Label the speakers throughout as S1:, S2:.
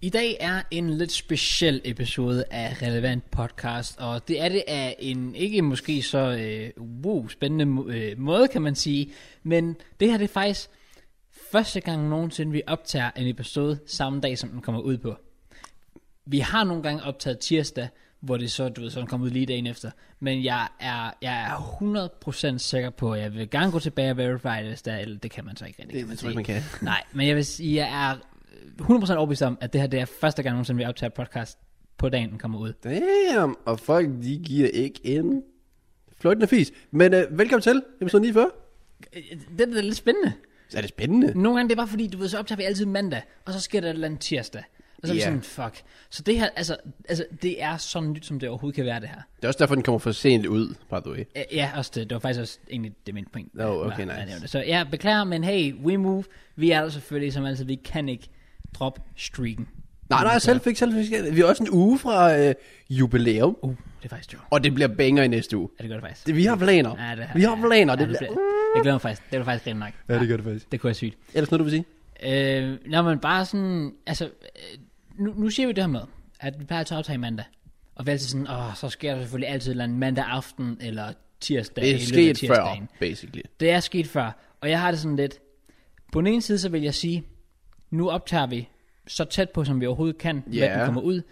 S1: I dag er en lidt speciel episode af Relevant Podcast, og det er det af en ikke måske så øh, wow, spændende må- øh, måde, kan man sige, men det her det er faktisk første gang nogensinde, vi optager en episode samme dag, som den kommer ud på. Vi har nogle gange optaget tirsdag, hvor det så, du ved, sådan kom ud lige dagen efter. Men jeg er, jeg er 100% sikker på, at jeg vil gerne gå tilbage og verify det, hvis der, eller det kan man så ikke rigtig.
S2: Det
S1: kan
S2: tror jeg ikke, man
S1: sige. Nej, men jeg vil sige, jeg er 100% overbevist om, at det her det er første gang nogensinde, vi optager podcast på dagen, den kommer ud.
S2: Damn, og folk de giver ikke en fløjtende fis. Men øh, velkommen til episode 49. Øh,
S1: Det er da lidt spændende.
S2: Så er det spændende.
S1: Nogle gange det er bare fordi, du ved, så optager vi altid mandag, og så sker der et eller andet tirsdag. Og så er vi
S2: Ja.
S1: sådan, fuck. Så det her, altså, altså, det er sådan nyt, som det overhovedet kan være, det her.
S2: Det er også derfor, den kommer for sent ud, by the way.
S1: Ja, Ja, også det. Det var faktisk også egentlig det mindste point.
S2: Nå, okay, nice.
S1: Så ja, beklager, men hey, we move. Vi er der selvfølgelig, som altid, vi kan ikke drop streaken.
S2: Nej, nej, selv fik, selv fik. Vi er også en uge fra øh, jubilæum,
S1: Uh, det er faktisk jo.
S2: og det bliver banger i næste uge.
S1: Ja, det gør det faktisk.
S2: Det, vi har planer.
S1: ja, det,
S2: vi har planer.
S1: Ja,
S2: det, bliver...
S1: Jeg glæder mig faktisk. Det var faktisk rigtig nok.
S2: gør det faktisk.
S1: det kunne være sygt.
S2: Ellers noget, du vil sige?
S1: Øh, når man bare sådan, altså, øh, nu, nu siger vi det her med, at vi plejer altid at optage mandag. Og vi er altid sådan, åh, så sker der selvfølgelig altid et eller andet mandag aften, eller tirsdag.
S2: Det
S1: i
S2: er
S1: løbet af
S2: sket før,
S1: tirsdagen.
S2: basically.
S1: Det er sket før, og jeg har det sådan lidt. På den ene side, så vil jeg sige, nu optager vi så tæt på, som vi overhovedet kan, yeah. hvad
S2: Ja.
S1: den kommer ud.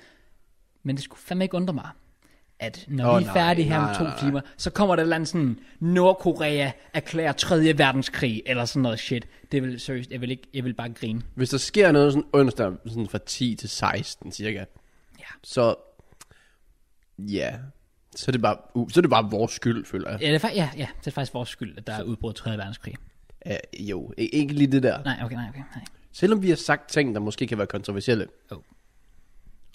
S1: Men det skulle fandme ikke undre mig, at når
S2: Åh,
S1: oh, vi er
S2: nej,
S1: færdige her
S2: nej,
S1: om to
S2: nej, nej.
S1: timer, så kommer der et eller andet sådan, Nordkorea erklærer 3. verdenskrig, eller sådan noget shit. Det vil seriøst, jeg vil, ikke, jeg vil bare grine.
S2: Hvis der sker noget sådan onsdag sådan fra 10 til 16 cirka,
S1: Ja.
S2: så ja, så er det bare, uh, så er det bare vores skyld, føler jeg.
S1: Ja, det er, fa- ja, ja, det er faktisk vores skyld, at der er udbrudt 3. verdenskrig.
S2: Uh, jo, i- ikke lige det der.
S1: Nej, okay, nej, okay, nej.
S2: Selvom vi har sagt ting, der måske kan være kontroversielle.
S1: Oh.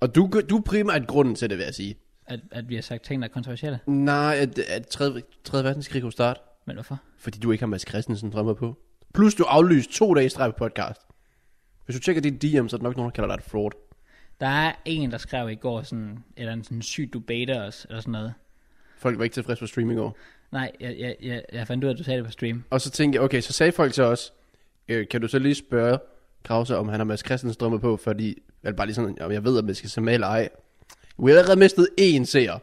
S2: Og du, du er primært grunden til det, vil jeg sige.
S1: At, at vi har sagt ting, der er kontroversielle.
S2: Nej, at, at 3. 3. verdenskrig kunne starte,
S1: Men hvorfor?
S2: fordi du ikke har Mads Christensen drømmer på. Plus du aflyste to dage i streg på podcast. Hvis du tjekker dit DM, så er der nok nogen, der kalder dig et fraud.
S1: Der er en, der skrev i går sådan, eller en sådan syg, du baiter os, eller sådan noget.
S2: Folk var ikke tilfredse med streaming over.
S1: Nej, jeg, jeg, jeg, jeg fandt ud af, at du sagde det på stream.
S2: Og så tænkte jeg, okay, så sagde folk så også, øh, kan du så lige spørge Krause, om han har Mads Christensen drømmer på, fordi, eller bare lige sådan, om jeg ved, om jeg skal se med eller ej. Vi har allerede mistet én seer.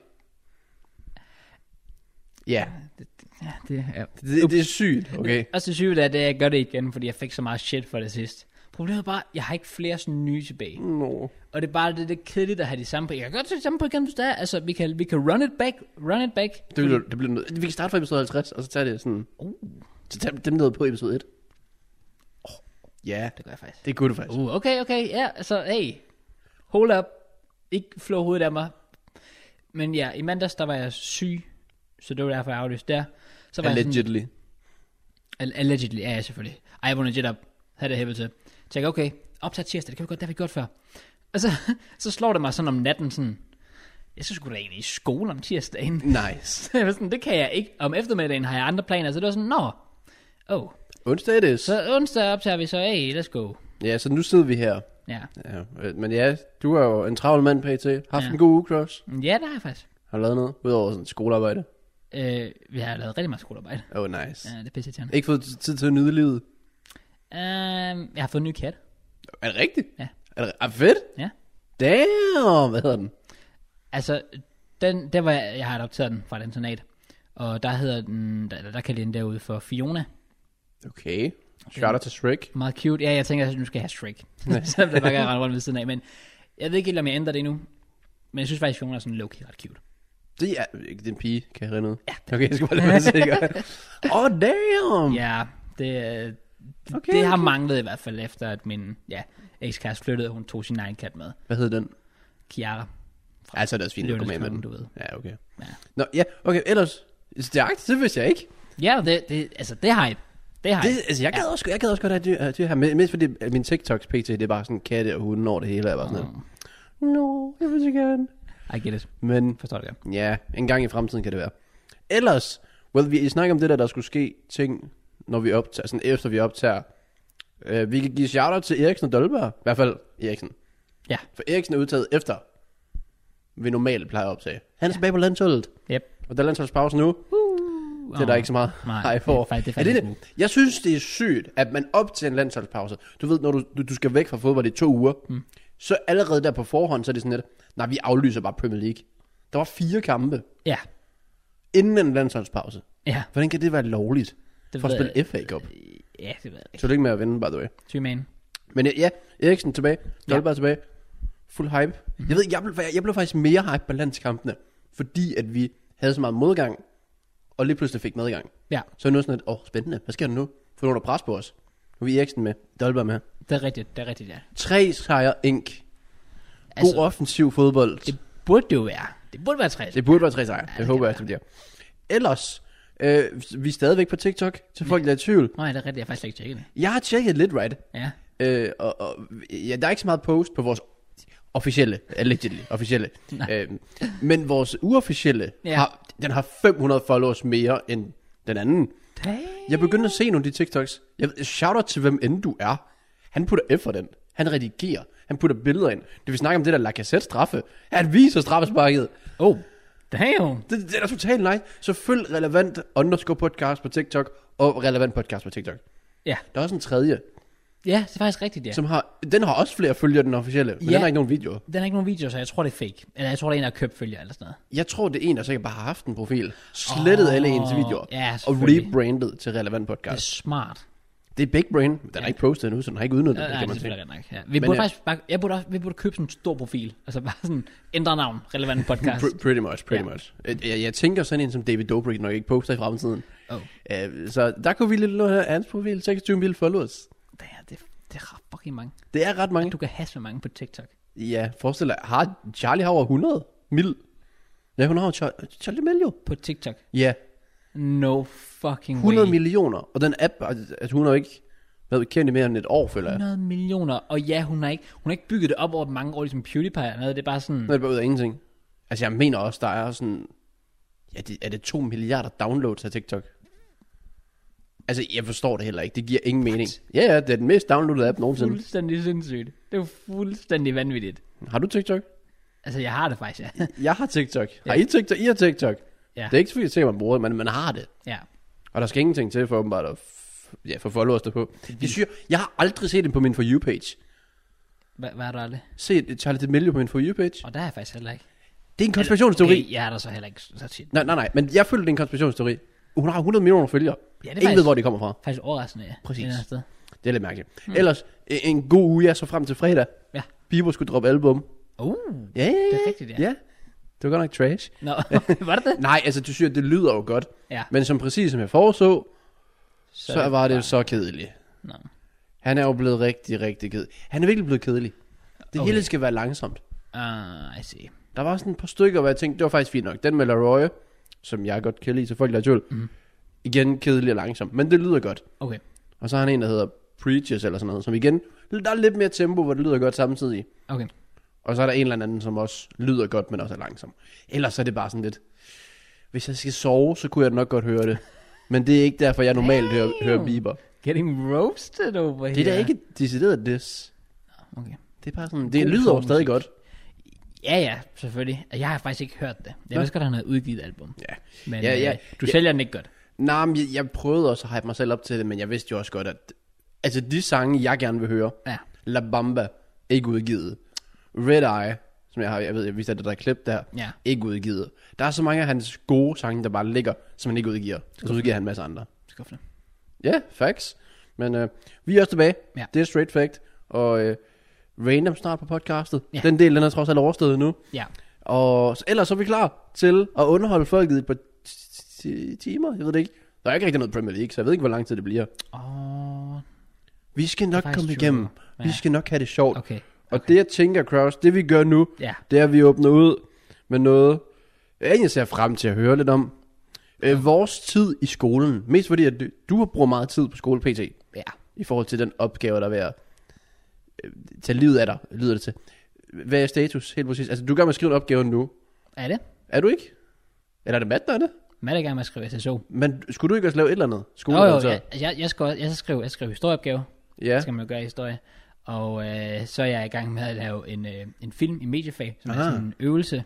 S2: Ja,
S1: Ja, det er...
S2: det, det er sygt, okay?
S1: Og så sygt er det, at jeg gør det igen, fordi jeg fik så meget shit for det sidste. Problemet er bare, at jeg har ikke flere sådan nye tilbage.
S2: Nå.
S1: Og det er bare det, det er kedeligt at have de samme på. Jeg kan godt tage de samme på igen, hvis det er. Altså, vi kan, vi kan run it back, run it back.
S2: Det bliver, det bliver noget. Vi kan starte fra episode 50, og så tager det sådan...
S1: Uh.
S2: Så tager dem noget på episode 1. Ja,
S1: Det gør jeg faktisk.
S2: det kunne du faktisk.
S1: Uh, okay, okay, ja, altså, hey, hold up, ikke flå hovedet af mig. Men ja, i mandags, der var jeg syg, så det var derfor, jeg aflyste der. Så var jeg sådan-
S2: Allegedly.
S1: Al- Allegedly, ja, ja selvfølgelig. Ej, jeg vågnede jet op. Havde det helvede til. Tænkte, okay, optag tirsdag, det kan vi godt, det har vi gjort før. Og så, så slår det mig sådan om natten, sådan, jeg skal sgu da egentlig i skole om tirsdagen.
S2: Nice.
S1: Så jeg var sådan, det kan jeg ikke. Om eftermiddagen har jeg andre planer, så det var sådan, nå, oh.
S2: Onsdag er det.
S1: Så onsdag optager vi så, hey, let's go.
S2: Ja, så nu sidder vi her.
S1: Ja,
S2: Ja, øh, men ja, du er jo en travl mand, PT. Haft
S1: Ja.
S2: ja. en god uge, Cross.
S1: ja det har jeg faktisk.
S2: Har du lavet noget? Udover sådan skolearbejde.
S1: Øh, vi har lavet rigtig meget skolearbejde.
S2: Oh, nice.
S1: Ja,
S2: Ja.
S1: det er pisse irriterende.
S2: Ikke fået tid til at nyde livet.
S1: Øh, jeg har fået en ny kat.
S2: Er det rigtigt?
S1: Ja.
S2: Er det er fedt?
S1: Ja.
S2: Damn, hvad hedder den?
S1: Altså, den, der var jeg, jeg har adopteret den fra et internat. Og der hedder den, der, der kalder den derude for Fiona.
S2: Okay. Shout out til Shrek.
S1: Meget cute. Ja, jeg tænker, at nu skal jeg have Shrek. Selvom der bare kan rende rundt ved siden af. Men jeg ved ikke helt, om jeg ændrer det endnu. Men jeg synes faktisk, at Fiona er sådan low-key ret cute.
S2: Det er, det er en pige, kan jeg rende ud? Ja. Okay, jeg skal bare lige være sikker. oh, damn.
S1: Ja, det, øh,
S2: Okay,
S1: det har
S2: okay.
S1: manglet i hvert fald efter, at min ja, ekskæreste flyttede, og hun tog sin egen kat med.
S2: Hvad hed den?
S1: Kiara.
S2: Ja, så er det også fint, at du kommer af med
S1: Løvens
S2: den.
S1: Konge, du ved.
S2: Ja, okay.
S1: Ja.
S2: Ja. Nå, ja, okay, ellers. Stærkt, det vidste jeg ikke.
S1: Ja, det, det, altså, det har jeg. Det har
S2: Det,
S1: jeg.
S2: altså, jeg gad, også, jeg gad også godt have dyr, have dyr her. Med- Mest fordi øh, min TikToks pt, det er bare sådan katte og hunde over det hele. Jeg var sådan,
S1: Mm.
S2: mm. no, jeg vil så gerne.
S1: I get it.
S2: Men
S1: Forstår det godt.
S2: ja, en gang i fremtiden kan det være. Ellers, well, vi snakker om det der, der skulle ske ting, når vi optager, sådan efter vi optager. Uh, vi kan give shout til Eriksen og Dolberg. I hvert fald Eriksen.
S1: Ja.
S2: For Eriksen er udtaget efter, vi normalt plejer at optage. Han er tilbage på landsholdet.
S1: Yep.
S2: Og der er landsholdspause nu. Det er der
S1: Åh,
S2: ikke så meget
S1: nej,
S2: hej for.
S1: det er faktisk- det er faktisk nu.
S2: Jeg synes, det er sygt, at man op til en landsholdspause, du ved, når du, du, du skal væk fra fodbold i to uger, mm. så allerede der på forhånd, så er det sådan lidt, nej, vi aflyser bare Premier League. Der var fire kampe
S1: Ja,
S2: inden en landsholdspause.
S1: ja.
S2: Hvordan kan det være lovligt
S1: Det
S2: det for at
S1: ved jeg
S2: spille FA Cup?
S1: Ja, det ved jeg ikke.
S2: Tillykke med at vinde, by the way.
S1: Three-man.
S2: Men øh, ja, Eriksen tilbage, Dolberg tilbage, fuld hype.
S1: Mhm.
S2: Jeg ved, jeg blev, jeg blev faktisk mere hype på landskampene, fordi at vi havde så meget modgang, og lige pludselig fik medgang.
S1: Ja,
S2: Så er det nu sådan lidt, åh, spændende, hvad sker der nu? For nu er der pres på os. Nu er vi Eriksen med, Dolberg med.
S1: det er rigtigt, det er rigtigt, ja.
S2: Tre sejre, ink. God
S1: Altså-
S2: altså, offensiv fodbold.
S1: Det burde det jo være. Det burde være 60.
S2: Det burde være tre sejre.
S1: det
S2: det
S1: kan
S2: håber jeg, at det bliver. Ellers, øh, vi er stadigvæk på TikTok, til folk, der er i tvivl.
S1: Nej, det er rigtigt, jeg har faktisk slet ikke tjekket det.
S2: Jeg har tjekket lidt, right?
S1: Ja.
S2: Øh, og, og ja, der er ikke så meget post på vores officielle, allegedly officielle, øh, men vores uofficielle,
S1: Ja.
S2: ja. har, den har 500 followers mere end den anden.
S1: Damn.
S2: Jeg begyndte at se nogle af de TikToks. Jeg, shout out til hvem end du er. Han putter F for den. Han redigerer. Han putter billeder ind. Det vi snakker om det der Lacazette straffe. Han viser straffesparket.
S1: Oh, damn.
S2: Det, det er da totalt nej. Så følg relevant underscore podcast på TikTok og relevant podcast på TikTok.
S1: Ja,
S2: Der er også en tredje,
S1: ja det er faktisk rigtigt, ja.
S2: som har, den har også flere følgere, den officielle, men
S1: Ja.
S2: den har ikke nogen videoer.
S1: Den er ikke nogen video, så jeg tror, det er fake. Eller jeg tror, det er en, der har købt følger eller sådan noget.
S2: Jeg tror, det er en, der sikkert bare har haft en profil, slettet
S1: Åh,
S2: oh, alle ens videoer,
S1: ja,
S2: og
S1: selvfølgelig.
S2: rebrandet til relevant
S1: Det er
S2: podcast.
S1: smart.
S2: Det er Big Brain, men den er ikke postet endnu, så den har ikke udnyttet
S1: Nej,
S2: det,
S1: nej,
S2: kan
S1: det er
S2: man sige.
S1: selvfølgelig rigtig nok. Ja. Vi burde
S2: ja.
S1: faktisk bare, jeg burde også, vi burde købe sådan en stor profil. Altså bare sådan, ændre navn, relevant podcast.
S2: Pr- pretty much, pretty
S1: Altså- Ja.
S2: yeah. much. Jeg, jeg, jeg tænker sådan en som David Dobrik nok ikke poster i fremtiden.
S1: oh,
S2: Uh, så der kunne vi lidt nå her, hans profil, 26 mil followers.
S1: det er, det, det er ret fucking mange.
S2: Det er ret mange.
S1: Du kan have så mange på TikTok.
S2: Ja, forestil dig, har Charlie har over 100 mil? Ja, hun har jo Char- Charlie Mil jo.
S1: På TikTok.
S2: Ja,
S1: No fucking
S2: 100
S1: way.
S2: millioner. Og den app, altså hun har jo ikke været kendt i mere end et år, føler jeg.
S1: 100 millioner. Og ja, hun har ikke, hun har ikke bygget det op over mange år, ligesom PewDiePie eller noget. Det er bare sådan,
S2: Nå, det er bare ud af ingenting. Altså, jeg mener også, der er sådan... Ja, det, er det 2 milliarder downloads af TikTok? Altså, jeg forstår det heller ikke. Det giver ingen mening. Ja, ja, det er den mest downloadede app nogensinde.
S1: fuldstændig sindssygt. Det er jo fuldstændig vanvittigt.
S2: Har du TikTok?
S1: Altså, jeg har det faktisk, ja.
S2: Jeg har TikTok. Har I TikTok? I har TikTok.
S1: Ja.
S2: Det er ikke så, fordi jeg ser, man bruger det, men man har det.
S1: ja.
S2: Og der skal ingenting til for åbenbart at f- ja, få followers derpå. Jeg, synes, jeg har aldrig set den på min For You-page.
S1: Hvad, hvad er der aldrig?
S2: Set Charlie D'Amelio på min For You-page.
S1: Og der er jeg faktisk heller ikke.
S2: Det er en konspirationsteori.
S1: Okay, jeg er der så heller ikke så tit.
S2: Nej, nej, nej. Men jeg føler, det er en konspirationsteori. Hun har 100 millioner følgere.
S1: det er
S2: Ja, Ingen ved,
S1: faktisk-
S2: hvor de kommer fra.
S1: Faktisk overraskende, ja.
S2: Præcis.
S1: Et eller andet sted.
S2: Det er lidt mærkeligt. Mm. Ellers, øh, en god uge, ja, så frem til fredag.
S1: Ja.
S2: Bieber skulle droppe album.
S1: Uh.
S2: Ja, ja, ja.
S1: Det er rigtigt, ja.
S2: ja. Det var godt nok trash.
S1: Nå, var det det?
S2: Nej, altså, du siger, det lyder jo godt.
S1: Ja.
S2: Men som præcis som jeg foreså, så,
S1: er
S2: så var det så kedeligt.
S1: Nå.
S2: Han er jo blevet rigtig, rigtig kedelig. Han er virkelig blevet kedelig. Det
S1: Okay.
S2: okay. hele skal være langsomt.
S1: Uh, I see.
S2: Der var sådan et par stykker, hvor jeg tænkte, det var faktisk fint nok. Den med Leroy, som jeg godt kan lide, så folk der er i tvivl. Mm. Igen kedelig og langsom, men det lyder godt.
S1: Okay.
S2: Og så har han en, der hedder Preachers eller sådan noget, som igen, der er lidt mere tempo, hvor det lyder godt samtidig.
S1: Okay.
S2: Og så er der en eller anden, som også lyder godt, men også er langsom. Ellers er det bare sådan lidt... Hvis jeg skal sove, så kunne jeg nok godt høre det. Men det er ikke derfor, jeg normalt hører, hører Bieber.
S1: Getting roasted over here.
S2: Det er da ikke et decideret diss.
S1: Okay.
S2: Det er bare sådan... Det
S1: God
S2: lyder jo
S1: formusik.
S2: stadig godt.
S1: Ja, ja, selvfølgelig. Og Jeg har faktisk ikke hørt det. Jeg
S2: Nå.
S1: vidste godt, at han havde udgivet et album.
S2: Ja.
S1: Men
S2: Ja, ja.
S1: øh, du
S2: Ja.
S1: sælger den ikke godt.
S2: Nej, men jeg, jeg prøvede også at hype mig selv op til det, men jeg vidste jo også godt, at... Altså, de sange, jeg gerne vil høre...
S1: Ja.
S2: La Bamba, ikke udgivet. Red Eye, som jeg har... Jeg ved, jeg viste dig det der klip der.
S1: Ja.
S2: Ikke udgivet. Der er så mange af hans gode sange, der bare ligger, som han ikke udgiver. Så udgiver han en masse andre.
S1: Skuffende.
S2: Ja, yeah, facts. Men øh, vi er også tilbage.
S1: Ja.
S2: Ja. Det er straight fact. Og øh, random snart på podcastet.
S1: Ja.
S2: Ja. Den del, den er trods alt overstået nu.
S1: Ja.
S2: Og så, ellers så er vi klar til at underholde folket i et par t- t- timer. Jeg ved det ikke. Der er ikke rigtig noget Premier League, så jeg ved ikke, hvor lang tid det bliver.
S1: Åh,
S2: Vi skal nok
S1: faktisk
S2: komme
S1: true.
S2: igennem.
S1: Ja.
S2: Ja. Vi skal nok have det sjovt.
S1: okay.
S2: Og det, jeg tænker, Kraus, det vi gør nu,
S1: Ja.
S2: det er, at vi åbner ud med noget, øh, jeg egentlig ser frem til at høre lidt om. Øh, vores tid i skolen. Mest fordi, at du- du har brugt meget tid på skole PT.
S1: Ja.
S2: i forhold til den opgave, der er ved at øh, tage livet af dig, lyder det til. Hvad er status helt præcis? Altså, du gør med at skrive en opgave nu.
S1: Er det?
S2: Er du ikke? Eller er det Matt, der er det?
S1: Matt er i gang med at skrive SSO.
S2: Men skulle du ikke også lave et eller andet?
S1: Nå,
S2: Skole
S1: jo, jeg, altså, jeg, jeg, skal, også- jeg, skal skrive, jeg skriver historieopgave.
S2: altså. ja.
S1: Det skal man jo gøre i historie. Og øh, så er jeg i gang med at lave en, øh, en film i mediefag, som Aha. er
S2: Aha.
S1: sådan en øvelse.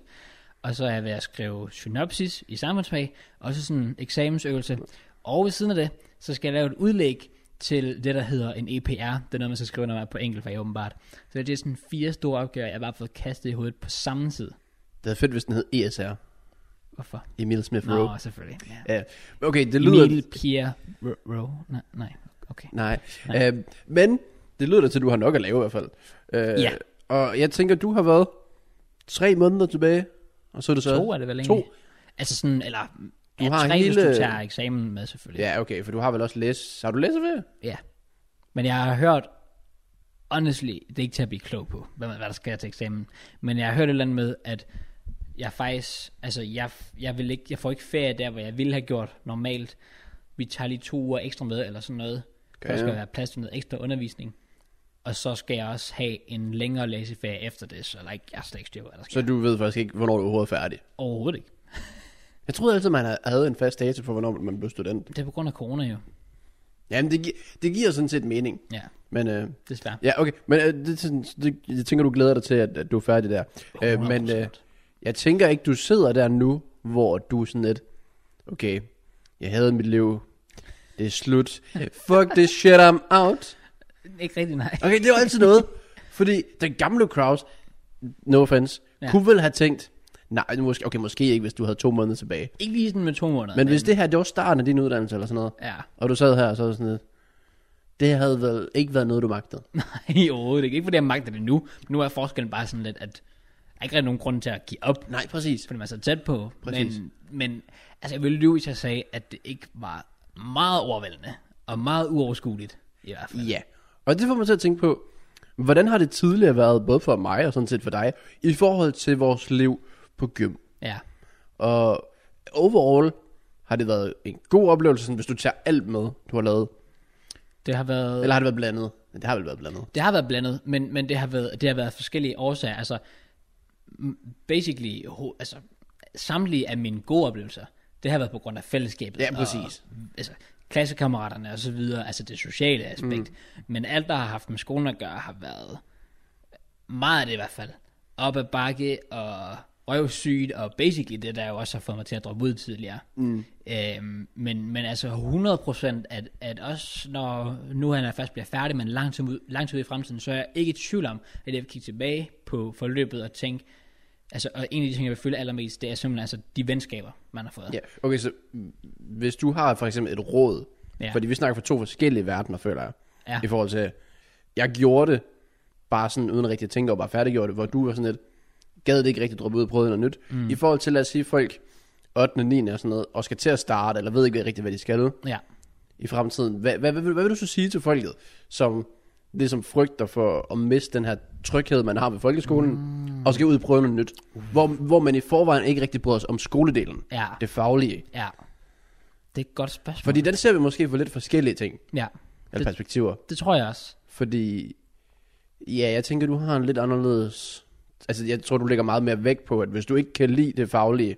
S1: Og så er jeg ved at skrive synopsis i samfundsfag, og så sådan en eksamensøvelse. Og ved siden af det, så skal jeg lave et udlæg til det, der hedder en EPR. Det er noget, man skal skrive, når man er på enkeltfag, åbenbart. Så det er sådan fire store opgaver, jeg bare har fået kastet i hovedet på samme tid.
S2: Det havde fedt, hvis den hed ESR.
S1: Hvorfor?
S2: Emil Smith Rowe.
S1: Nå, selvfølgelig. Ja.
S2: Ja. Okay, det lyder...
S1: Emil Pierre Ro- Rowe. Nej, nej, okay.
S2: Nej. Øh, men det lyder da til, at du har nok at lave i hvert fald. Øh,
S1: Ja.
S2: Og jeg tænker, du har været tre måneder tilbage, og så er det så...
S1: To er det vel
S2: To.
S1: egentlig? Altså sådan, eller du
S2: har
S1: har
S2: en
S1: tre, lille...
S2: lille-
S1: hvis du tager eksamen med selvfølgelig.
S2: Ja, okay, for du har vel også læst... Har du læst det?
S1: ja. Men jeg har hørt, honestly, det er ikke til at blive klog på, hvad, hvad der sker til eksamen. Men jeg har hørt et eller andet med, at jeg faktisk, altså jeg, jeg, vil ikke, jeg får ikke ferie der, hvor jeg ville have gjort normalt. Vi tager lige to uger ekstra med, eller sådan noget.
S2: Ja,
S1: Okay. Der skal
S2: ja.
S1: være plads til noget ekstra undervisning. Og så skal jeg også have en længere læseferie efter det, så like, jeg er slet ikke styr på, hvad der sker.
S2: Så du ved faktisk ikke, hvornår du overhovedet er færdig.
S1: Overhovedet ikke.
S2: Jeg troede altid, man havde en fast dato for, hvornår man blev student.
S1: Det er på grund af corona jo.
S2: Jamen, det, gi- det giver sådan set mening.
S1: Ja,
S2: Men øh,
S1: desværre.
S2: ja, okay. Men øh, det, er sådan- det, jeg tænker, du glæder dig til, at, at du er færdig der. Øh, men øh,
S1: 100%.
S2: jeg tænker ikke, du sidder der nu, hvor du er sådan lidt, okay, jeg havde mit liv, det er slut. Fuck this shit, I'm out.
S1: Ikke rigtig nej.
S2: Okay, det var altid noget. Fordi den gamle Kraus, no offense,
S1: Ja.
S2: ja. kunne vel have tænkt, nej, nu måske, okay, måske ikke, hvis du havde to måneder tilbage.
S1: Ikke lige sådan med to måneder.
S2: Men hvis det her, det var starten af din uddannelse eller sådan noget,
S1: Ja,
S2: og du sad her og så var det sådan lidt, det havde vel ikke været noget, du magtede.
S1: nej, overhovedet ikke. Ikke fordi jeg magter det nu. Nu er forskellen bare sådan lidt, at der er ikke rigtig nogen grund til at give op,
S2: Nej, præcis.
S1: fordi man er så tæt på.
S2: Præcis.
S1: Men, men altså, jeg ville lyve, hvis jeg sagde, at det ikke var meget overvældende og meget uoverskueligt. I hvert fald.
S2: Ja, og det får mig til at tænke på, hvordan har det tidligere været, både for mig og sådan set for dig, i forhold til vores liv på gym?
S1: Ja.
S2: Og overall har det været en god oplevelse, sådan, hvis du tager alt med, du har lavet.
S1: Det har været...
S2: Eller har det været blandet? Det har vel været blandet.
S1: Det har været blandet, men, men det, har været, det har været forskellige årsager. Altså, m- basically, ho- altså, samtlige af mine gode oplevelser, det har været på grund af fællesskabet.
S2: Ja, præcis.
S1: Og, altså, klassekammeraterne og så videre, altså det sociale aspekt. Mm. Men alt, der har haft med skolen at gøre, har været meget af det i hvert fald. Op ad bakke og røvsygt, og basically det, der jo også har fået mig til at droppe ud tidligere. Mm. Øhm, men, men altså 100% at, at også når nu han er først bliver færdig, men langt ud, langt ud i fremtiden, så er jeg ikke i tvivl om, at jeg vil kigge tilbage på forløbet og tænke, altså, og en af de ting, jeg vil følge allermest, det er simpelthen altså de venskaber, man har fået.
S2: Ja, okay, så mm, hvis du har for eksempel et råd,
S1: Ja.
S2: ja. fordi vi snakker for to forskellige verdener, føler jeg,
S1: Ja.
S2: i forhold til, jeg gjorde det bare sådan uden rigtig at tænke over, bare færdiggjorde det, hvor du var sådan lidt, gad det ikke rigtig droppe ud og prøvede noget nyt. Mm. I forhold til, lad os sige, folk 8. og 9. og sådan noget, og skal til at starte, eller ved ikke rigtig, hvad de skal
S1: ja.
S2: i fremtiden. Hvad, hvad, hvad, vil- hvad vil du så sige til folket, som ligesom frygter for at miste den her tryghed, man har ved folkeskolen, mm. og skal ud og prøve noget nyt, hvor, hvor man i forvejen ikke rigtig bryder sig om skoledelen,
S1: Ja.
S2: det faglige.
S1: Ja. Det er et godt spørgsmål.
S2: Fordi den ser vi måske for lidt forskellige ting,
S1: Ja,
S2: eller perspektiver.
S1: det tror jeg også.
S2: Fordi, ja, jeg tænker, du har en lidt anderledes... Altså, jeg tror, du lægger meget mere vægt på, at hvis du ikke kan lide det faglige,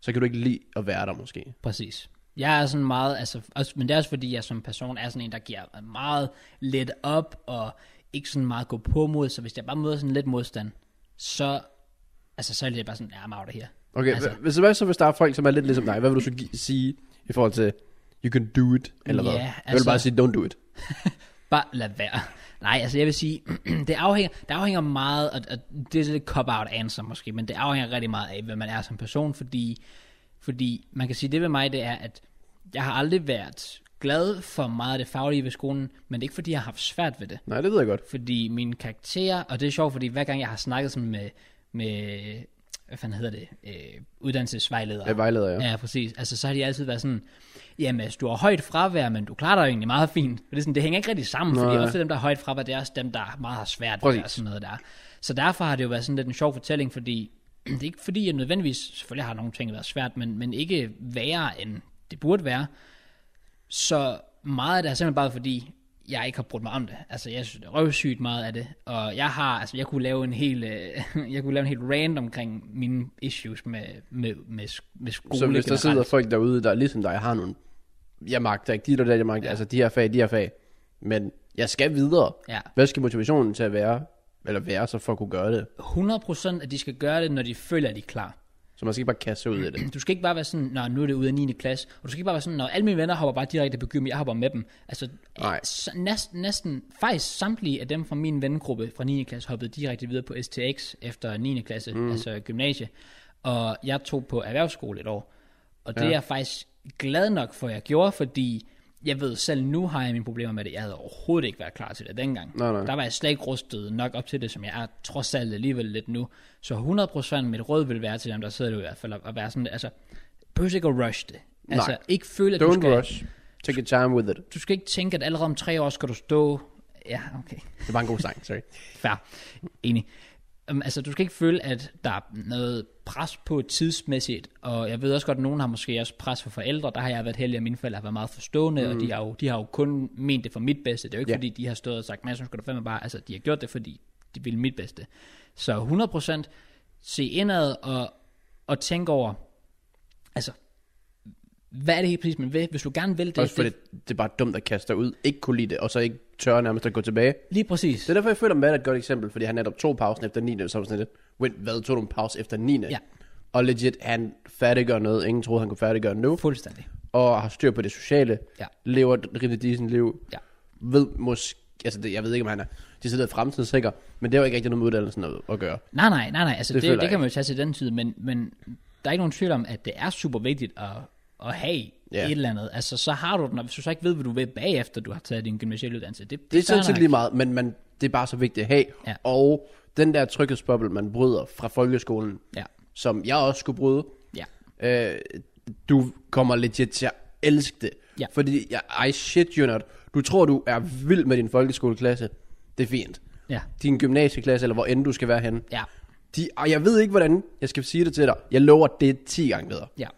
S2: så kan du ikke lide at være der måske.
S1: Præcis. Jeg er sådan meget, altså, også, men det er også fordi, jeg som person er sådan en, der giver meget let op, og ikke sådan meget gå på mod, så hvis jeg bare møder sådan lidt modstand, så, altså, så er det bare sådan, ja, I'm out of here.
S2: Okay,
S1: Altså-
S2: altså. hvis, hvad så hvis der er folk, som er lidt ligesom dig, hvad vil du så gi- sige i forhold til, you can do it, eller hvad?
S1: Ja,
S2: Jeg vil
S1: altså-
S2: bare sige, don't do it.
S1: Bare lad være. Nej, altså jeg vil sige, det afhænger, det afhænger meget, og, og det er lidt cop-out answer måske, men det afhænger rigtig meget af, hvad man er som person, fordi, fordi man kan sige, det ved mig, det er, at jeg har aldrig været glad for meget af det faglige ved skolen, men det er ikke fordi, jeg har haft svært ved det.
S2: Nej, det ved jeg godt.
S1: Fordi min karakter, og det er sjovt, fordi hver gang jeg har snakket sådan med, med hvad fanden hedder det, øh, uddannelsesvejledere.
S2: Jeg vejleder jer. Ja.
S1: ja. ja, præcis. Altså, så har de altid været sådan, jamen, altså, du har højt fravær, men du klarer dig jo egentlig meget fint. Og det, er sådan, det hænger ikke rigtig sammen, fordi
S2: Nej.
S1: ofte dem, der har højt fravær, det er også dem, der meget har svært ved
S2: Præcis.
S1: det og sådan noget der. Så derfor har det jo været sådan lidt en sjov fortælling, fordi det er ikke fordi, jeg nødvendigvis, selvfølgelig har nogle ting været svært, men, men ikke værre, end det burde være. Så meget af det er simpelthen bare fordi, jeg ikke har brugt mig om det. Altså, jeg synes, det er røvsygt meget af det. Og jeg har, altså, jeg kunne lave en hel, øh, jeg kunne lave en helt rant omkring mine issues med, med, med, sk- med skole
S2: Så hvis der
S1: generelt.
S2: sidder folk derude, der er ligesom dig, har nogle, jeg magter ikke dit og det, jeg magter, ja. altså de her fag, de her fag, men jeg skal videre.
S1: Ja.
S2: Hvad skal motivationen til at være, eller være så for at kunne gøre det?
S1: 100% at de skal gøre det, når de føler, at de er klar.
S2: Så man skal ikke bare kaste sig ud i det.
S1: Du skal ikke bare være sådan, Nå, nu er det ude af 9. klasse. Og du skal ikke bare være sådan, når alle mine venner hopper bare direkte på gym, jeg hopper med dem. Altså,
S2: Nej.
S1: s- næsten, næsten faktisk samtlige af dem fra min vennegruppe fra 9. klasse hoppede direkte videre på STX efter 9. klasse, mm. altså gymnasie. Og jeg tog på erhvervsskole et år. Og det
S2: Ja.
S1: er jeg faktisk glad nok for, at jeg gjorde, fordi jeg ved selv nu har jeg mine problemer med det. Jeg havde overhovedet ikke været klar til det dengang.
S2: Nej, nej.
S1: Der var jeg slet ikke rustet nok op til det, som jeg er trods alt alligevel lidt nu. Så 100% mit råd vil være til dem, der sidder derude i hvert fald, at- at være sådan, altså, behøver ikke at rush det. Altså,
S2: Nej.
S1: ikke føle, at du
S2: Don't
S1: skal,
S2: rush. Take your time with it.
S1: du skal ikke tænke, at allerede om tre år skal du stå... Ja, okay.
S2: Det var en god sang, sorry.
S1: Fair. Enig. Um, altså, du skal ikke føle, at der er noget pres på tidsmæssigt, og jeg ved også godt, at nogen har måske også pres for forældre. Der har jeg været heldig, at mine forældre har været meget forstående, mm. og de har, jo, de har jo kun ment det for mit bedste. Det er jo ikke,
S2: Ja.
S1: fordi de har stået og sagt, men så skal du fandme bare... Altså, de har gjort det, fordi de ville mit bedste. Så 100% se indad og, og tænke over, altså, hvad er det helt præcis, man vil? Hvis du gerne vil det,
S2: Også fordi
S1: det
S2: det er bare dumt at kaste sig ud. Ikke kunne lide det, og så ikke tør nærmest at gå tilbage.
S1: lige præcis.
S2: Det er derfor, jeg føler, at Matt er et godt eksempel, fordi han netop tog pausen efter 9. Så var sådan lidt, wait, hvad tog du en pause efter 9.
S1: Ja.
S2: Og legit, han færdiggør noget, ingen troede, han kunne færdiggøre nu,
S1: Fuldstændig.
S2: og har styr på det sociale,
S1: Ja.
S2: lever et rimelig decent liv,
S1: Ja.
S2: ved måske, altså det, jeg ved ikke, om han er decideret fremtidssikker, men det har jo ikke rigtig noget med uddannelsen at, at gøre.
S1: Nej, nej, nej, nej. Altså,
S2: Det
S1: det,
S2: føler
S1: det, det
S2: jeg
S1: kan man jo tage til den tid, men, men der er ikke nogen tvivl om, at det er super vigtigt at, at have
S2: Ja.
S1: yeah. et eller andet. Altså, så har du den, og hvis du så ikke ved, hvad du vil bagefter, du har taget din gymnasiale uddannelse, det,
S2: Det er sådan
S1: fair
S2: set
S1: nok.
S2: lige meget, men man, det er bare så vigtigt at have,
S1: Ja.
S2: og den der tryghedsboble, man bryder fra folkeskolen,
S1: Ja,
S2: som jeg også skulle bryde,
S1: ja.
S2: øh, du kommer legit til at elske det.
S1: Ja.
S2: Fordi, jeg, I shit you not, du tror, du er vild med din folkeskoleklasse. Det er fint.
S1: Ja.
S2: Din gymnasieklasse, eller hvor end du skal være henne.
S1: Ja.
S2: De, og jeg ved ikke, hvordan jeg skal sige det til dig. Jeg lover, det er 10 gange bedre.
S1: Ja.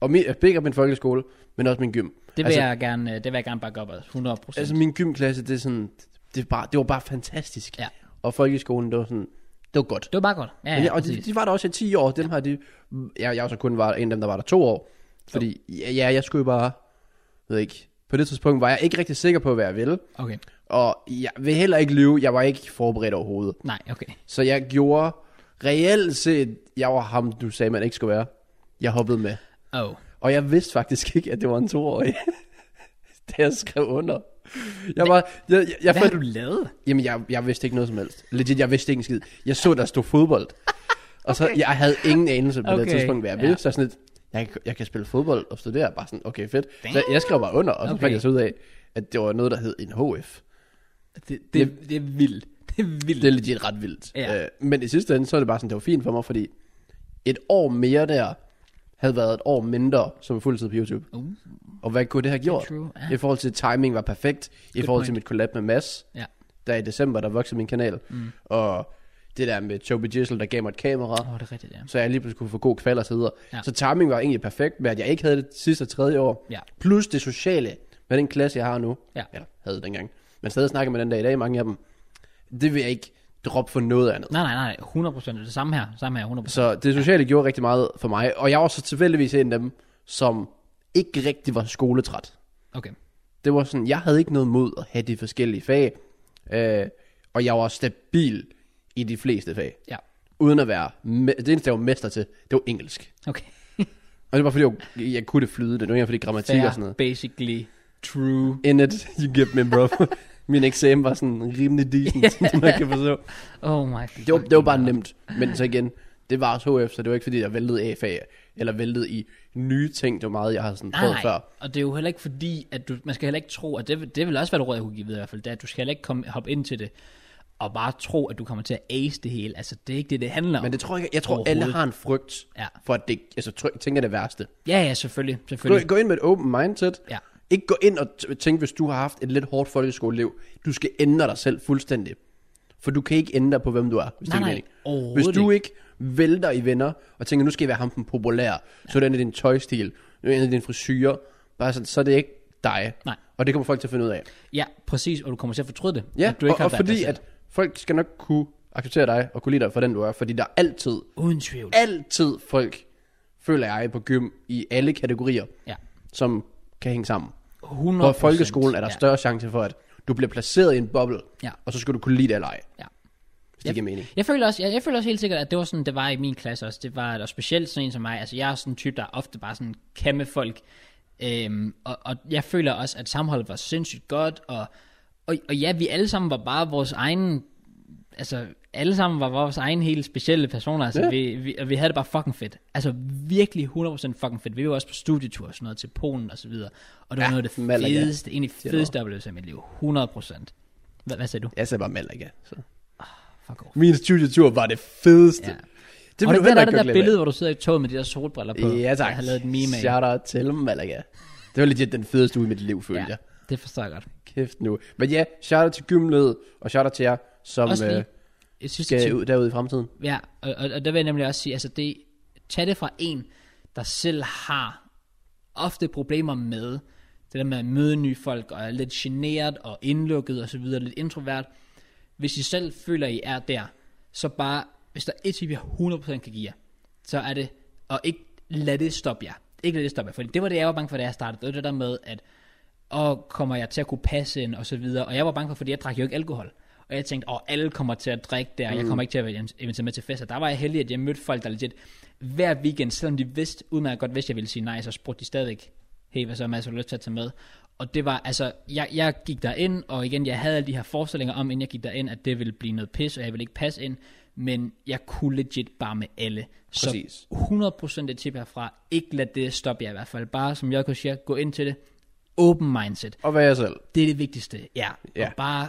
S2: Og min, jeg bigger min folkeskole, men også min gym.
S1: Det vil,
S2: altså,
S1: altså, jeg gerne, det vil jeg gerne bakke op af, 100 procent.
S2: altså,
S1: Altså,
S2: min gymklasse, det, er sådan, det, er bare, det var bare fantastisk.
S1: Ja.
S2: Og folkeskolen, det var sådan, det var godt.
S1: det var bare godt. Ja, ja,
S2: Men
S1: ja,
S2: jeg, og de,
S1: præcis.
S2: de var der også i 10 år. Dem ja. her, de, jeg, jeg var så kun var en af dem, der var der to år. Fordi ja, ja, jeg skulle jo bare, ved ikke, på det tidspunkt var jeg ikke rigtig sikker på, hvad jeg ville.
S1: Okay,
S2: Og jeg vil heller ikke lyve, jeg var ikke forberedt overhovedet.
S1: nej, okay.
S2: Så jeg gjorde reelt set, jeg var ham, du sagde, man ikke skulle være. Jeg hoppede med.
S1: Oh.
S2: Og jeg vidste faktisk ikke, at det var en toårig, da jeg skrev under. Jeg var, jeg, jeg, jeg
S1: Hvad har
S2: fandt,
S1: du lavet?
S2: Jamen, jeg, jeg vidste ikke noget som helst. Legit, jeg vidste ikke en skid. Jeg så, der stod fodbold. Og så, okay. jeg havde ingen anelse på okay. det
S1: Okay,
S2: tidspunkt, hvad jeg ville.
S1: ja.
S2: Ja. Så sådan lidt, jeg, kan- jeg kan spille fodbold og studere. Bare sådan, okay, fedt. Så
S1: Damn.
S2: jeg skrev bare under, og så okay.
S1: Okay.
S2: fandt jeg så ud af, at det var noget, der hed en HF.
S1: Det, det, det er vildt. Det er vildt.
S2: Det er legit ret vildt.
S1: Ja.
S2: Øh, men i sidste ende, så er det bare sådan, det var fint for mig, fordi et år mere der, havde været et år mindre som fuldtid på YouTube.
S1: Uh,
S2: Og hvad kunne det have gjort?
S1: true, ja.
S2: I forhold til timing var perfekt. I
S1: Good
S2: forhold til
S1: point.
S2: mit collab med Mads.
S1: ja.
S2: der i december, der voksede min kanal. Mm. Og det der med Toby Gissel, der gav mig et kamera,
S1: Åh, oh, det er rigtigt, ja.
S2: så jeg lige pludselig kunne få god kval og så videre. Ja.
S1: Ja.
S2: Så timing var egentlig perfekt med, at jeg ikke havde det sidste og tredje år.
S1: Ja.
S2: Plus det sociale med den klasse, jeg har nu.
S1: Ja.
S2: Eller havde dengang. Men stadig snakker med den dag i dag, mange af dem. Det vil jeg ikke droppe for noget andet.
S1: Nej, nej, nej, 100 procent. Det samme her, samme her, 100 procent.
S2: Så det sociale ja. gjorde rigtig meget for mig. Og jeg var så tilfældigvis en af dem, som ikke rigtig var skoletræt.
S1: Okay,
S2: Det var sådan, jeg havde ikke noget mod at have de forskellige fag, øh, og jeg var stabil i de fleste fag,
S1: ja.
S2: uden at være, me- det eneste jeg var mester til, det var engelsk.
S1: Okay.
S2: Og det var fordi, jeg, var- jeg kunne det flyde, det var ikke fordi grammatik og sådan
S1: Fair,
S2: noget.
S1: basically true.
S2: In it, you get me, bro. Min eksamen var sådan rimelig decent, som man kan forstå.
S1: Oh my
S2: Det var, det var bare nemt, men så igen, det var også HF, så det var ikke fordi, jeg væltede A-fag, eller væltede i nye ting, det var meget, jeg har sådan prøvet
S1: Nej, nej.
S2: før.
S1: og det er jo heller ikke fordi, at du, man skal heller ikke tro, at det, vil- det vil også være et råd, jeg kunne give videre i hvert fald, det er, at du skal heller ikke komme, hoppe ind til det, og bare tro, at du kommer til at ace det hele. Altså, det er ikke det, det handler om.
S2: Men det tror jeg, ikke- jeg tror, alle
S1: Overhovedet.
S2: har en frygt
S1: Ja.
S2: for, at det, altså, try- tænker det værste.
S1: Ja, ja, selvfølgelig.
S2: Gå,
S1: selvfølgelig.
S2: gå ind med et open mindset.
S1: Ja.
S2: Ikke gå ind og t- tænke, hvis du har haft et lidt hårdt folkeskoleliv, du skal ændre dig selv fuldstændig. For du kan ikke ændre dig på, hvem du er. Hvis
S1: Nej,
S2: det giver
S1: nej,
S2: mening.
S1: overhovedet
S2: Hvis du ikke vælter i venner, og tænker, nu skal jeg være ham den populære, så er det en af din tøjstil, nu er det en af din frisyrer, bare sådan, så er det ikke dig.
S1: Nej.
S2: Og det kommer folk til at finde ud af.
S1: Ja, præcis, og du kommer til at fortryde det.
S2: Ja,
S1: at du ikke
S2: og,
S1: har
S2: og
S1: været altså,
S2: fordi
S1: dig selv.
S2: at folk skal nok kunne acceptere dig og kunne lide dig for den du er, fordi der er altid,
S1: Uden tvivl.
S2: altid folk, føler jeg, på gym i alle kategorier,
S1: Ja,
S2: som kan hænge sammen.
S1: 100
S2: Hvor folkeskolen er der
S1: ja.
S2: større chance for, at du bliver placeret i en boble,
S1: Ja.
S2: og så skal du kunne lide det eller ej.
S1: Ja.
S2: Hvis det giver mening.
S1: Jeg føler, også, jeg, jeg føler også helt sikkert, at det var sådan, det var i min klasse også. Det var og specielt sådan en som mig. Altså, jeg er sådan en type, der ofte bare sådan kan med folk. Øhm, og, og jeg føler også, at samholdet var sindssygt godt. Og, og, og ja, vi alle sammen var bare vores egen... Altså, alle sammen var vores egen helt specielle personer. Altså,
S2: Ja.
S1: ja. vi, vi, og vi havde det bare fucking fedt. Altså, virkelig 100% fucking fedt. Vi var også på studietur og sådan noget til Polen og så videre. Og det var
S2: Ja,
S1: ja, noget af det
S2: Malaga.
S1: fedeste, egentlig
S2: Det var-
S1: fedeste oplevelse i mit liv. 100%. Hvad, hvad sagde du?
S2: Jeg sagde bare Malaga. Så.
S1: Fuck off.
S2: Min studietur var det fedeste.
S1: Ja.
S2: Ja. Det
S1: Det
S2: blev
S1: og det,
S2: heller
S1: der er
S2: ikke
S1: det der
S2: gjort glip
S1: billede, hvor du sidder i toget med de der solbriller på.
S2: af. Ja tak.
S1: Jeg har lavet et meme af.
S2: Shout out til Malaga. Det var legit den fedeste uge i mit liv, følte ja.
S1: ja,
S2: jeg.
S1: det forstår jeg godt.
S2: Kæft nu. Men ja, shout out til gymled, og shout out til jer, som
S1: Også lige
S2: øh,
S1: Jeg synes, det
S2: skal
S1: er
S2: ud derude i fremtiden.
S1: Ja, og, og, og der vil jeg nemlig også sige, altså det, tag det fra en, der selv har ofte problemer med det der med at møde nye folk, og er lidt generet og indlukket og så videre, lidt introvert. Hvis I selv føler, I er der, så bare, hvis der er et tip, jeg 100% kan give jer, så er det, og ikke lad det stoppe jer. Ikke lad det stoppe jer, for det var det, jeg var bange for, da jeg startede. Det var det der med, at og kommer jeg til at kunne passe ind, og så videre. Og jeg var bange for, fordi jeg drak jo ikke alkohol. Og jeg tænkte, åh, alle kommer til at drikke der, mm. jeg kommer ikke til at være invit- inviteret med til fester. Der var jeg heldig, at jeg mødte folk, der legit hver weekend, selvom de vidste, udmærket godt vidste, at jeg ville sige nej, så spurgte de stadigvæk, hey, hvad så, Mads, har du lyst til at tage med? Og det var, altså, jeg, jeg gik derind, og igen, jeg havde alle de her forestillinger om, inden jeg gik derind, at det ville blive noget pis, og jeg ville ikke passe ind, men jeg kunne legit bare med alle.
S2: Præcis.
S1: Så 100% et tip herfra. Ikke lad det stoppe jer i hvert fald. Bare som jeg siger, gå ind til det. Open mindset.
S2: Og være jer selv.
S1: Det er det vigtigste. Ja.
S2: Ja.
S1: Og bare,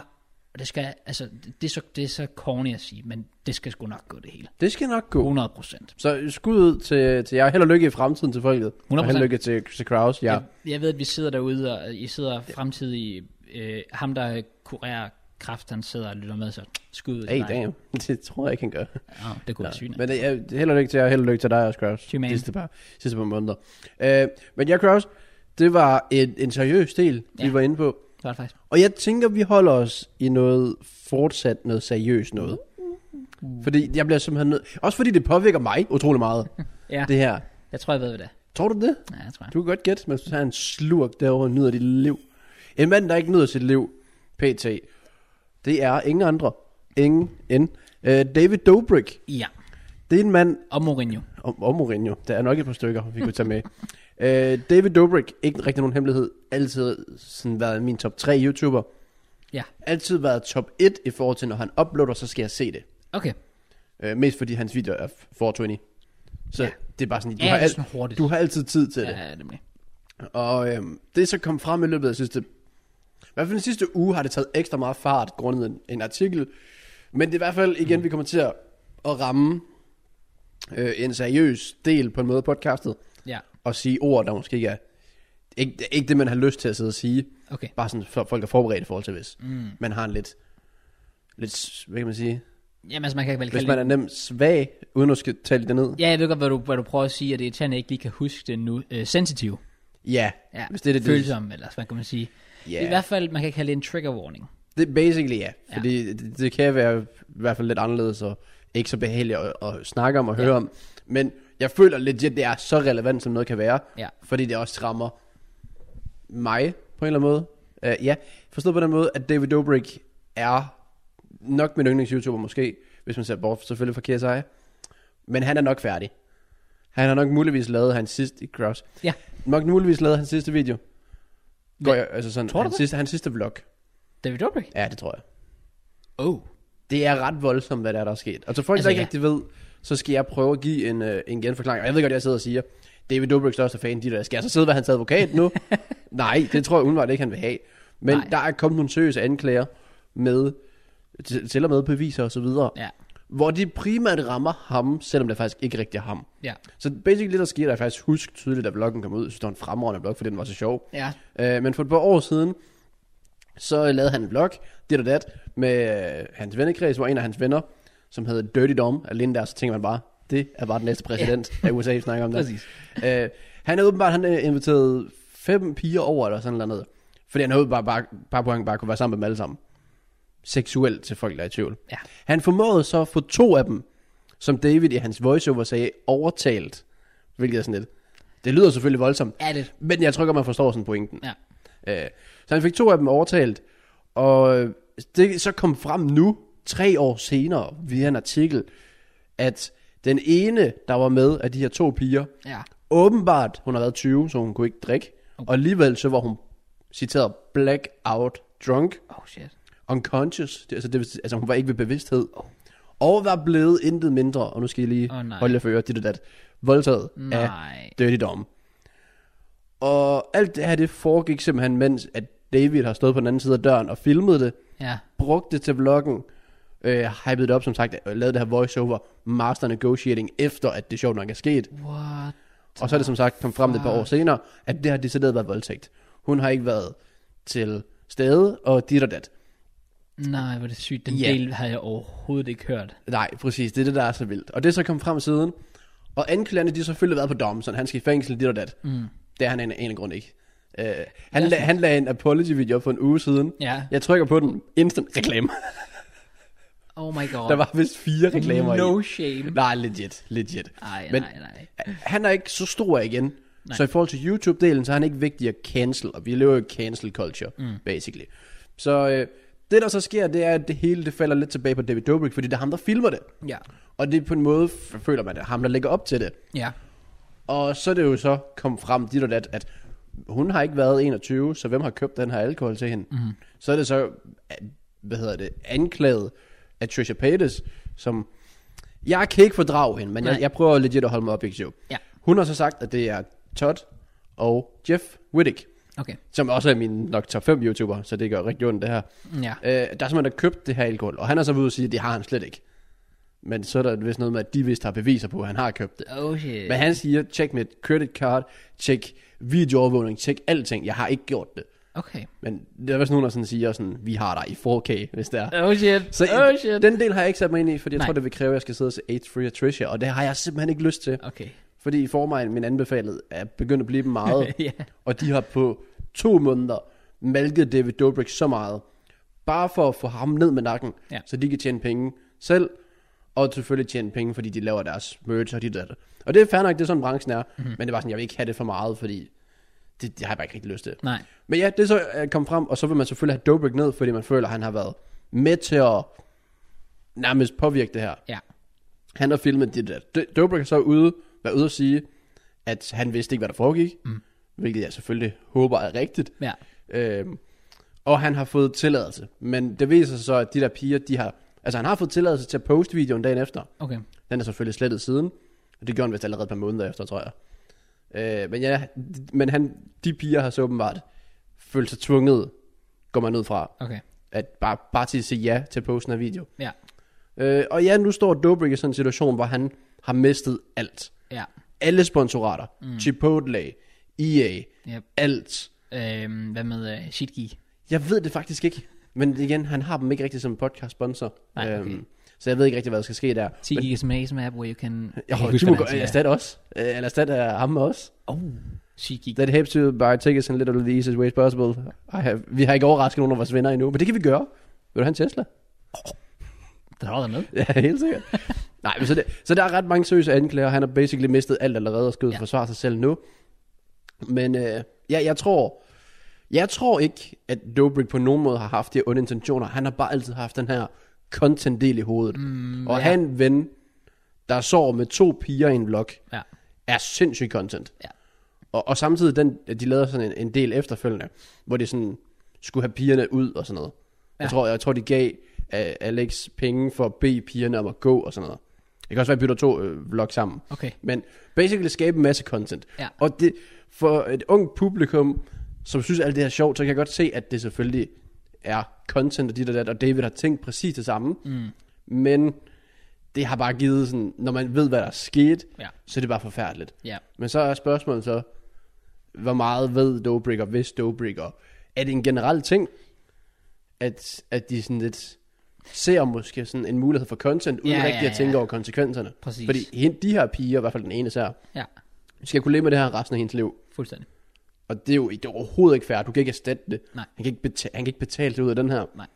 S1: og det skal, altså, det er, så, det er så corny at sige, men det skal sgu nok gå det hele.
S2: Det skal nok gå.
S1: 100%.
S2: Så skud ud til, til jer. Held og lykke i fremtiden til folket. 100%.
S1: 100%.
S2: Og held og lykke til, til Kraus. Ja.
S1: Jeg, jeg ved, at vi sidder derude, og I sidder fremtidig, øh, ham der kurerer kræft, han sidder og lytter med, så skud ud til
S2: Hey,
S1: dig.
S2: damn. Det tror jeg ikke, han gør.
S1: Nå, det kunne være sygt.
S2: Men det, ja, held og lykke til jer, held og lykke til dig også, Kraus.
S1: Ty, man.
S2: Sidste par, sidste par måneder. Øh, men jeg, Kraus, det var en, en seriøs del, ja.
S1: Ja.
S2: vi var inde på.
S1: Det var det faktisk.
S2: Og jeg tænker, vi holder os i noget fortsat noget seriøst noget. Fordi jeg bliver simpelthen nødt... Også fordi det påvirker mig utrolig meget,
S1: Ja,
S2: det her.
S1: jeg tror, jeg ved, hvad det er.
S2: Tror du det?
S1: Ja, jeg tror jeg.
S2: Du kan godt gætte, men du tager en slurk derovre og nyder dit liv. En mand, der ikke nyder sit liv, pt. Det er ingen andre. Ingen end. Uh, David Dobrik.
S1: Ja,
S2: Det er en mand,
S1: og Mourinho.
S2: og, og Mourinho, der er nok et par stykker, vi kunne tage med. uh, David Dobrik, ikke rigtig nogen hemmelighed, altid sådan været min top 3 YouTuber.
S1: Ja,
S2: Altid været top 1 i forhold til, når han uploader, så skal jeg se det.
S1: okay.
S2: Uh, mest fordi hans videoer er 420. Så
S1: Ja.
S2: det er bare sådan, du,
S1: Ja,
S2: har
S1: det er
S2: al-
S1: sådan hurtigt.
S2: du har altid tid til det.
S1: Ja, nemlig.
S2: Og øhm, det er så kom frem i løbet af sidste... I hvert fald den sidste uge har det taget ekstra meget fart, grundet en, en artikel. Men det er i hvert fald igen, mm. vi kommer til at, at ramme øh, en seriøs del på en måde af podcastet.
S1: Ja,
S2: Og sige ord, der måske ikke er... Ikke, ikke det, man har lyst til at sidde og sige.
S1: okay.
S2: Bare sådan, for folk er forberedt i forhold til, hvis mm. man har en lidt... Lidt, hvad kan man sige?
S1: Jamen, altså, man kan vel
S2: Hvis
S1: kalde
S2: man er nemt svag, uden at skal tale det ned.
S1: Ja, jeg ved godt, hvad du, hvad du prøver at sige, at det er irriterende, at jeg ikke lige kan huske det nu. Øh, sensitiv.
S2: Ja,
S1: Ja,
S2: hvis det er det, det,
S1: Følsom, eller hvad kan man sige.
S2: Ja.
S1: I hvert fald, man kan kalde det en trigger warning.
S2: Det basically ja, fordi ja. Det, det kan være i hvert fald lidt anderledes og ikke så behageligt at, at snakke om og høre om. Men jeg føler legit, det er så relevant, som noget kan være.
S1: Ja.
S2: Fordi det også rammer mig på en eller anden måde. Uh, ja, forstået på den måde, at David Dobrik er nok min yndlings-YouTuber måske, hvis man ser bort selvfølgelig fra KSI. Men han er nok færdig. Han har nok muligvis lavet hans sidste cross.
S1: Ja.
S2: Nok muligvis lavet hans sidste video. Går
S1: Hvad?
S2: jeg, altså sådan,
S1: Tror du
S2: hans,
S1: det?
S2: sidste, hans sidste vlog.
S1: David Dobrik?
S2: Ja, det tror jeg.
S1: Oh.
S2: Det er ret voldsomt, hvad der er, der er sket. Og til folk, altså,
S1: Altså,
S2: der ikke
S1: ja.
S2: rigtig ved, så skal jeg prøve at give en, øh, en genforklaring. Og jeg ved godt, jeg sidder og siger, David Dobrik's største fan, de der, skal jeg så sidde ved hans advokat nu? Nej, det tror jeg udenvejt ikke, han vil have. Men Nej.
S1: Nej.
S2: der er kommet nogle seriøse anklager med, til til og med beviser og så videre,
S1: Ja,
S2: hvor de primært rammer ham, selvom det faktisk ikke rigtig er ham.
S1: ja,
S2: Så basically det, der sker, der er faktisk husk tydeligt, da vloggen kom ud. Jeg synes, det var en fremragende vlog, fordi den var så sjov.
S1: ja.
S2: Øh, men for et par år siden, så lavede han en vlog, dit og dat, med øh, hans vennekreds, hvor en af hans venner, som hedder Dirty Dom, alene der, så tænker man bare, det er bare den næste præsident af USA, vi snakker om der.
S1: Præcis.
S2: Øh, han havde åbenbart han øh, inviteret fem piger over, eller sådan noget. Fordi han havde åbenbart bare, bare på, at han bare kunne være sammen med dem alle sammen. Seksuelt til folk, der er i tvivl.
S1: Ja.
S2: Han formåede så at få to af dem, som David i hans voiceover sagde, overtalt. Hvilket er sådan lidt. Det lyder selvfølgelig voldsomt.
S1: Er det?
S2: Men jeg tror godt, man forstår sådan pointen.
S1: Ja.
S2: Øh, så han fik to af dem overtalt, og det så øh, kom frem nu, tre år senere via en artikel, at den ene, der var med af de her to piger,
S1: Ja.
S2: åbenbart, hun har været 20, så hun kunne ikke drikke, og alligevel så var hun citeret blackout drunk,
S1: Oh shit.
S2: unconscious, det, altså, det, vil sige- altså hun var ikke ved bevidsthed, og var blevet intet mindre, og nu skal I lige
S1: Åh, nej.
S2: holde jer for øret, dit og dat, voldtaget af
S1: Nej.
S2: Dirty Dom. Og alt det her, det foregik simpelthen, mens at David har stået på den anden side af døren og filmet det,
S1: Ja.
S2: brugte det til vloggen, øh, hypede det op, som sagt, og lavede det her voiceover, master negotiating, efter at det sjovt nok er sket.
S1: What?
S2: Og så er det som sagt kom frem et par år senere, at det har decideret været voldtægt. Hun har ikke været til stede, og dit og dat.
S1: Nej, hvor er det sygt. Den
S2: Ja.
S1: del havde jeg overhovedet ikke hørt.
S2: Nej, præcis, det er det, der er så vildt. Og det er så kom frem siden. Og anklagerne, de har selvfølgelig været på dommen, så han skal i fængsel, dit og dat. Mm. Det er han af en, af en grund ikke. Uh, han, la, han lagde en apology-video op for en uge siden.
S1: Ja.
S2: Jeg trykker på den. Instant reklame.
S1: Oh my god.
S2: Der var vist fire reklamer
S1: No
S2: i.
S1: shame.
S2: Nej, legit, legit.
S1: Nej,
S2: Men-
S1: nej, nej.
S2: Han er ikke så stor igen. Nej. Så i forhold til YouTube-delen, så er han ikke vigtig at cancel, og vi lever jo i cancel culture, mm. basically. Så øh, det, der så sker, det er, at det hele det falder lidt tilbage på David Dobrik, fordi det er ham, der filmer det.
S1: Ja.
S2: Og det er på en måde, f- føler man det, er ham, der lægger op til det.
S1: Ja.
S2: Og så er det jo så kom frem dit og dat, at hun har ikke været 21, så hvem har købt den her alkohol til hende? Mm.
S1: Mhm.
S2: Så er det så, at- hvad hedder det, anklaget af Trisha Paytas, som, jeg kan ikke fordrage hende, men jeg,
S1: Nej.
S2: jeg prøver legit at holde mig objektiv.
S1: Ja.
S2: Hun har så sagt, at det er Todd og Jeff Wittig,
S1: Okay.
S2: som også er min nok top 5 YouTuber, så det gør rigtig ondt det her.
S1: Ja.
S2: Øh, der er simpelthen, der købt det her alkohol, og han er så ved at sige, at det har han slet ikke. Men så er der vist noget med, at de vist har beviser på, at han har købt det.
S1: Oh shit.
S2: Men han siger, tjek mit credit card, tjek videoovervågning, tjek alting. Jeg har ikke gjort det.
S1: Okay.
S2: Men der er vist nogen, der sådan siger, sådan, vi har dig i 4K, hvis det er.
S1: Oh shit.
S2: Så
S1: oh shit.
S2: den del har jeg ikke sat mig ind i, fordi jeg
S1: Nej.
S2: tror, det vil kræve, at jeg skal sidde og se H3 og Trisha, og det har jeg simpelthen ikke lyst til.
S1: Okay.
S2: Fordi i forvejen, min anbefalet er begyndt at blive dem meget,
S1: Ja.
S2: og de har på to måneder malket David Dobrik så meget, bare for at få ham ned med nakken,
S1: Ja.
S2: så de kan tjene penge selv, og selvfølgelig tjene penge, fordi de laver deres merch og de der. Og det er fair nok, det er sådan branchen er,
S1: Mhm.
S2: mm-hmm. men det var sådan, jeg vil ikke have det for meget, fordi det, det har jeg bare ikke rigtig lyst til.
S1: Nej.
S2: Men ja, det er så øh, kom frem, og så vil man selvfølgelig have Dobrik ned, fordi man føler, at han har været med til at nærmest påvirke det her.
S1: Ja.
S2: Han har filmet det der. D- Dobrik har så ude, været ude og sige, at han vidste ikke, hvad der foregik. Mm. Hvilket jeg selvfølgelig håber er rigtigt.
S1: Ja.
S2: Øhm, og han har fået tilladelse. Men det viser sig så, at de der piger, de har... Altså han har fået tilladelse til at poste videoen dagen efter.
S1: Okay.
S2: Den er selvfølgelig slettet siden. Og det gjorde han vist allerede et par måneder efter, tror jeg. Øh, men ja, d- men han, de piger har så åbenbart følt sig tvunget, går man ud fra,
S1: Okay.
S2: at bare, bare til at sige ja til posten af video.
S1: Ja.
S2: Øh, og ja, nu står Dobrik i sådan en situation, hvor han har mistet alt.
S1: Ja.
S2: Alle sponsorater. Mm. Chipotle, EA,
S1: Yep.
S2: alt.
S1: Øhm, hvad med uh, Shitgi?
S2: Jeg ved det faktisk ikke. Men igen, han har dem ikke rigtig som podcast-sponsor. Øhm,
S1: Nej, okay.
S2: så jeg ved ikke rigtig, hvad der skal ske der.
S1: Shitgi is an amazing app where you can...
S2: Jeg
S1: kan
S2: har
S1: ikke
S2: du
S1: huske,
S2: må gå
S1: hvad han siger.
S2: erstatte os. Øh, Eller erstatte øh, ham med os.
S1: Oh. Shitgi.
S2: That helps you by taking us in literally the easiest way possible. I have, vi har ikke overrasket nogen af vores venner endnu, men det kan vi gøre. Vil du have en Tesla?
S1: Der holder med.
S2: Ja, helt sikkert. Nej, men så, det, så der er ret mange seriøse anklager. Han har basically mistet alt allerede og skal ud
S1: Ja.
S2: ja. forsvare sig selv nu. Men øh, ja, jeg tror, jeg tror ikke, at Dobrik på nogen måde har haft de her onde intentioner. Han har bare altid haft den her content-del i hovedet. Mm, og ja. han ven, der sover med to piger i en vlog,
S1: Ja.
S2: er sindssygt content.
S1: Ja.
S2: Og, og samtidig, den, de lavede sådan en, en del efterfølgende, hvor de sådan skulle have pigerne ud og sådan noget. Ja.
S1: Ja.
S2: Jeg, tror, jeg tror, de gav uh, Alex penge for at bede pigerne om at gå og sådan noget. Det kan også være, at bytter to øh, vlog sammen.
S1: Okay.
S2: Men basically skabe en masse content.
S1: Ja.
S2: Og det, for et ungt publikum, som synes alt det her er sjovt, så kan jeg godt se, at det selvfølgelig er content og dit og dat, og David har tænkt præcis det samme. Mm. Men det har bare givet sådan, når man ved, hvad der er sket,
S1: Ja.
S2: så er det bare forfærdeligt.
S1: Ja.
S2: Men så er spørgsmålet så, hvor meget ved Dobrik og hvis Dobrik, og er det en generel ting, at, at de sådan lidt ser måske sådan en mulighed for content, uden
S1: Ja,
S2: ja,
S1: ja,
S2: rigtig at
S1: ja.
S2: tænke over konsekvenserne.
S1: Præcis.
S2: Fordi hende, de her piger, i hvert fald den ene især,
S1: Ja.
S2: skal kunne leve med det her resten af hendes liv.
S1: Fuldstændig.
S2: Og det er jo det er overhovedet ikke fair. Du kan ikke erstatte det.
S1: Nej.
S2: Han, kan ikke betale, han kan ikke betale det ud af den her.
S1: Nej.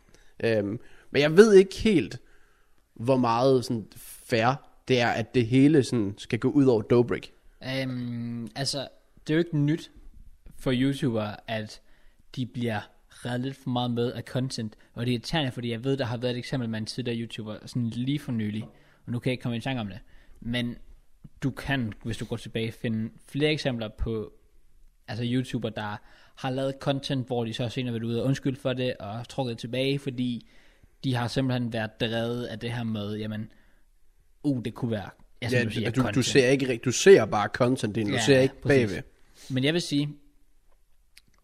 S2: Øhm, men jeg ved ikke helt, hvor meget sådan fair det er, at det hele sådan skal gå ud over Dobrik.
S1: Øhm, Um, altså, det er jo ikke nyt for YouTubere, at de bliver reddet lidt for meget med af content. Og det er irriterende, fordi jeg ved, der har været et eksempel med en tidligere YouTuber, sådan lige for nylig. Og nu kan jeg ikke komme i tanke om det. Men du kan, hvis du går tilbage, finde flere eksempler på altså YouTuber, der har lavet content, hvor de så senere vil ud og undskylde for det, og trukket tilbage, fordi de har simpelthen været drevet af det her med, jamen, uh, det kunne være, altså,
S2: Ja,
S1: nu siger jeg
S2: du, du,
S1: content.
S2: ser ikke, rigt- du ser bare content ind, du
S1: Ja,
S2: ser
S1: ja,
S2: ikke
S1: præcis.
S2: bagved.
S1: Men jeg vil sige,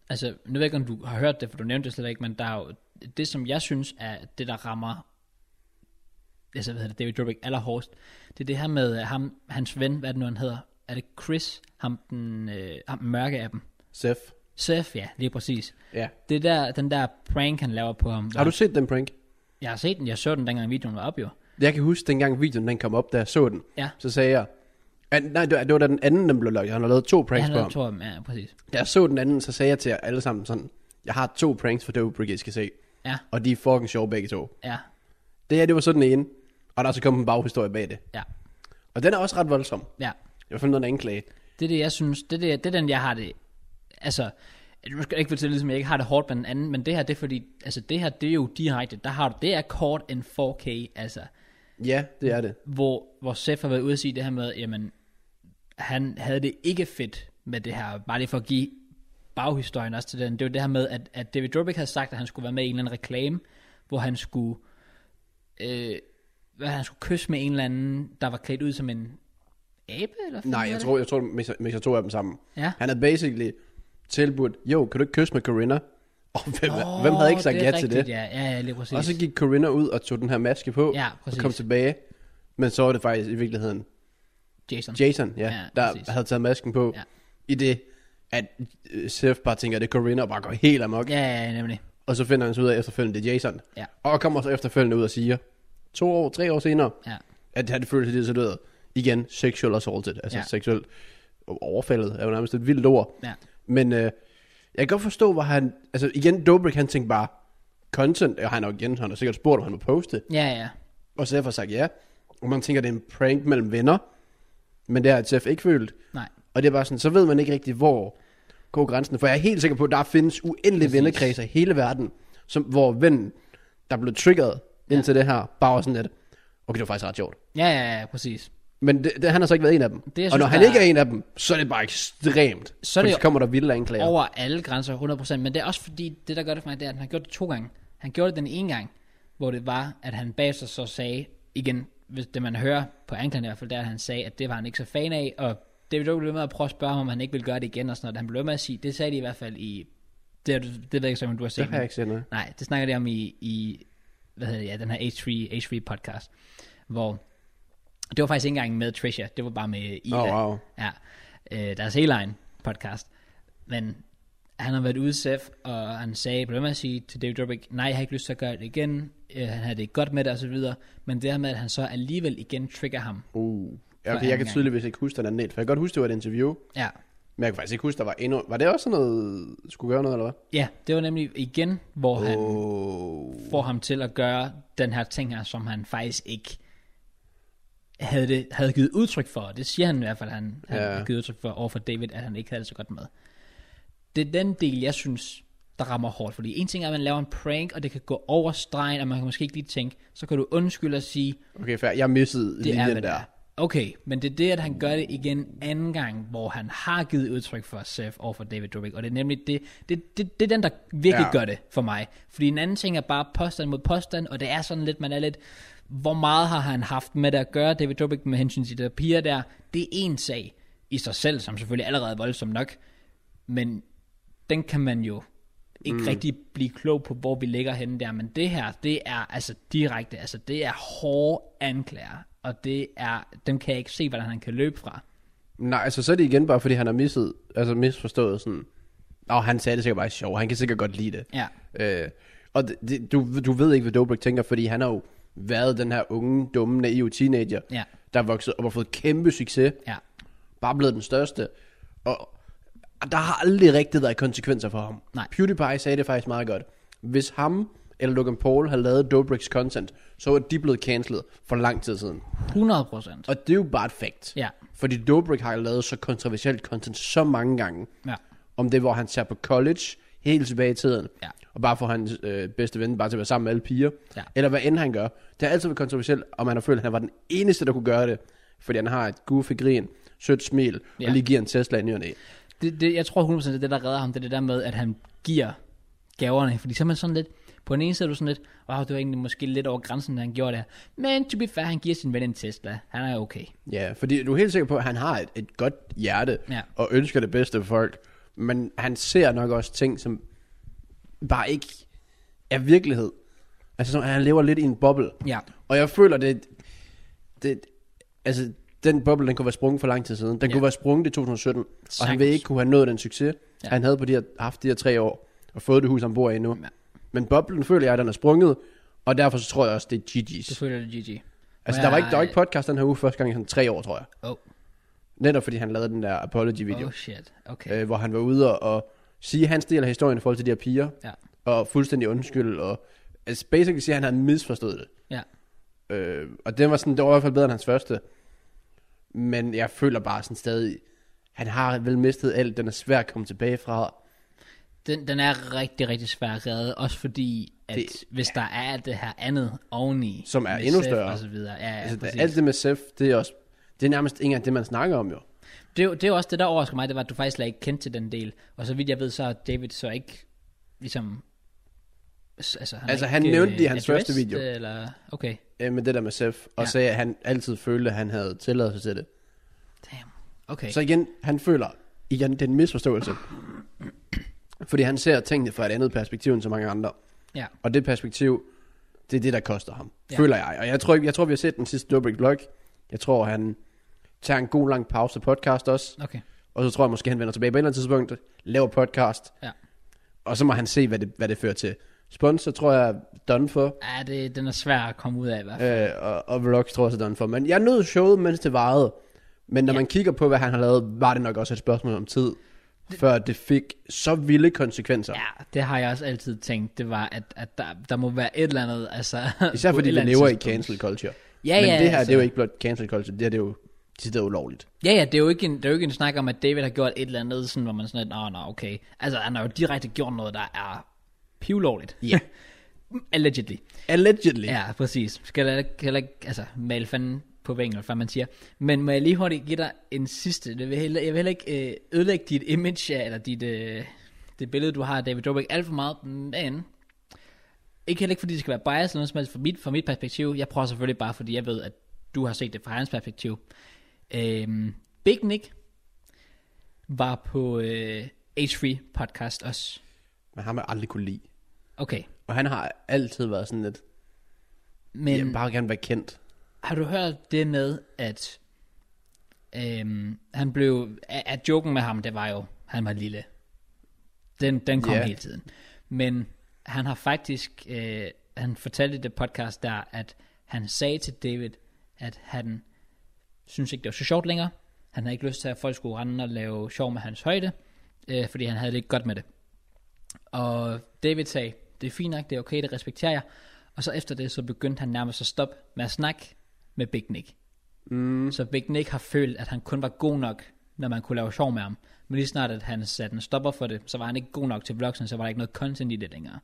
S1: altså, nu ved jeg ikke, om du har hørt det, for du nævnte det slet ikke, men der er jo, det som jeg synes er det, der rammer, altså, hvad hedder det, David Dobrik allerhårdest, det er det her med øh, ham, hans ven, hvad er det nu, han hedder? Er det Chris, ham den øh, ham den mørke af dem?
S2: Seth.
S1: Seth, ja, lige præcis.
S2: Ja.
S1: Det der, den der prank, han laver på ham. hvor
S2: Har du
S1: han-
S2: set den prank?
S1: Jeg har set den, jeg så den, dengang videoen var op, jo.
S2: Jeg kan huske, dengang videoen den kom op, da jeg så den,
S1: Ja.
S2: så sagde jeg, at, nej, det var, det var da den anden, den blev lagt. Han har lavet to
S1: Ja,
S2: pranks
S1: han
S2: på ham.
S1: lavede to af dem, ja, præcis.
S2: Da jeg så den anden, så sagde jeg til jer alle sammen sådan, jeg har to pranks for Dope Brick, I skal se.
S1: Ja,
S2: Og de er fucking sjove begge to.
S1: ja,
S2: Det her, det var sådan en, og der er så kommet en baghistorie bag det.
S1: ja,
S2: Og den er også ret voldsom.
S1: ja.
S2: Jeg har fundet noget anklage.
S1: Det er det, jeg synes, det er, det, det er den, jeg har det, altså, nu skal jeg ikke fortælle, ligesom jeg ikke har det hårdt med den anden, men det her, det er fordi, altså det her, det er jo direkte, der har du, det er kort en 4K, altså,
S2: Ja, det er det.
S1: hvor, hvor Seth har været ude at sige det her med, jamen, han havde det ikke fedt med det her, bare lige for at give baghistorien også til den, det var det her med, at, at David Dobrik havde sagt, at han skulle være med i en eller anden reklame, hvor han skulle, øh, hvad han skulle kysse med en eller anden, der var klædt ud som en abe, eller hvad
S2: Nej,
S1: fanden var
S2: jeg
S1: det?
S2: tror, jeg tror, mixer, mixer to af dem sammen.
S1: Ja.
S2: Han havde basically tilbudt, jo, kan du ikke kysse med Corinna? Og hvem, oh,
S1: Åh,
S2: hvem havde ikke sagt
S1: det er
S2: ja
S1: rigtigt,
S2: til det?
S1: Ja, ja, ja lige præcis.
S2: Og så gik Corinna ud og tog den her maske på,
S1: Ja,
S2: og
S1: præcis.
S2: kom tilbage. Men så var det faktisk i virkeligheden
S1: Jason.
S2: Jason, ja,
S1: Ja,
S2: ja der
S1: præcis.
S2: havde taget masken på.
S1: Ja.
S2: Ja. I det, at øh, Seth bare tænker, at det er Corinna, og bare går helt amok. Ja.
S1: Ja, ja, ja, nemlig.
S2: Og så finder han så ud af efterfølgende, det er Jason.
S1: Ja.
S2: Og kommer så efterfølgende ud og siger, to år, tre år senere,
S1: Ja,
S2: at han følte sig decideret igen sexual assaulted, altså
S1: Ja.
S2: ja. seksuelt overfaldet, er jo nærmest et vildt ord.
S1: ja,
S2: Men øh, jeg kan godt forstå, hvor han, altså igen, Dobrik han tænkte bare, content, og han har jo igen, han har sikkert spurgt, om han må poste,
S1: ja, ja.
S2: og Seth har sagt ja, og man tænker, det er en prank mellem venner, men det har Seth ikke følt,
S1: Nej,
S2: og det er bare sådan, så ved man ikke rigtig, hvor går grænsen, for jeg er helt sikker på, at der findes uendelige
S1: Præcis.
S2: vennekredser i hele verden, som, hvor vennen, der blev triggeret indtil det her, bare var sådan lidt, okay, det var faktisk ret sjovt.
S1: ja, ja, ja, præcis.
S2: Men det, det, han har så ikke været en af dem.
S1: jeg
S2: og
S1: synes,
S2: når han
S1: der-
S2: ikke er en af dem, så er det bare ekstremt.
S1: Så
S2: Så,
S1: er det
S2: det... så kommer der vilde anklager.
S1: Over alle grænser, 100%. Men det er også fordi, det der gør det for mig, det er, at han har gjort det to gange. Han gjorde det den ene gang, hvor det var, at han bag sig så sagde, igen, hvis det man hører på anklagen i hvert fald, der han sagde, at det var han ikke så fan af, og David Dobrik blev ved med at prøve at spørge ham, om han ikke ville gøre det igen, og sådan noget. Han blev ved med at sige, det sagde de i hvert fald i, det, har du- det ved jeg ikke, om du har set.
S2: Det har jeg
S1: men-
S2: ikke set noget.
S1: Nej, det snakker de om i, i hvad hedder det, ja, den her H3, H3 podcast, hvor det var faktisk ikke engang med Trisha, det var bare med Ida.
S2: Åh, wow.
S1: Ja, øh, deres hele egen podcast. Men han har været ude, Seth, og han sagde, blev ved med at sige til David Dobrik, nej, jeg har ikke lyst til at gøre det igen, øh, han havde det ikke godt med det, og så videre. Men det her med, at han så alligevel igen trigger ham.
S2: Uh. Ja,
S1: anden
S2: Okay, jeg kan
S1: gang.
S2: tydeligvis ikke huske den anden del, for jeg kan godt huske, det var et interview,
S1: Ja,
S2: men jeg kan faktisk ikke huske, der var endnu... Var det også sådan noget, skulle gøre noget, eller hvad?
S1: ja det var nemlig igen, hvor han
S2: Oh.
S1: får ham til at gøre den her ting her, som han faktisk ikke havde, det, havde givet udtryk for. Det siger han i hvert fald, han, han
S2: Ja.
S1: har givet udtryk for over for David, at han ikke havde det så godt med. Det er den del, jeg synes, der rammer hårdt. Fordi en ting er, at man laver en prank, og det kan gå over stregen, og man kan måske ikke lige tænke, så kan du undskylde og sige,
S2: Okay, fair. Jeg missede
S1: det er,
S2: linjen
S1: hvad det
S2: der.
S1: er. Okay, men det er det, at han gør det igen anden gang, hvor han har givet udtryk for Seth over for David Dobrik, og det er nemlig det, det, det, det er den, der virkelig ja.
S2: Ja.
S1: gør det for mig. Fordi en anden ting er bare påstand mod påstand, og det er sådan lidt, man er lidt, hvor meget har han haft med det at gøre, David Dobrik, med hensyn til de der piger der, det er en sag i sig selv, som selvfølgelig allerede er voldsom nok, men den kan man jo ikke mm. rigtig blive klog på, hvor vi ligger henne der, men det her, det er altså direkte, altså det er hårde anklager, og det er, dem kan jeg ikke se, hvordan han kan løbe fra.
S2: Nej, altså så er det igen bare, fordi han har misset, altså misforstået sådan... Og han sagde det sikkert bare sjovt, han kan sikkert godt lide det.
S1: Ja,
S2: Øh, og det, det, du, du ved ikke, hvad Dobrik tænker, fordi han har jo været den her unge, dumme, naive teenager,
S1: Ja.
S2: der er vokset op og fået kæmpe succes,
S1: ja,
S2: bare blevet den største, og, og der har aldrig rigtig været konsekvenser for ham.
S1: Nej.
S2: PewDiePie sagde det faktisk meget godt. Hvis ham eller Logan Paul havde lavet Dobriks content, så var de blevet cancelled for lang tid siden.
S1: 100 procent.
S2: Og det er jo bare et fact.
S1: Ja.
S2: Fordi Dobrik har lavet så kontroversielt content så mange gange
S1: Ja,
S2: om det, hvor han tager på college helt tilbage i tiden.
S1: Ja.
S2: Og bare få hans øh, bedste ven bare til at være sammen med alle piger.
S1: Ja.
S2: Eller hvad end han gør. Det har altid været kontroversielt, og man har følt, at han var den eneste, der kunne gøre det. Fordi han har et goofy grin, sødt smil,
S1: Ja.
S2: og lige giver en Tesla i ny og næ.
S1: det, det, jeg tror 100% det er det, der redder ham, det er det der med, at han giver gaverne, fordi så er man sådan lidt, på den ene side er du sådan lidt, wow, det var egentlig måske lidt over grænsen, da han gjorde det her. Men to be fair, han giver sin ven en Tesla, han er okay.
S2: Ja, fordi du er helt sikker på, at han har et, et godt hjerte,
S1: Ja.
S2: og ønsker det bedste for folk. Men han ser nok også ting, som bare ikke er virkelighed. Altså, sådan, han lever lidt i en boble.
S1: Ja,
S2: Og jeg føler, det, det altså, den boble, den kunne være sprunget for lang tid siden. Den
S1: Ja.
S2: kunne være sprunget i 2017, og han
S1: Sagtens.
S2: ville ikke kunne have nået den succes,
S1: Ja.
S2: ja. han havde på de her, haft de her tre år, og fået det hus, han bor i nu.
S1: Ja.
S2: Ja. Men boblen føler jeg, at den er sprunget, og derfor så tror jeg også, det er
S1: du
S2: GG's.
S1: føler det, Gigi.
S2: Altså, der var ikke, der var ikke
S1: på...
S2: podcast den her uge første gang i sådan tre år, tror jeg.
S1: Oh,
S2: Netop fordi han lavede den der apology-video,
S1: oh shit, okay.
S2: okay. øh, hvor han var ude og, og sige hans del af historien i forhold til de her piger,
S1: Ja,
S2: og fuldstændig undskyld, og altså, basically siger, at han havde misforstået det.
S1: ja.
S2: Øh, og den var sådan, det var i hvert fald bedre end hans første. Men jeg føler bare sådan stadig, han har vel mistet alt, den er svær at komme tilbage fra.
S1: Den, den er rigtig, rigtig svær at redde, også fordi, at det,
S2: Det-
S1: hvis der er alt det her andet oveni,
S2: Som er
S1: med
S2: endnu
S1: Seth
S2: større.
S1: Og så videre. Ja, ja,
S2: altså,
S1: præcis.
S2: det, alt det med Sef, det er også, det er nærmest ikke engang det, man snakker om jo.
S1: Det, er jo- det er jo også det, der overrasker mig, det var, at du faktisk slet ikke kendte til den del. Og så vidt jeg ved, så er David så ikke ligesom... s- Altså, han, er
S2: Altså, han
S1: ikke,
S2: nævnte det i
S1: øh,
S2: hans første
S1: addressed,
S2: video.
S1: Eller, okay,
S2: Øh, med det der med Sef, og
S1: Ja.
S2: ja. sagde, at han altid følte, at han havde tilladelse til det.
S1: damn. Okay,
S2: Så
S1: så,
S2: igen, han føler, igen, det er en misforståelse. Fordi han ser tingene fra et andet perspektiv end så mange andre.
S1: ja.
S2: Og det perspektiv, det er det, der koster ham.
S1: Ja.
S2: Ja. Føler jeg. Og jeg tror, ikke- jeg tror, vi har set den sidste Dobrik vlog. Jeg tror, han tager en god lang pause podcast også.
S1: Okay,
S2: Og så tror jeg måske, han vender tilbage på et eller andet tidspunkt, laver podcast.
S1: ja.
S2: Og så må han se, hvad det, hvad det fører til. Sponsor tror jeg er done for.
S1: Ja, det, den er svær at komme ud af i hvert fald.
S2: Øh, og, og vlogs tror jeg også er done for. Men jeg nød showet, mens det varede. Men når
S1: Ja.
S2: ja. man kigger på, hvad han har lavet, var det nok også et spørgsmål om tid. Før det fik så vilde konsekvenser. Øh, Ja.
S1: Ja, det har jeg også altid tænkt, det var, at, at der, der må være et eller andet, altså...
S2: Især
S1: på
S2: fordi
S1: et
S2: vi
S1: eller andet
S2: lever i
S1: tidspunkt.
S2: cancel culture.
S1: Ja,
S2: Men
S1: ja,
S2: det her,
S1: altså.
S2: det er jo ikke blot cancel culture. Det her, det er jo det er ulovligt.
S1: Ja, ja, det er jo ikke en, det er jo ikke en snak om, at David har gjort et eller andet, sådan, hvor man sådan lidt, nå, nå, okay. Altså, han har jo direkte gjort noget, der er pivlovligt.
S2: Ja.
S1: Allegedly.
S2: Allegedly. Ja.
S1: Ja, præcis. Skal jeg heller ikke altså, male fanden på vinkel, hvad man siger. Men må jeg lige hurtigt give dig en sidste. Det vil heller, jeg vil heller ikke øh, ødelægge dit image, ja, eller dit, øh, det billede, du har af David Dobrik, alt for meget, men ikke heller ikke, fordi det skal være bias eller noget som helst fra mit, fra mit perspektiv. Jeg prøver selvfølgelig bare, fordi jeg ved, at du har set det fra hans perspektiv. Øhm, Big Nick var på øh, H3 podcast også.
S2: Men ham har jeg aldrig kunne lide.
S1: Okay,
S2: Og han har altid været sådan lidt,
S1: men...
S2: jeg vil bare gerne være kendt.
S1: Har du hørt det med, at øhm, han blev, at, at joken med ham, det var jo, han var lille. Den, den kom
S2: Ja.
S1: hele tiden. Men han har faktisk, øh, han fortalte i det podcast der, at han sagde til David, at han synes ikke, det var så sjovt længere. Han havde ikke lyst til, at folk skulle rende og lave sjov med hans højde, øh, fordi han havde det ikke godt med det. Og David sagde, det er fint nok, det er okay, det respekterer jeg. Og så efter det, så begyndte han nærmest at stoppe med at snakke med Big Nick. Mm. Så Big Nick har følt, at han kun var god nok, når man kunne lave sjov med ham. Men lige snart, at han satte en stopper for det, så var han ikke god nok til vlogsene, så var der ikke noget content i det længere.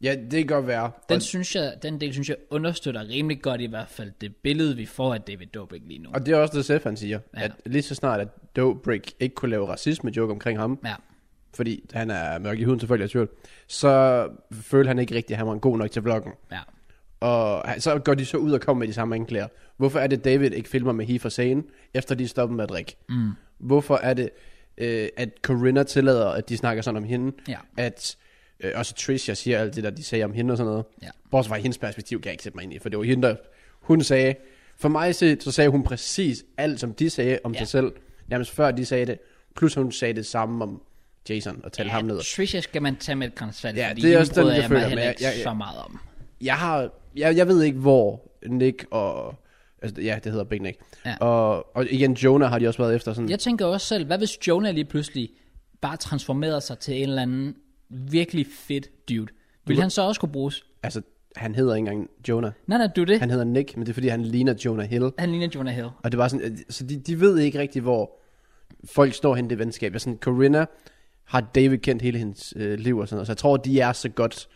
S2: Ja, det kan godt være.
S1: Den,
S2: Og,
S1: synes jeg, den del synes jeg understøtter rimelig godt i hvert fald det billede, vi får af David Dobrik lige nu.
S2: og det er også det, Seth han siger.
S1: Ja.
S2: Ja. At lige så snart, at Doe Brick ikke kunne lave racisme-joke omkring ham,
S1: Ja,
S2: fordi han er mørk i huden til folk, der er i tvivl, så følte han ikke rigtigt, at han var en god nok til vloggen.
S1: ja,
S2: Og så går de så ud og kommer med de samme anklager. Hvorfor er det, David ikke filmer med Heath og Zane, efter de stopper med at drikke? Mm. Hvorfor er det, øh, at Corinna tillader, at de snakker sådan om hende?
S1: Ja.
S2: At øh, også Tricia siger alt det, der de sagde om hende og sådan noget.
S1: Ja.
S2: Bortset fra at hendes perspektiv, kan jeg ikke sætte mig ind i, for det var hende, der, hun sagde, for mig set, så sagde hun præcis alt, som de sagde om
S1: Ja.
S2: sig selv, nærmest før de sagde det, plus hun sagde det samme om Jason og talte
S1: ja
S2: ham ned.
S1: Trisha skal man tage med et konstant,
S2: Ja,
S1: fordi
S2: det er
S1: hende
S2: også den,
S1: bryder
S2: jeg
S1: mig
S2: føler, men
S1: heller
S2: jeg-
S1: ikke
S2: jeg- jeg-
S1: så meget om.
S2: jeg har, jeg, jeg ved ikke hvor Nick og, altså, ja, det hedder Big Nick.
S1: Ja.
S2: Og, og igen, Jonah har de også været efter sådan.
S1: Jeg tænker også selv, hvad hvis Jonah lige pludselig bare transformerede sig til en eller anden virkelig fed dude? Vil han så også kunne bruges?
S2: Altså, han hedder ikke engang Jonah.
S1: Nej, nej, du er det. Han,
S2: Han hedder Nick, men det er fordi, han ligner Jonah Hill.
S1: han ligner Jonah Hill.
S2: Og det var sådan, øh, så de, de ved ikke rigtig, hvor folk står hen i det venskab. Jeg er sådan, Corinna har David kendt hele hendes øh, liv og sådan noget. Så jeg tror, de er så godt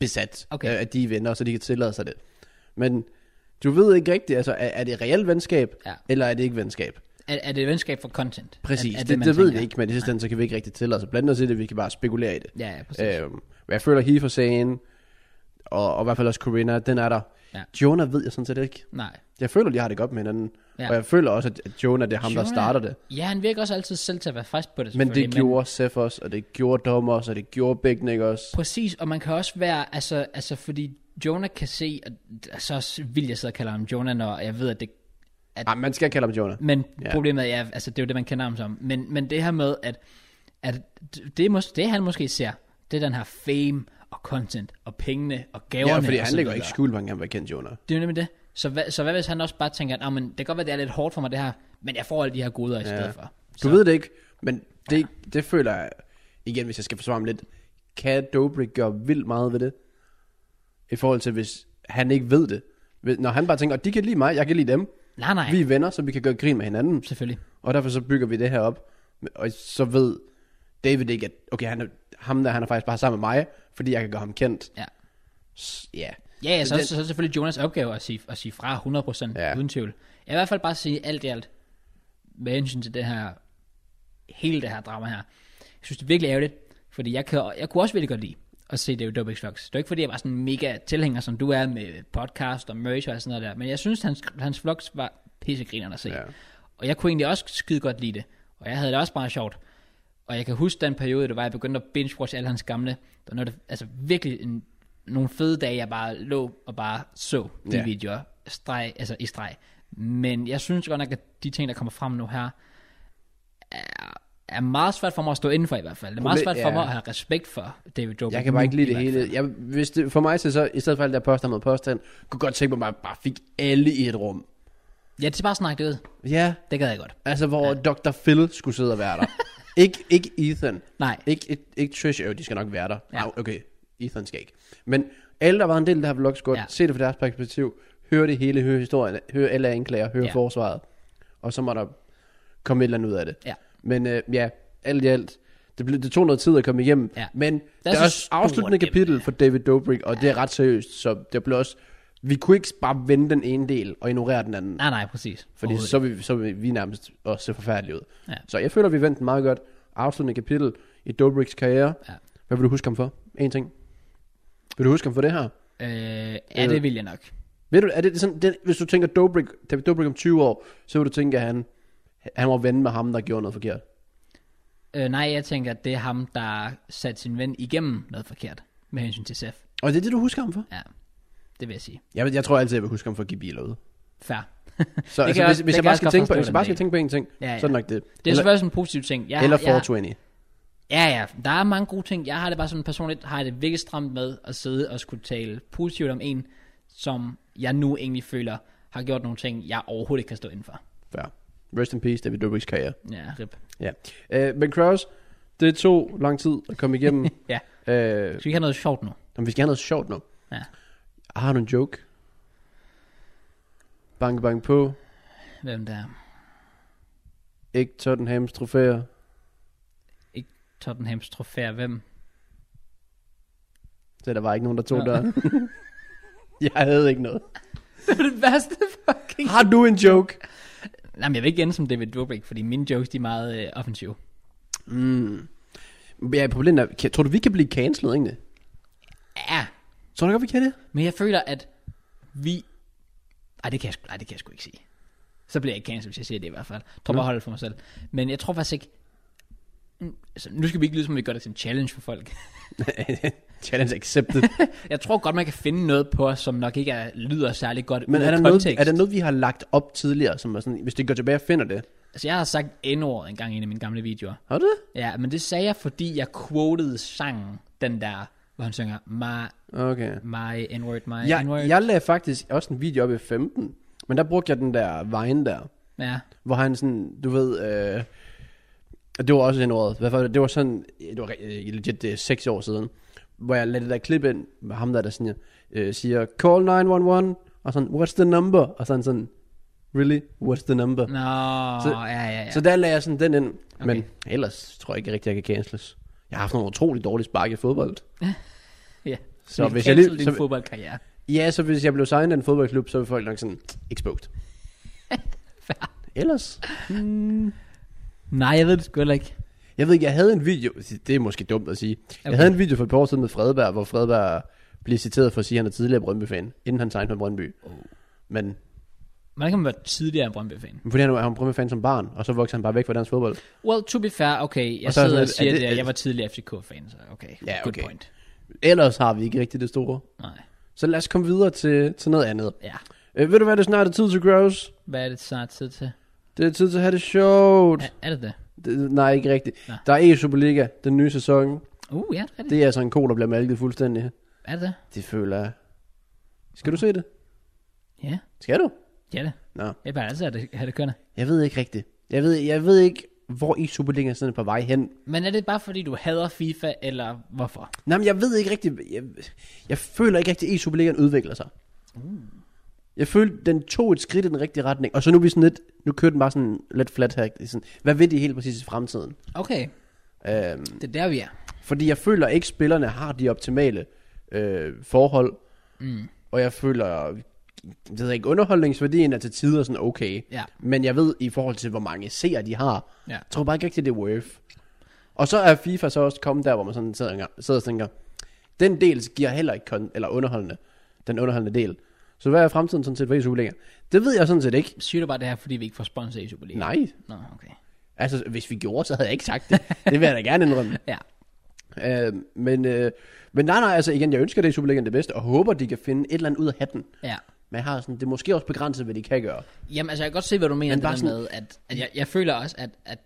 S2: besat,
S1: Okay.
S2: okay. øh, at de er venner, så de kan tillade sig det. Men du ved ikke rigtigt, altså er, er det reelt venskab,
S1: Ja.
S2: eller er det ikke venskab?
S1: Er, er det et venskab for content?
S2: Præcis,
S1: er,
S2: er,
S1: er
S2: det, det,
S1: man
S2: det ved
S1: tænker?
S2: vi ikke, men i sidste ende, så kan vi ikke rigtig tillade os at blande os i det, vi kan bare spekulere i det.
S1: Ja, ja, præcis. Øh,
S2: Øhm, og jeg føler, Heath og Sagen, og, og i hvert fald også Corinna, den er der.
S1: Ja.
S2: Jonah ved jeg sådan set ikke.
S1: Nej.
S2: Jeg føler, de har det godt med hinanden.
S1: Ja.
S2: Ja. Og jeg føler også, at- at Jonah, det er ham,
S1: Jonah-
S2: der starter det.
S1: Ja, han virker også altid selv til at være frisk på det.
S2: Men
S1: selvfølgelig,
S2: det gjorde Seth også, og det gjorde Dom også, og det gjorde Bignick også.
S1: Præcis, og man kan også være, altså, altså fordi Jonah kan se, og d- så s- vil jeg sidde og kalde ham Jonah, når jeg ved, at det... At,
S2: Nej, Ah, man skal kalde ham Jonah.
S1: men
S2: ja.
S1: problemet er, altså det er jo det, man kender ham som. Men, men det her med, at, at d- det, er mås- det, han måske ser, det er den her fame og content og pengene og gaverne.
S2: Ja, fordi
S1: og
S2: han
S1: så
S2: lægger
S1: videre.
S2: ikke skjul, hvor han var kendt Jonah.
S1: Det er jo nemlig det. Så hvad, så hvad hvis han også bare tænker, at men det kan godt være, det er lidt hårdt for mig det her, men jeg får alle de her goder i stedet for.
S2: Du ved det ikke, men det, det føler jeg, igen, hvis jeg skal forsvare ham lidt, kan Dobrik gøre vildt meget ved det, i forhold til, hvis han ikke ved det. Hvis- Når han bare tænker, de kan lide mig, jeg kan lide dem,
S1: Nej, nej,
S2: vi
S1: Vi...
S2: er venner, så vi kan gøre grin med hinanden,
S1: selvfølgelig.
S2: og derfor så bygger vi det her op, og så ved David ikke, at okay, han er, ham der, han er faktisk bare sammen med mig, fordi jeg kan gøre ham kendt.
S1: Ja.
S2: S- Ja.
S1: Ja, ja så,
S2: Den-
S1: så, så er selvfølgelig Jonas opgave at sige, at sige fra 100% ja.
S2: Ja.
S1: uden tvivl. Jeg vil i hvert fald bare sige alt i alt, med hensyn til det her, hele det her drama her. Jeg synes, det er virkelig ærgerligt, fordi jeg, kan, jeg kunne også virkelig godt lide at se det jo Dope Vlogs. Det er jo ikke, fordi jeg var sådan en mega tilhænger, som du er med podcast og merch og sådan noget der, men jeg synes, hans, hans vlogs var pissegrinerne at se. Ja.
S2: Ja.
S1: Og jeg kunne egentlig også skide godt lide det, og jeg havde det også bare sjovt. Og jeg kan huske den periode, det var, jeg begyndte at binge-watch alle hans gamle. Der var noget, der- altså virkelig en, nogle fede dage, jeg bare lå og bare så de
S2: Ja.
S1: videoer streg, altså i streg. Men jeg synes godt nok, at de ting, der kommer frem nu her, er, er meget svært for mig at stå indenfor i hvert fald. Det er meget
S2: Proble-
S1: svært for
S2: ja.
S1: mig at have respekt for David Dobrik.
S2: Jeg kan bare
S1: nu
S2: ikke lide
S1: i
S2: det
S1: hvert fald.
S2: hele. Jeg, hvis det, for mig så, så i stedet for alt der påstand mod påstand, kunne godt tænke mig, at man bare fik alle i et rum.
S1: Ja, det er bare at snakke det ud.
S2: Ja,
S1: Det gad jeg godt.
S2: altså hvor ja. Dr. Phil skulle sidde og være der. ikke, ikke Ethan.
S1: Nej.
S2: Ikke, ikke, ikke Trish, jo, de skal nok være der.
S1: Ja.
S2: Ja. No, okay, Ethan skal ikke. Men alle, der var en del af det her vlog, skulle
S1: Ja.
S2: ja. se det fra deres perspektiv. Hør det hele, hør historien, hør alle anklager, hør
S1: Ja.
S2: ja. forsvaret. Og så må der komme et eller andet ud af det.
S1: Ja.
S2: Men øh, ja, alt i alt, det, blev, det tog noget tid at komme igennem.
S1: Ja.
S2: Men
S1: er
S2: der er
S1: så
S2: også
S1: stort
S2: afsluttende
S1: emne.
S2: kapitel for David Dobrik, og ja. det er ret seriøst, så det blev også... Vi kunne ikke bare vende den ene del og ignorere den anden.
S1: Nej, nej, præcis.
S2: Fordi
S1: Overhovedet
S2: så er vi, så vil vi nærmest også se forfærdelige ud.
S1: Ja.
S2: Ja. Så jeg føler, vi vandt en meget godt afsluttende kapitel i Dobriks karriere.
S1: Ja.
S2: Ja. Hvad vil du huske ham for? En ting. Vil du huske ham for det her?
S1: ikke. Øh, ja, det vil jeg nok.
S2: Ved du, er det sådan, det, hvis du tænker Dobrik, David Dobrik om 20 år, så vil du tænke, at han, han var ven med ham, der gjorde noget forkert.
S1: Øh, nej, jeg tænker, at det er ham, der satte sin ven igennem noget forkert med hensyn til Seth.
S2: Og det er det, du husker ham for?
S1: Ja, det vil jeg sige.
S2: Jeg, jeg tror altid, jeg vil huske ham for at give biler ud.
S1: Fair.
S2: Så
S1: kan
S2: altså,
S1: jeg
S2: hvis,
S1: også-
S2: hvis,
S1: det kan
S2: jeg bare
S1: jeg
S2: skal
S1: også godt
S2: tænke
S1: forstå
S2: på, hvis jeg
S1: den
S2: bare skal
S1: del.
S2: tænke på en ting,
S1: Ja,
S2: ja,
S1: ja.
S2: ja. så er det nok det.
S1: Det er
S2: eller,
S1: selvfølgelig også en positiv ting. Jeg,
S2: eller
S1: har- jeg,
S2: 420.
S1: Ja, ja. Der er mange gode ting. Jeg har det bare sådan personligt, har jeg det virkelig stramt med at sidde og skulle tale positivt om en, som jeg nu egentlig føler har gjort nogle ting, jeg overhovedet ikke kan stå indenfor.
S2: Ja. Rest in peace, David Dobriks karriere.
S1: Ja, rip.
S2: Ja. Øh, men Kraus, det tog lang tid at komme igennem.
S1: Ja. Skal
S2: øh,
S1: vi ikke have noget sjovt nu?
S2: men vi skal have noget sjovt nu.
S1: Ja.
S2: Har du en joke? Banke, banke på.
S1: Hvem der er?
S2: Ikke Tottenhams trofæer.
S1: Tottenhams trofæer, hvem?
S2: Så der var ikke nogen, der tog
S1: Ja.
S2: ja. der. jeg havde ikke noget.
S1: Det er det værste fucking...
S2: Har du en joke?
S1: Nej, men jeg vil ikke ende som David Dobrik, fordi mine jokes, de er meget øh, offensive.
S2: Mm. Ja, problemet er, kan- tror du, vi kan blive cancelled egentlig?
S1: Ja,
S2: Tror du godt, vi kan det?
S1: men jeg føler, at vi... Ej, det kan jeg, sgu- ej, det kan jeg sgu ikke sige. Så bliver jeg ikke cancelled, hvis jeg siger det i hvert fald. Jeg tror bare, jeg holder det for mig selv. Men jeg tror faktisk ikke... Mm, Altså, nu skal vi ikke lyde, som om vi gør det til en challenge for folk.
S2: Challenge accepted.
S1: Jeg tror godt, man kan finde noget på os, som nok ikke er, lyder særlig godt
S2: Men
S1: ud af
S2: er der, noget,
S1: kontekst.
S2: er der noget, vi har lagt op tidligere, som er sådan, hvis det går tilbage og finder det?
S1: Altså, jeg har sagt N-ordet engang i en af mine gamle videoer.
S2: Har du det?
S1: Ja, men det sagde jeg, fordi jeg quoted sangen, den der, hvor han synger, my,
S2: Okay.
S1: my N-word, my N-word.
S2: Jeg, jeg lagde faktisk også en video op i 15, men der brugte jeg den der vejen der,
S1: Ja.
S2: hvor han sådan, du ved, øh, det var også en ord, hvad var det, det var sådan, det var øh, legit det er seks år siden, hvor jeg lagde det der klip ind med ham der, der sådan, øh, siger, call 911, og sådan, what's the number? Og sådan sådan, really, what's the number?
S1: Nå,
S2: Så-
S1: ja, ja, ja.
S2: Så der lagde jeg sådan den ind, men
S1: Okay.
S2: ellers tror jeg ikke rigtig, jeg kan canceles. Jeg har haft nogle utrolig dårlige spark i fodbold.
S1: Ja.
S2: Så
S1: Men
S2: hvis jeg
S1: cancel
S2: lige-
S1: din
S2: så-
S1: fodboldkarriere.
S2: Ja, så hvis jeg blev signet af en fodboldklub, så ville folk nok sådan, exposed. Ellers,
S1: Nej, jeg ved det sgu heller ikke.
S2: jeg ved ikke, jeg havde en video, det er måske dumt at sige. Okay.
S1: Okay.
S2: Jeg havde en video for et par år siden med Fredberg, hvor Fredberg blev citeret for at sige, at han er tidligere Brøndby-fan, inden han signede med Brøndby. Oh. Men
S1: Man kan være tidligere en Brøndby-fan.
S2: fordi han var han var Brøndby-fan som barn, og så voksede han bare væk fra dansk fodbold.
S1: Well, to be fair, okay, jeg
S2: Og så er
S1: sidder
S2: sådan,
S1: og
S2: er
S1: siger
S2: det-
S1: det,
S2: er
S1: at
S2: det-
S1: jeg var tidligere FCK-fan, så okay,
S2: Ja,
S1: good
S2: okay.
S1: point.
S2: Ellers har vi ikke rigtig det store.
S1: Nej,
S2: Så lad os komme videre til, til noget andet.
S1: ja.
S2: Øh, ved du hvad, det snart er tid til Gross.
S1: Hvad er det snart tid til?
S2: Det er tid til at have det sjovt.
S1: Er, er det det?
S2: Det, nej, ikke rigtigt.
S1: Nå.
S2: Der er E-Superliga, den nye sæson.
S1: Uh, ja, det er det.
S2: Det er altså en ko, der bliver malket fuldstændig.
S1: Er det det?
S2: Det føler jeg. Skal du se det?
S1: Ja,
S2: Skal du?
S1: ja det.
S2: Nå.
S1: Jeg bare altid have det, have det kørende.
S2: Jeg ved ikke rigtigt. Jeg ved, jeg ved ikke, hvor i Superligaen er sådan på vej hen.
S1: Men er det bare fordi, du hader FIFA, eller hvorfor?
S2: Nej, men jeg ved ikke rigtigt. Jeg, jeg føler ikke rigtigt, at E-Superligaen udvikler sig. Mm. Jeg følte, den tog et skridt i den rigtige retning. Og så nu er vi sådan lidt, nu kører den bare sådan lidt flat her. Sådan, hvad vil de helt præcis i fremtiden?
S1: Okay,
S2: Øhm,
S1: det er der, vi er.
S2: Fordi jeg føler ikke, spillerne har de optimale øh, forhold.
S1: Mm.
S2: Og jeg føler, jeg ved ikke, underholdningsværdien er til tider sådan okay.
S1: Ja.
S2: Men jeg ved i forhold til, hvor mange seere de har,
S1: Ja.
S2: jeg tror bare ikke rigtigt, det er worth. Og så er FIFA så også kommet der, hvor man sådan sidder, sidder og tænker, den del giver heller ikke kon- eller underholdende, den underholdende del. Så hvad er fremtiden sådan set for Superliga? Det ved jeg sådan set ikke.
S1: Siger du bare det her, fordi vi ikke får sponsor i Superliga?
S2: Nej.
S1: Nå, okay.
S2: Altså, hvis vi gjorde, så havde jeg ikke sagt det. Det vil jeg da gerne indrømme.
S1: Ja.
S2: Øh, men, øh, men nej, nej, altså igen, jeg ønsker det i Superligaen det bedste, og håber, de kan finde et eller andet ud af hatten.
S1: Ja.
S2: Men jeg har sådan, det er måske også begrænset, hvad de kan gøre.
S1: Jamen, altså, jeg kan godt se, hvad du mener
S2: Men
S1: men
S2: bare
S1: bare
S2: sådan-
S1: med, at, at jeg, jeg føler også, at, at,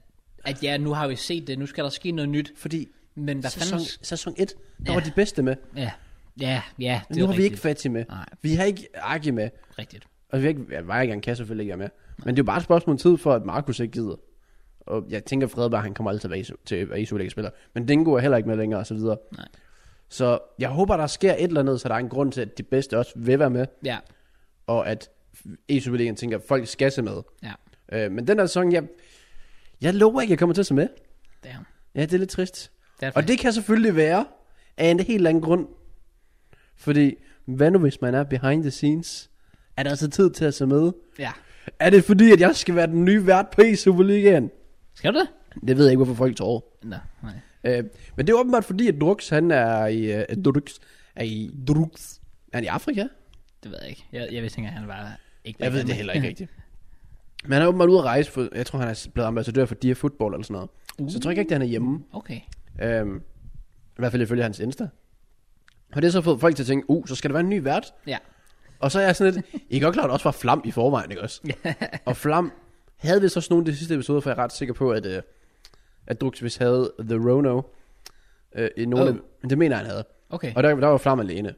S1: at ja, nu har vi set det, nu skal der ske noget nyt,
S2: Fordi
S1: men hvad
S2: sæson,
S1: fanden...
S2: sæson 1, der
S1: Ja.
S2: var de bedste med.
S1: Ja, ja, ja, det
S2: nu
S1: er
S2: har
S1: rigtigt.
S2: vi ikke Fatih med.
S1: Nej.
S2: Vi har ikke Aki med.
S1: rigtigt.
S2: Og vi har ikke, jeg var ikke engang kan selvfølgelig ikke være med. Men det er jo bare et spørgsmål om tid for, at Markus ikke gider. Og jeg tænker, Fredberg, han kommer aldrig til at være iso- til at være Superliga-spiller. Men Dingo er heller ikke med længere, og så videre.
S1: Nej.
S2: Så jeg håber, der sker et eller andet, så der er en grund til, at de bedste også vil være med.
S1: Ja,
S2: og at e Superligaen tænker, at folk skal se med.
S1: ja,
S2: Øh, men den her sæson, jeg, jeg lover ikke, jeg kommer til at se med.
S1: damn.
S2: Ja, det er lidt trist.
S1: Det er
S2: Og det kan selvfølgelig være af en helt anden grund. Fordi, hvad nu hvis man er behind the scenes? Er der altså tid til at se med?
S1: Ja.
S2: Er det fordi, at jeg skal være den nye vært på e Superligaen?
S1: Skal du det?
S2: Det ved jeg ikke, hvorfor folk tror.
S1: Nå, nej.
S2: Øh, men det er åbenbart fordi, at Drux, han er i, øh, Drux, er i, Drux. Er han i Afrika?
S1: Det ved jeg ikke. Jeg, jeg vidste ikke, at han var ikke...
S2: Jeg ved det heller ikke rigtigt. Men han er åbenbart ude at rejse, for, jeg tror han er blevet ambassadør for Dear Football eller sådan noget. Uh. Så jeg tror ikke, rigtig, han er hjemme.
S1: Okay.
S2: Øhm, I hvert fald ifølge hans Insta. Og det har så fået folk til at tænke, uh, så skal der være en ny vært.
S1: Ja.
S2: Og så er jeg sådan lidt, I kan godt klare, at der også var Flam i forvejen, ikke også? og Flam havde vist også nogle af de sidste episoder, for jeg er ret sikker på, at, øh, at Drux vist havde The Rono. Øh, i nogle
S1: Oh.
S2: oh. af, det mener jeg, han havde.
S1: Okay.
S2: Og der, der var Flam alene.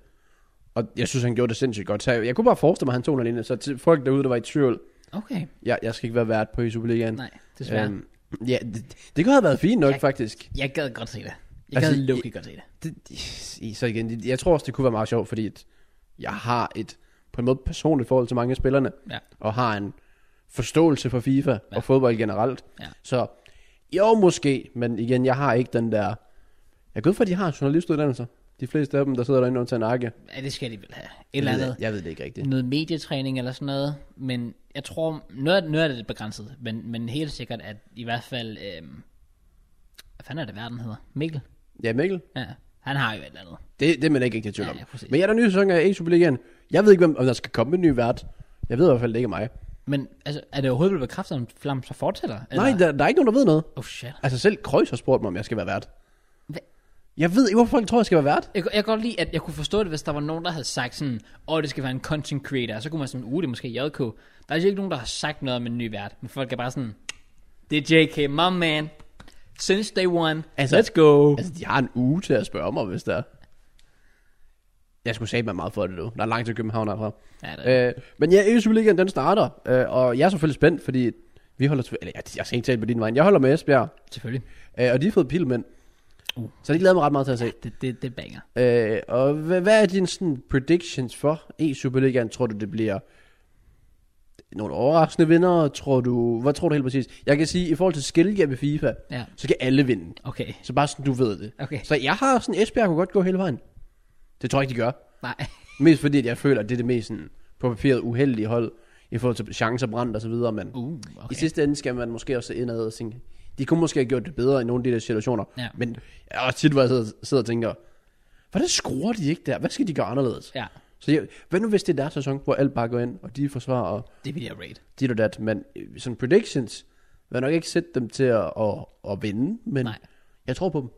S2: Og jeg synes, han gjorde det sindssygt godt. Så jeg, jeg kunne bare forestille mig, at han tog den alene. Så til folk derude, der var i tvivl,
S1: Okay.
S2: jeg, jeg skal ikke være vært på i Superligaen.
S1: Nej, desværre.
S2: Øhm, ja, det, det kunne have været fint nok,
S1: Jeg-
S2: faktisk.
S1: Jeg gad godt se det. Jeg
S2: Altså,
S1: gad lukke
S2: jeg-
S1: godt se det.
S2: Det, det- så igen, det- jeg tror også, det kunne være meget sjovt, fordi at jeg har et på en måde personligt forhold til mange af spillerne,
S1: Ja.
S2: og har en forståelse for FIFA ja. og fodbold generelt.
S1: Ja.
S2: Så jo, måske, men igen, jeg har ikke den der... Jeg går ud for, at de har journalistuddannelser. De fleste af dem, der sidder derinde under en akke.
S1: ja, det skal de vel have. Et eller andet.
S2: Jeg ved det ikke rigtigt.
S1: Noget medietræning eller sådan noget. Men jeg tror, noget, noget af det er begrænset. Men, men helt sikkert, at i hvert fald... Øhm, hvad fanden er det, verden hedder? Mikkel?
S2: Ja, Mikkel?
S1: Ja. Han har jo et eller andet.
S2: Det, det er man ikke rigtig i tvivl om.
S1: Ja, ja, præcis.
S2: men ja, der er ny sæson af e Superligaen. Jeg ved ikke, hvem, om der skal komme en ny vært. Jeg ved i hvert fald, det ikke er mig.
S1: Men altså, er det overhovedet blevet bekræftet, om Flam så fortsætter?
S2: Nej, der, der er ikke nogen, der ved noget.
S1: Oh shit.
S2: Altså selv Kreuz har spurgt mig, om jeg skal være vært.
S1: Hva?
S2: Jeg ved ikke, hvorfor folk tror, jeg skal være vært.
S1: Jeg, jeg kan godt lide, at jeg kunne forstå det, hvis der var nogen, der havde sagt sådan, åh, det skal være en content creator, og så kunne man sådan, uh, det er måske JK. Der er altså ikke nogen, der har sagt noget om en ny vært, men folk er bare sådan, det er JK, my man, since day one,
S2: Altså-
S1: altså, let's go. Altså,
S2: Altså, de har en uge til at spørge mig, hvis der. Jeg skulle sige mig meget for det nu. Der er langt til København herfra.
S1: ja, det, øh,
S2: Øh, men ja, EU Superligaen, den starter. Øh, og jeg er selvfølgelig spændt, fordi vi holder... Eller, jeg, jeg skal ikke tale på din vej. Jeg holder med Esbjerg,
S1: selvfølgelig.
S2: øh, og de har fået pilmænd.
S1: Uh.
S2: Så det glæder jeg mig ret meget til at se.
S1: Det, det, det banger.
S2: Øh, og hvad, hvad er dine sådan, predictions for e Superligaen? Tror du, det bliver nogle overraskende vinder, tror du? Hvad tror du helt præcis? Jeg kan sige, i forhold til skillgap i FIFA,
S1: Ja,
S2: så kan alle vinde.
S1: okay.
S2: Så bare sådan, du ved det.
S1: Okay,
S2: Så jeg har sådan, Esbjerg kunne godt gå hele vejen. Det tror jeg ikke, de gør.
S1: nej.
S2: Mest fordi, at jeg føler, at det er det mest sådan, på papiret uheldige hold, i forhold til chancer brændt og så videre, men
S1: Uh,
S2: okay. i
S1: okay.
S2: sidste ende skal man måske også se indad og tænke, de kunne måske have gjort det bedre i nogle af de der situationer,
S1: Ja.
S2: men jeg har også tit, hvor jeg sidder, sidder og tænker, hvordan skruer de ikke der? Hvad skal de gøre anderledes?
S1: Ja,
S2: Så jeg, hvad nu hvis det er deres sæson, hvor alt bare går ind, og de forsvarer og
S1: det vil jeg rate.
S2: dit og dat, men øh, sådan predictions, vil jeg nok ikke sætte dem til at, at, at vinde, men
S1: Nej.
S2: jeg tror på dem.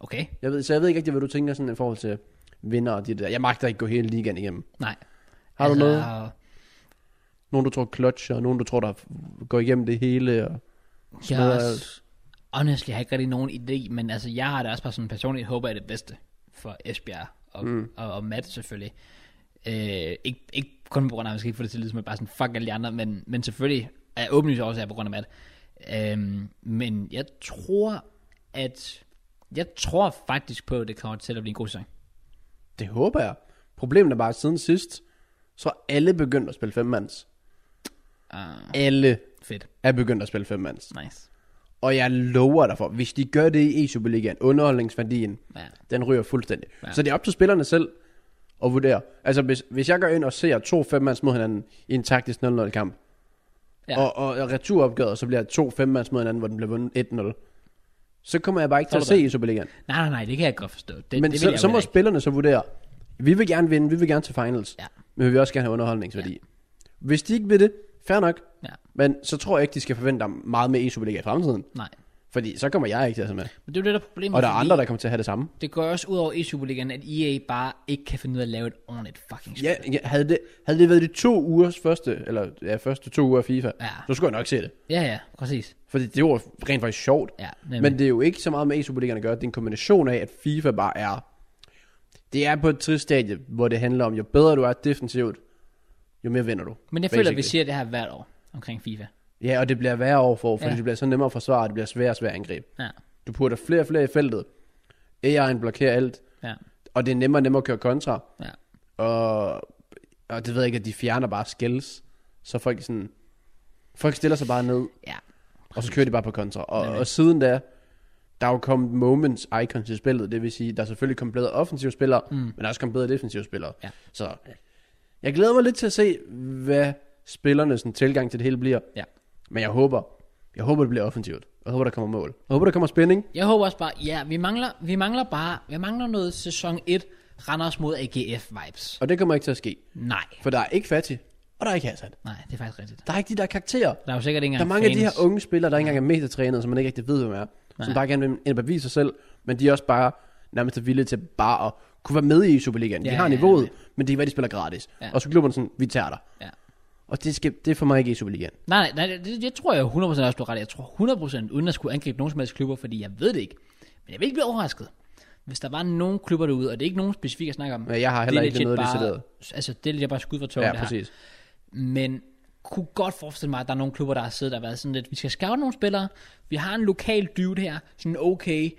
S1: Okay,
S2: Jeg ved, så jeg ved ikke rigtig, hvad du tænker sådan i forhold til vinder og det der. Jeg magter ikke gå hele ligaen igennem.
S1: nej. Altså,
S2: Har du noget?
S1: noget?
S2: Nogen, du tror clutch, og nogen, du tror, der går igennem det hele. Og...
S1: Jeg
S2: Smadrer
S1: er også, honestly, jeg har ikke rigtig nogen idé, men altså, jeg har da også bare sådan personligt håber, at det bedste for Esbjerg og, mm. og, og Matt selvfølgelig. Øh, ikke, ikke kun på grund af, at man skal ikke få det til at lyde som at bare sådan, fuck alle de andre, men, men selvfølgelig er åbenlyst også på grund af Matt. Øhm, men jeg tror, at jeg tror faktisk på, at det kommer til at blive en god sæson.
S2: Det håber jeg. Problemet er bare, at siden sidst, så er alle begyndt at spille femmands.
S1: Uh,
S2: Alle
S1: fedt.
S2: er begyndt at spille femmands.
S1: Nice.
S2: Og jeg lover dig for, hvis de gør det i E-Superligaen, underholdningsværdien,
S1: Ja.
S2: den ryger fuldstændig.
S1: Ja.
S2: Ja. Så det er op til spillerne selv at vurdere. Altså, hvis, hvis jeg går ind og ser to femmands mod hinanden i en taktisk 0-0 kamp,
S1: Ja.
S2: ja. og, og, og returopgøret, så bliver to femmands mod hinanden, hvor den bliver vundet 1-0, så kommer jeg bare ikke til at
S1: Så er
S2: se
S1: det
S2: i Superligaen.
S1: Nej, nej, nej, det kan jeg godt forstå. Det,
S2: Men
S1: det
S2: så,
S1: vil
S2: så
S1: jeg
S2: må
S1: jo heller
S2: spillerne så vurdere, vi vil gerne vinde, vi vil gerne til finals,
S1: Ja.
S2: men vi vil også gerne have underholdningsværdi. Ja. Hvis de ikke vil det, fair nok,
S1: ikke. Ja,
S2: men så tror jeg ikke, de skal forvente meget med i Superliga i fremtiden.
S1: nej.
S2: Fordi så kommer jeg ikke til at se med.
S1: Men det er jo det, der er problemet.
S2: Og der er
S1: fordi-
S2: andre, der kommer til at have det samme.
S1: Det går også ud over e Superligaen, at EA bare ikke kan finde ud af at lave et ordentligt fucking spil.
S2: Ja, ja, havde, det, havde det været de to ugers første, eller ja, første to uger af FIFA,
S1: Ja.
S2: så skulle jeg nok se det.
S1: Ja, ja, præcis.
S2: Fordi det var rent faktisk sjovt.
S1: Ja,
S2: Men det er jo ikke så meget med e-superligaen at gøre. Det er en kombination af, at FIFA bare er... Det er på et trist stadie, hvor det handler om, jo bedre du er defensivt, jo mere vinder du.
S1: Men jeg føler, at vi
S2: basically.
S1: siger det her hvert år omkring FIFA.
S2: Ja, og det bliver værre år for, år, fordi
S1: Ja.
S2: ja. det bliver så nemmere at forsvare, og det bliver sværere og sværere angreb.
S1: Ja,
S2: Du putter flere og flere i feltet. AI'en blokerer alt,
S1: ja,
S2: og det er nemmere og nemmere at køre kontra.
S1: ja.
S2: Og, og det ved jeg ikke, at de fjerner bare skills, så folk sådan... Folk stiller sig bare ned,
S1: ja.
S2: og så kører de bare på kontra. Og,
S1: Nemlig.
S2: og siden da, der er jo kommet moments icons i spillet. Det vil sige, der er selvfølgelig kommet bedre offensive spillere, mm. men der er også kommet bedre defensive spillere.
S1: Ja.
S2: Så jeg glæder mig lidt til at se, hvad spillernes sådan, tilgang til det hele bliver.
S1: Ja.
S2: Men jeg håber, jeg håber, det bliver offensivt. Jeg håber, der kommer mål. Jeg håber, der kommer spænding.
S1: Jeg håber også bare, ja, vi mangler, vi mangler bare, vi mangler noget sæson 1, Randers mod AGF-vibes.
S2: Og det kommer ikke til at ske.
S1: Nej,
S2: For der er ikke Fatih, og der er ikke Hassan.
S1: nej, det er faktisk rigtigt.
S2: Der er ikke de der karakterer.
S1: Der er jo sikkert ikke
S2: Der er
S1: engang
S2: mange af de
S1: fans.
S2: her unge spillere, der ikke engang er metatrænede, som man ikke rigtig ved, hvem er. Som bare gerne vil ind og bevise sig selv, men de er også bare nærmest er villige til bare at kunne være med i Superligaen.
S1: Ja,
S2: de har
S1: ja,
S2: niveauet,
S1: ja.
S2: men det er, hvad de spiller gratis.
S1: Ja.
S2: Og så klubben sådan, vi tager dig.
S1: Ja.
S2: Og det, skal, det er for mig ikke i Superligaen.
S1: Nej, nej, nej det, det, tror jeg 100% også, du har ret. i. Jeg tror 100% uden at skulle angribe nogen som helst klubber, fordi jeg ved det ikke. Men jeg vil ikke blive overrasket, hvis der var nogen klubber derude, og det er ikke nogen specifikke, jeg snakker om.
S2: Men jeg har heller
S1: det er
S2: ikke
S1: legit
S2: noget
S1: bare,
S2: decideret.
S1: Altså, det er lidt bare skud for tågen,
S2: Ja,
S1: det
S2: præcis.
S1: her. Men kunne godt forestille mig, at der er nogle klubber, der har siddet og været sådan lidt, vi skal scoute nogle spillere, vi har en lokal dude her, sådan okay,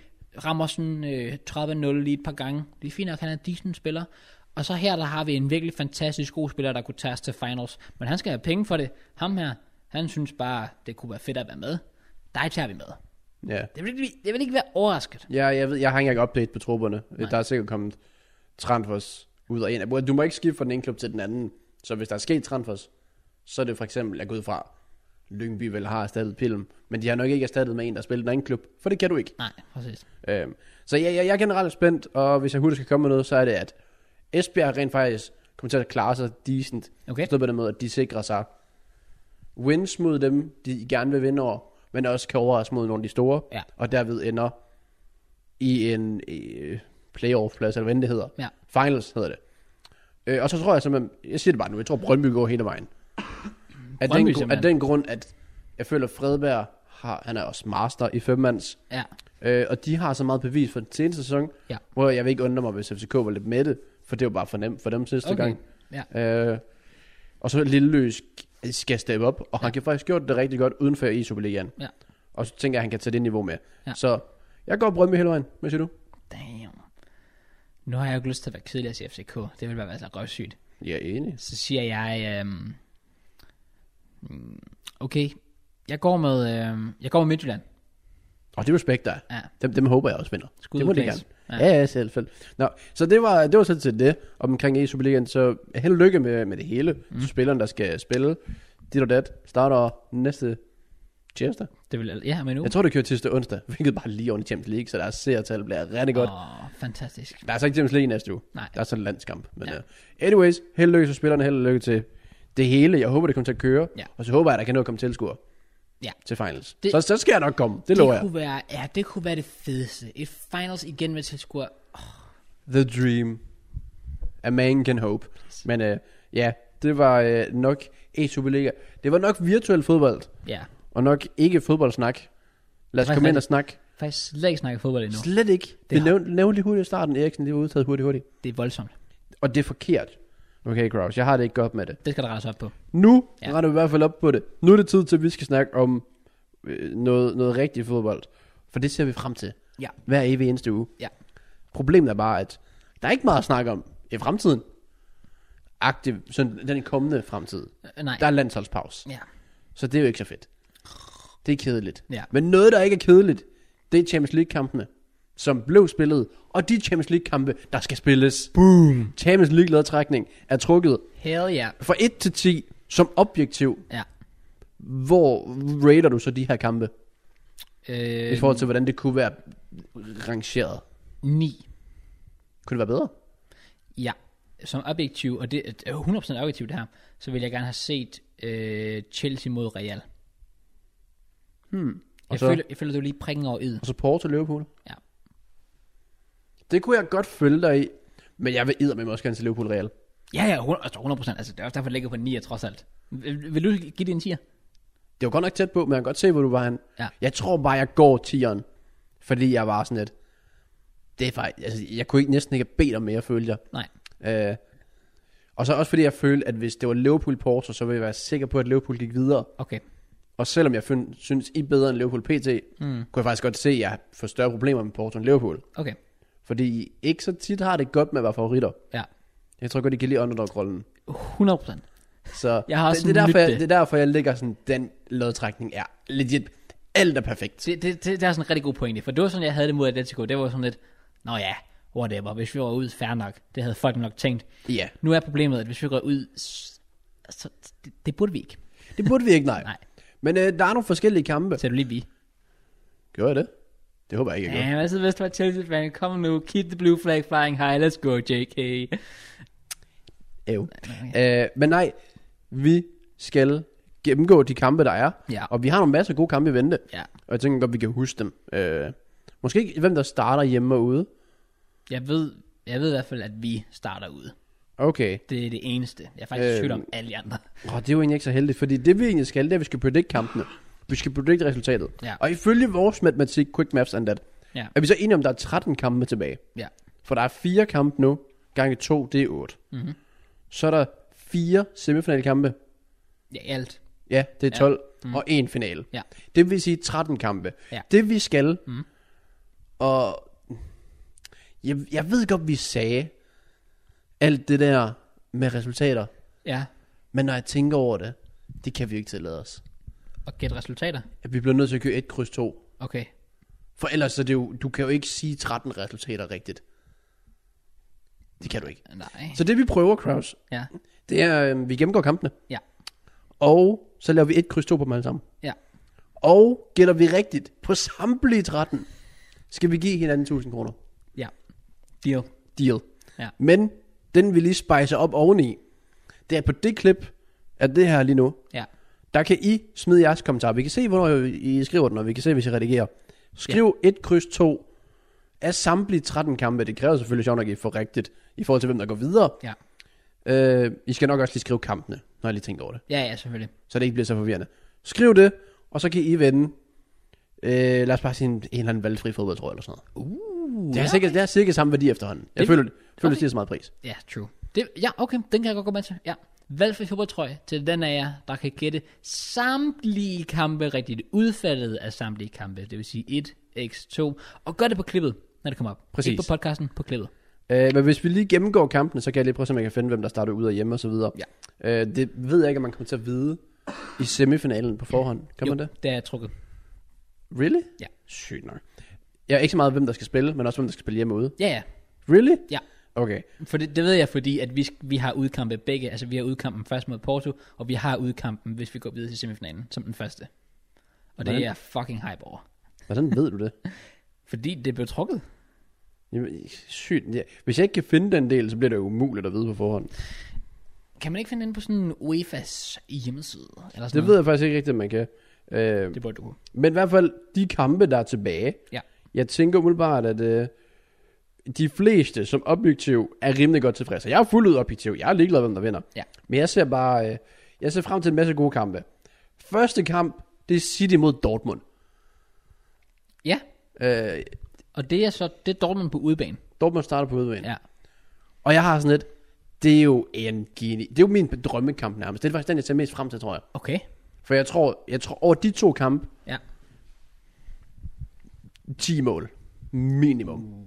S1: rammer sådan øh, 30-0 lige et par gange, det er fint nok, han er en decent spiller, og så her, der har vi en virkelig fantastisk god spiller, der kunne tage os til finals, men han skal have penge for det, ham her, han synes bare, det kunne være fedt at være med, dig tager vi med.
S2: Ja.
S1: Det vil ikke, det vil ikke være overrasket.
S2: Ja, jeg ved, jeg har ikke engang update på trupperne. Nej. Der er sikkert kommet transfers ud og ind. Du må ikke skifte fra den ene klub til den anden. Så hvis der er sket transfers, så er det for eksempel, jeg går ud fra, Lyngby vel har erstattet Pilm, men de har nok ikke erstattet med en, der spiller i den anden klub, for det kan du ikke.
S1: Nej, præcis.
S2: Øhm, så jeg, jeg, jeg er generelt spændt, og hvis jeg hurtigt skal komme med noget, så er det, at Esbjerg rent faktisk kommer til at klare sig decent.
S1: Okay.
S2: Forstået på den måde, at de sikrer sig wins mod dem, de gerne vil vinde over, men også kan overraske mod nogle af de store,
S1: Ja.
S2: og derved ender i en øh, playoff-plads, eller hvad end det hedder.
S1: Ja.
S2: Finals hedder det. Øh, og så tror jeg simpelthen, jeg siger det bare nu, jeg tror Brøndby går hele vejen. Af
S1: Brøndby
S2: den, gru- af
S1: simpelthen.
S2: den grund, at jeg føler Fredberg, har, han er også master i femmands,
S1: Ja,
S2: Øh, og de har så meget bevis for den seneste sæson,
S1: Ja.
S2: hvor jeg vil ikke undre mig, hvis FCK var lidt med det, for det var bare for nemt for dem sidste
S1: okay.
S2: gang.
S1: Ja,
S2: Øh, og så Lilleløs skal steppe op, og ja. han kan faktisk gjort det rigtig godt uden for i Superligaen.
S1: Ja.
S2: Og så tænker jeg, at han kan tage det niveau med.
S1: Ja.
S2: Så jeg går Brøndby hele vejen. Hvad siger du?
S1: damn. Nu har jeg jo ikke lyst til at være kedelig at sige FCK. Det ville bare være så røvsygt.
S2: Jeg er enig.
S1: Så siger jeg, øhm, Mm, Okay, jeg går med, øh, jeg går med Midtjylland.
S2: Og det respekter jeg.
S1: Ja,
S2: Dem, dem håber jeg også vinder.
S1: skud
S2: det
S1: ud
S2: må de
S1: Claes.
S2: gerne. Ja, ja, selvfølgelig. Nå, så det var, det var sådan set det omkring i Superligaen. Så held og lykke med, med det hele. Mm. Spilleren, der skal spille. Dit og dat starter næste tirsdag.
S1: Det vil, ja, men nu.
S2: Jeg tror, det kører tirsdag og onsdag, hvilket bare lige under Champions League, så deres seertal bliver rigtig godt.
S1: Åh, fantastisk.
S2: Der er så ikke Champions League næste uge.
S1: Nej.
S2: Der er sådan en landskamp. Men
S1: Ja.
S2: ja. uh, anyways, held og lykke til spillerne, held og lykke til det hele. Jeg håber, det kommer til at køre.
S1: Ja.
S2: Og så håber jeg, at der kan nå at komme tilskuer
S1: Ja.
S2: til finals.
S1: Det-
S2: Det, så, så skal jeg nok komme, det lover
S1: det
S2: jeg.
S1: kunne være, ja, det kunne være det fedeste. Et finals igen med tilskuer.
S2: The dream. A man can hope. Men øh, ja, det var øh, nok e-Superliga. Det var nok virtuel fodbold,
S1: Ja,
S2: og nok ikke fodboldsnak. Lad os
S1: Hvad
S2: komme
S1: er
S2: ind
S1: det?
S2: og snakke.
S1: faktisk slet ikke snakket fodbold endnu.
S2: Slet ikke.
S1: Det
S2: Det
S1: har-
S2: nævnte nævn lige hurtigt i starten, Eriksen, det var udtaget hurtigt, hurtigt.
S1: Det er voldsomt.
S2: Og det er forkert. Okay, Kraus, jeg har det ikke godt med det.
S1: Det skal der rejse op på.
S2: Nu
S1: Ja.
S2: ja. retter vi i hvert fald op på det. Nu er det tid til, at vi skal snakke om øh, noget, noget rigtig fodbold. For det ser vi frem til.
S1: Ja.
S2: Hver evig eneste uge.
S1: Ja.
S2: Problemet er bare, at der er ikke meget at snakke om i fremtiden. Aktiv, sådan den kommende fremtid.
S1: Øh, nej.
S2: Der er landsholdspause.
S1: Ja.
S2: Så det er jo ikke så fedt. Det er kedeligt.
S1: Ja.
S2: Men noget, der ikke er kedeligt, det er Champions League-kampene, som blev spillet. Og de Champions League-kampe, der skal spilles. Boom! Champions League-lodtrækning er trukket
S1: Hell yeah.
S2: fra 1 til 10 som objektiv.
S1: Ja.
S2: Hvor rater du så de her kampe?
S1: Øh,
S2: Øh, I forhold til, hvordan det kunne være rangeret.
S1: 9.
S2: Kunne det være bedre?
S1: Ja. Som objektiv, og det er 100% objektivt det her, så vil jeg gerne have set øh, Chelsea mod Real.
S2: Hmm. Og,
S1: Jeg
S2: så,
S1: føler, jeg føler, du lige prikken over id.
S2: og så Porto og Liverpool?
S1: Ja.
S2: Det kunne jeg godt følge dig i. Men jeg vil edder med også gerne til Liverpool Real.
S1: Ja, ja, 100%, altså 100%. Altså, det er også derfor, det ligger på 9 trods alt. Vil, vil du give det en 10'er?
S2: Det var godt nok tæt på, men jeg kan godt se, hvor du var han.
S1: Ja.
S2: Jeg tror bare, jeg går tieren. Fordi jeg var sådan lidt... Det er faktisk... Altså, jeg kunne ikke, næsten ikke have bedt om mere, følte jeg.
S1: Nej.
S2: Øh, og så også fordi jeg følte, at hvis det var Liverpool-Porto, så ville jeg være sikker på, at Liverpool gik videre.
S1: Okay.
S2: Og selvom jeg find, synes, I er bedre end Liverpool PT, mm. kunne jeg faktisk godt se, at jeg får større problemer med Porto end Liverpool.
S1: Okay.
S2: Fordi I ikke så tit har det godt med at være favoritter.
S1: Ja.
S2: Jeg tror godt, I kan lide underdog-rollen.
S1: 100%.
S2: Så
S1: Jeg har også
S2: det, det, er
S1: nydt
S2: derfor, jeg,
S1: det.
S2: det. er derfor, jeg ligger sådan, den lodtrækning er legit. Alt er perfekt.
S1: Det, det, det, det er sådan en rigtig god pointe, for det var sådan, jeg havde det mod Atletico. Det var sådan lidt, nå ja, whatever, hvis vi var ud, fair nok. Det havde folk nok tænkt.
S2: Ja.
S1: Nu er problemet, at hvis vi går ud, s- så, det, det burde vi ikke.
S2: Det burde vi ikke, nej.
S1: Nej.
S2: Men øh, der er nogle forskellige kampe.
S1: Så er du lige vi.
S2: Gjorde jeg det? Det håber jeg ikke, jeg gjorde.
S1: Ja, men så altså, hvis du var Chelsea-fan, kom nu, keep the blue flag flying high, let's go, JK.
S2: Ew. Øh, men nej, vi skal gennemgå de kampe, der er.
S1: Ja.
S2: Og vi har nogle masser af gode kampe i vente.
S1: Ja,
S2: Og jeg tænker godt, vi kan huske dem. Øh, måske ikke, hvem der starter hjemme og ude.
S1: jeg ved, jeg ved i hvert fald, at vi starter ud.
S2: Okay.
S1: Det er det eneste. Jeg er faktisk i
S2: Øhm.
S1: tvivl om alle de andre.
S2: Åh, det er jo egentlig ikke så heldigt, fordi det vi egentlig skal, det er, at vi skal predict kampene. Vi skal predict resultatet.
S1: Ja.
S2: Og ifølge vores matematik, quick maps and that,
S1: Ja,
S2: er vi så enige om, der er 13 kampe tilbage.
S1: ja,
S2: For der er fire kampe nu, gange to, det er otte.
S1: Mhm.
S2: Så er der fire semifinalkampe.
S1: ja alt.
S2: Ja, det
S1: Ja. Mhm.
S2: er 12. Og en finale.
S1: Ja.
S2: Det vil sige 13 kampe.
S1: Ja. Mhm.
S2: Det vi skal, mm. og jeg, jeg ved godt, vi sagde alt det der med resultater,
S1: Ja,
S2: men når jeg tænker over det, det kan vi ikke tillade os.
S1: og gæt resultater.
S2: At vi bliver nødt til at køre 1 kryds 2.
S1: Okay.
S2: For ellers er det jo, du kan jo ikke sige 13 resultater rigtigt. Det kan du ikke.
S1: Nej.
S2: Så det vi prøver, Kraus,
S1: Ja,
S2: det er, øh, vi gennemgår kampene.
S1: Ja.
S2: Og så laver vi et kryds 2 på dem alle sammen.
S1: ja.
S2: Og gætter vi rigtigt på samtlige 13, skal vi give hinanden 1000 kroner.
S1: Ja. Deal.
S2: Deal.
S1: Ja.
S2: Men den vi lige spejser op oveni, det er på det klip af det her lige nu,
S1: Ja.
S2: der kan I smide jeres kommentarer. Vi kan se, hvornår I skriver den, og vi kan se, hvis I redigerer. Skriv ja. et kryds 2 af samtlige 13 kampe. Det kræver selvfølgelig sjovt nok, at I får rigtigt i forhold til, hvem der går videre.
S1: Ja.
S2: Øh, I skal nok også lige skrive kampene, når jeg lige tænker over det.
S1: Ja, ja, selvfølgelig.
S2: så det ikke bliver så forvirrende. Skriv det, og så kan I vende. Øh, lad os bare sige en, en eller anden valgfri fodboldtrøje eller sådan noget.
S1: Uh,
S2: Det er, cirka, det er cirka samme værdi efterhånden. Jeg
S1: Det-
S2: det, føler, det, føler
S1: okay.
S2: det stiger så meget pris.
S1: Ja, true. Det, ja, okay, den kan jeg godt gå med til. Ja. Valgfri fodboldtrøje til den af jer, der kan gætte samtlige kampe rigtigt. Udfaldet af samtlige kampe, det vil sige 1x2. Og gør det på klippet, når det kommer op.
S2: Præcis.
S1: Ikke på podcasten, på klippet.
S2: Øh, men hvis vi lige gennemgår kampene, så kan jeg lige prøve, at jeg kan finde, hvem der starter ud og hjemme og så videre.
S1: Ja.
S2: Øh, det ved jeg ikke, om man kommer til at vide. i semifinalen på forhånd. Kan
S1: jo,
S2: man det?
S1: det er trukket.
S2: Really?
S1: Ja.
S2: Sygt nok. Jeg er ikke så meget, hvem der skal spille, men også hvem der skal spille hjemme ude.
S1: Ja, ja.
S2: Really?
S1: Ja.
S2: Okay.
S1: For det, det ved jeg, fordi at vi, sk- vi har udkampet begge. Altså, vi har udkampen først mod Porto, og vi har udkampen, hvis vi går videre til semifinalen, som den første. Og det
S2: Hvordan?
S1: er jeg fucking hype over.
S2: Hvordan ved du det?
S1: Fordi det blev trukket.
S2: Jamen, sygt. Ja. Hvis jeg ikke kan finde den del, så bliver det jo umuligt at vide på forhånd.
S1: Kan man ikke finde den på sådan UEFA's hjemmeside? Eller sådan
S2: Det ved jeg faktisk ikke rigtigt, om man kan. Øh,
S1: noget? Det burde du kunne.
S2: men i hvert fald, de kampe, der er tilbage.
S1: Ja.
S2: Jeg tænker umiddelbart, at øh, de fleste som objektiv er rimelig godt tilfredse. Jeg er fuldt ud objektiv. Jeg er ligeglad, hvem der vinder.
S1: Ja.
S2: Men jeg ser bare, øh, jeg ser frem til en masse gode kampe. Første kamp, det er City mod Dortmund.
S1: Ja,
S2: Øh,
S1: og det er så det er Dortmund på udebane.
S2: Dortmund starter på udebane.
S1: Ja.
S2: Og jeg har sådan lidt, det er jo en geni. Det er jo min drømmekamp nærmest. Det er faktisk den, jeg ser mest frem til, tror jeg.
S1: Okay.
S2: For jeg tror, jeg tror over de to kampe,
S1: Ja.
S2: 10 mål. Minimum.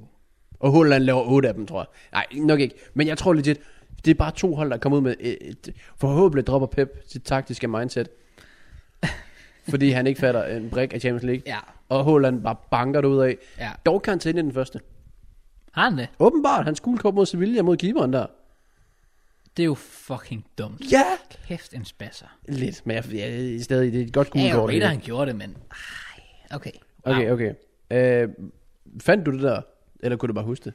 S2: Og Holland laver 8 af dem, tror jeg. Nej, nok ikke. Men jeg tror legit, det er bare to hold, der kommer ud med et, et forhåbentlig dropper Pep sit taktiske mindset. fordi han ikke fatter en brik af Champions League.
S1: Ja.
S2: Og Holland bare banker det ud af.
S1: Ja.
S2: Dog kan han den første.
S1: Har han det?
S2: Åbenbart, han skulle komme mod Sevilla mod keeperen der.
S1: Det er jo fucking dumt.
S2: Ja!
S1: Kæft en spasser.
S2: Lidt, men jeg, jeg, jeg stadig, det er et godt
S1: Ja,
S2: gule
S1: jeg
S2: kort.
S1: ved,
S2: det
S1: at han gjorde det, men... Ej, okay.
S2: her. Okay, okay. Øh, fandt du det der? Eller kunne du bare huske det?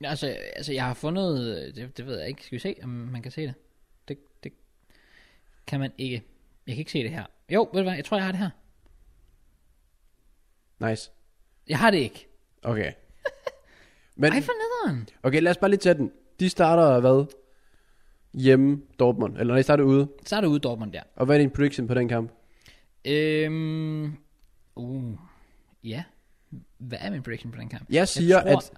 S1: Ja, Altså, altså jeg har fundet, øh, det, det ved jeg ikke, skal vi se, om man kan se det? det? Det kan man ikke. Jeg kan ikke se det her. Jo, ved du hvad, jeg tror, jeg har det her.
S2: Nice.
S1: Jeg har det ikke.
S2: Okay. Men,
S1: Ej, for nederen.
S2: Okay, lad os bare lige tage den. De starter hvad? Hjemme, Dortmund. Eller nej, de starter ude.
S1: Så er det ude Dortmund der.
S2: Og hvad er din prediction på den kamp?
S1: Øhm, uh, ja. Hvad er min prediction på den kamp?
S2: Jeg siger,
S1: tror,
S2: at...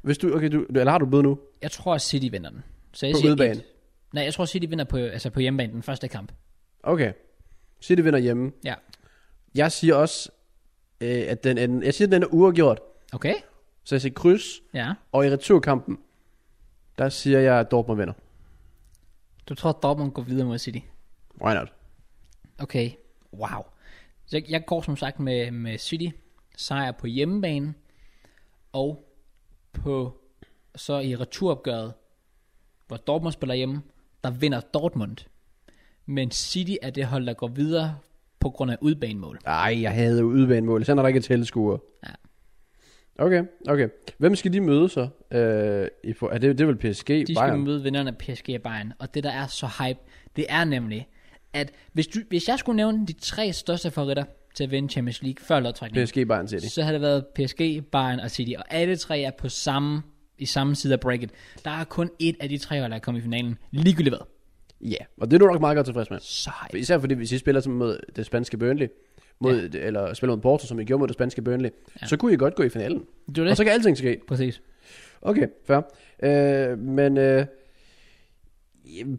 S2: Hvis du, okay, du, eller har du bød nu?
S1: Jeg tror, at City vinder den. Så jeg
S2: På
S1: siger
S2: udebane?
S1: et. Nej, jeg tror, City vinder på, altså på hjemmebane den første kamp.
S2: Okay. City vinder hjemme.
S1: Ja.
S2: Jeg siger også, øh, at den, er, jeg siger, at den er uafgjort.
S1: Okay?
S2: Så jeg siger kryds.
S1: Ja.
S2: Og i returkampen, der siger jeg, at Dortmund vinder.
S1: Du tror, at Dortmund går videre mod City?
S2: Why not?
S1: Okay, wow. Så jeg- jeg går som sagt med, med City, sejr på hjemmebane, og på så i returopgøret, hvor Dortmund spiller hjemme, der vinder Dortmund. Men City er det hold, der går videre på grund af udbanemål.
S2: Ej, jeg havde jo udbanemål. Sådan er der ikke tilskuer.
S1: Ja.
S2: Okay, okay. Hvem skal de møde så? Øh, i for, er det, det er vel PSG?
S1: De skal
S2: Bayern?
S1: møde vinderne af PSG og Bayern, og det der er så hype, det er nemlig, at hvis, du, hvis jeg skulle nævne de tre største favoritter til at vinde Champions League før lodtrækningen,
S2: PSG, Bayern siger de.
S1: så har det været PSG, Bayern og City, og alle tre er på samme, i samme side af bracket. Der er kun et af de tre hold, der er kommet i finalen, ligegyldigt hvad.
S2: Ja, og det er du nok meget godt tilfreds med.
S1: Så
S2: For
S1: hype.
S2: Især fordi, hvis I spiller som mod det spanske Burnley, mod, ja. eller spiller mod Porto, som I gjorde mod det spanske Burnley, ja. så kunne I godt gå i finalen.
S1: Det var
S2: Og
S1: det.
S2: så kan alting ske.
S1: Præcis.
S2: Okay, fair. Øh, men øh,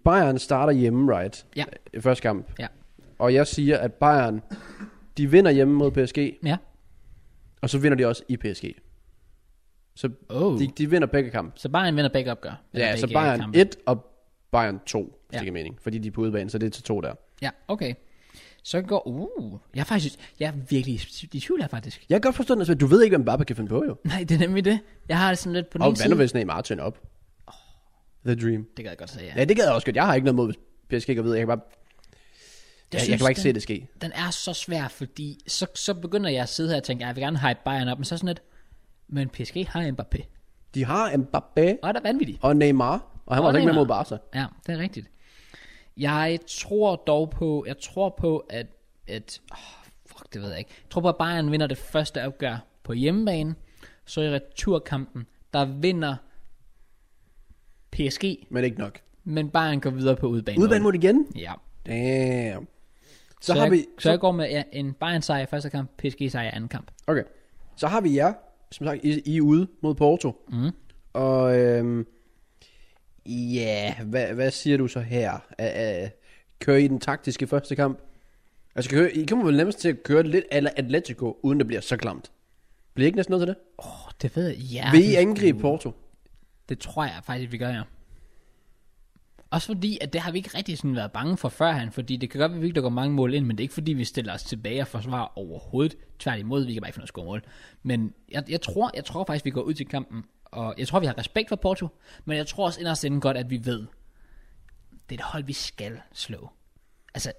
S2: Bayern starter hjemme, right?
S1: Ja.
S2: Øh, Første kamp.
S1: Ja.
S2: Og jeg siger, at Bayern, de vinder hjemme mod PSG,
S1: Ja.
S2: og så vinder de også i PSG. Så
S1: Oh.
S2: de, de vinder begge kampe.
S1: Så Bayern vinder begge opgør. Eller
S2: Ja, så
S1: begge
S2: Bayern
S1: kampe.
S2: 1 og Bayern 2, hvis
S1: Ja.
S2: det giver mening. Fordi de er på udebane, så det er til 2 der.
S1: Ja, okay. Så går, uh, jeg er faktisk, jeg er virkelig i tvivl her faktisk.
S2: Jeg kan godt forstå, at du ved ikke, hvad Mbappe kan finde på, jo.
S1: Nej, det er nemlig det. Jeg har det sådan lidt på den
S2: Og
S1: ene
S2: hvad nu
S1: side.
S2: hvis Neymar tønder op? The dream.
S1: Det kan jeg godt sige, ja.
S2: Ja, det gad jeg også godt. Jeg har ikke noget mod, hvis PSG går videre. Jeg kan bare, jeg, jeg
S1: synes,
S2: kan bare ikke
S1: den-
S2: se det ske.
S1: den er så svær, fordi så, så begynder jeg at sidde her og tænke, "Ej, jeg vil gerne hype Bayern op, men så sådan lidt, men PSG har Mbappé.
S2: De har Mbappé
S1: Og er der vanvittigt.
S2: og Neymar, og han
S1: Og
S2: var altså ikke med
S1: Neymar.
S2: mod Barca.
S1: Ja, det er rigtigt. Jeg tror dog på, jeg tror på, at, at oh, fuck, det ved jeg ikke. Jeg tror på, at Bayern vinder det første opgør på hjemmebane, så i returkampen, der vinder PSG,
S2: Men ikke nok.
S1: men Bayern går videre på udbanen.
S2: Udbane mod igen?
S1: Ja.
S2: Damn. Så,
S1: Så,
S2: så har
S1: jeg,
S2: vi...
S1: så jeg går med ja, en Bayern sejr i første kamp, PSG sejr i anden kamp.
S2: Okay. Så har vi jer, som sagt, I, I er ude mod Porto. Mm. Og øhm, ja, hvad, hvad siger du så her? Uh, uh, kører I den taktiske første kamp? Altså, kører, I kommer vel nemmest til at køre lidt eller Atletico, uden det bliver så klamt. Bliver I ikke næsten noget til det?
S1: Åh, oh, det ved jeg. Ja,
S2: Vil I angribe Porto?
S1: det tror jeg faktisk, vi gør, ja. Også fordi, at det har vi ikke rigtig sådan været bange for førhen, fordi det kan godt være, at vi ikke lukker mange mål ind, men det er ikke fordi, vi stiller os tilbage og forsvarer overhovedet. Tværtimod, vi kan bare ikke finde at score mål. Men jeg, jeg, tror, jeg tror faktisk, vi går ud til kampen, og jeg tror, vi har respekt for Porto, men jeg tror også inderst inden godt, at vi ved, det er et hold, vi skal slå. Altså,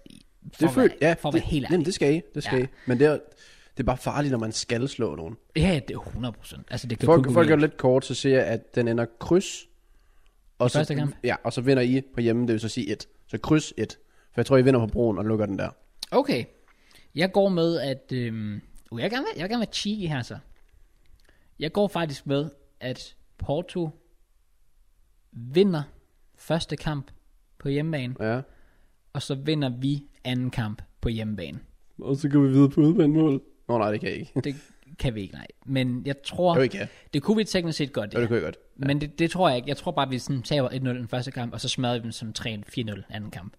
S1: for
S2: Det
S1: at
S2: føler,
S1: være,
S2: ja,
S1: for at
S2: det,
S1: være helt ærlig.
S2: jamen, det skal I, det skal
S1: Ja.
S2: ja. I. Men det er, det er bare farligt, når man skal slå nogen.
S1: Ja, det er 100%. Altså, det kan jo kun
S2: Folk,
S1: gå
S2: folk
S1: ud.
S2: er lidt kort, så siger jeg, at den ender kryds. Og
S1: første
S2: så,
S1: kamp?
S2: ja, og så vinder I på hjemme, det vil så sige et. Så kryds et. For jeg tror, I vinder på broen og lukker den der.
S1: Okay. Jeg går med, at... Øhm, uh, jeg, vil gerne være, jeg vil gerne være cheeky her, så. Jeg går faktisk med, at Porto vinder første kamp på hjemmebane,
S2: Ja.
S1: og så vinder vi anden kamp på hjemmebane.
S2: Og så går vi videre på udbanemål. Nå nej, det kan jeg ikke.
S1: Det kan vi ikke, nej. Men jeg tror...
S2: Jo, I kan.
S1: Det kunne vi teknisk set godt,
S2: Jo,
S1: ja.
S2: det kunne jeg godt.
S1: Men det, det tror jeg ikke. Jeg tror bare, vi sådan taber 1-0 den første kamp, og så smadrer vi dem som 3-4-0 anden kamp.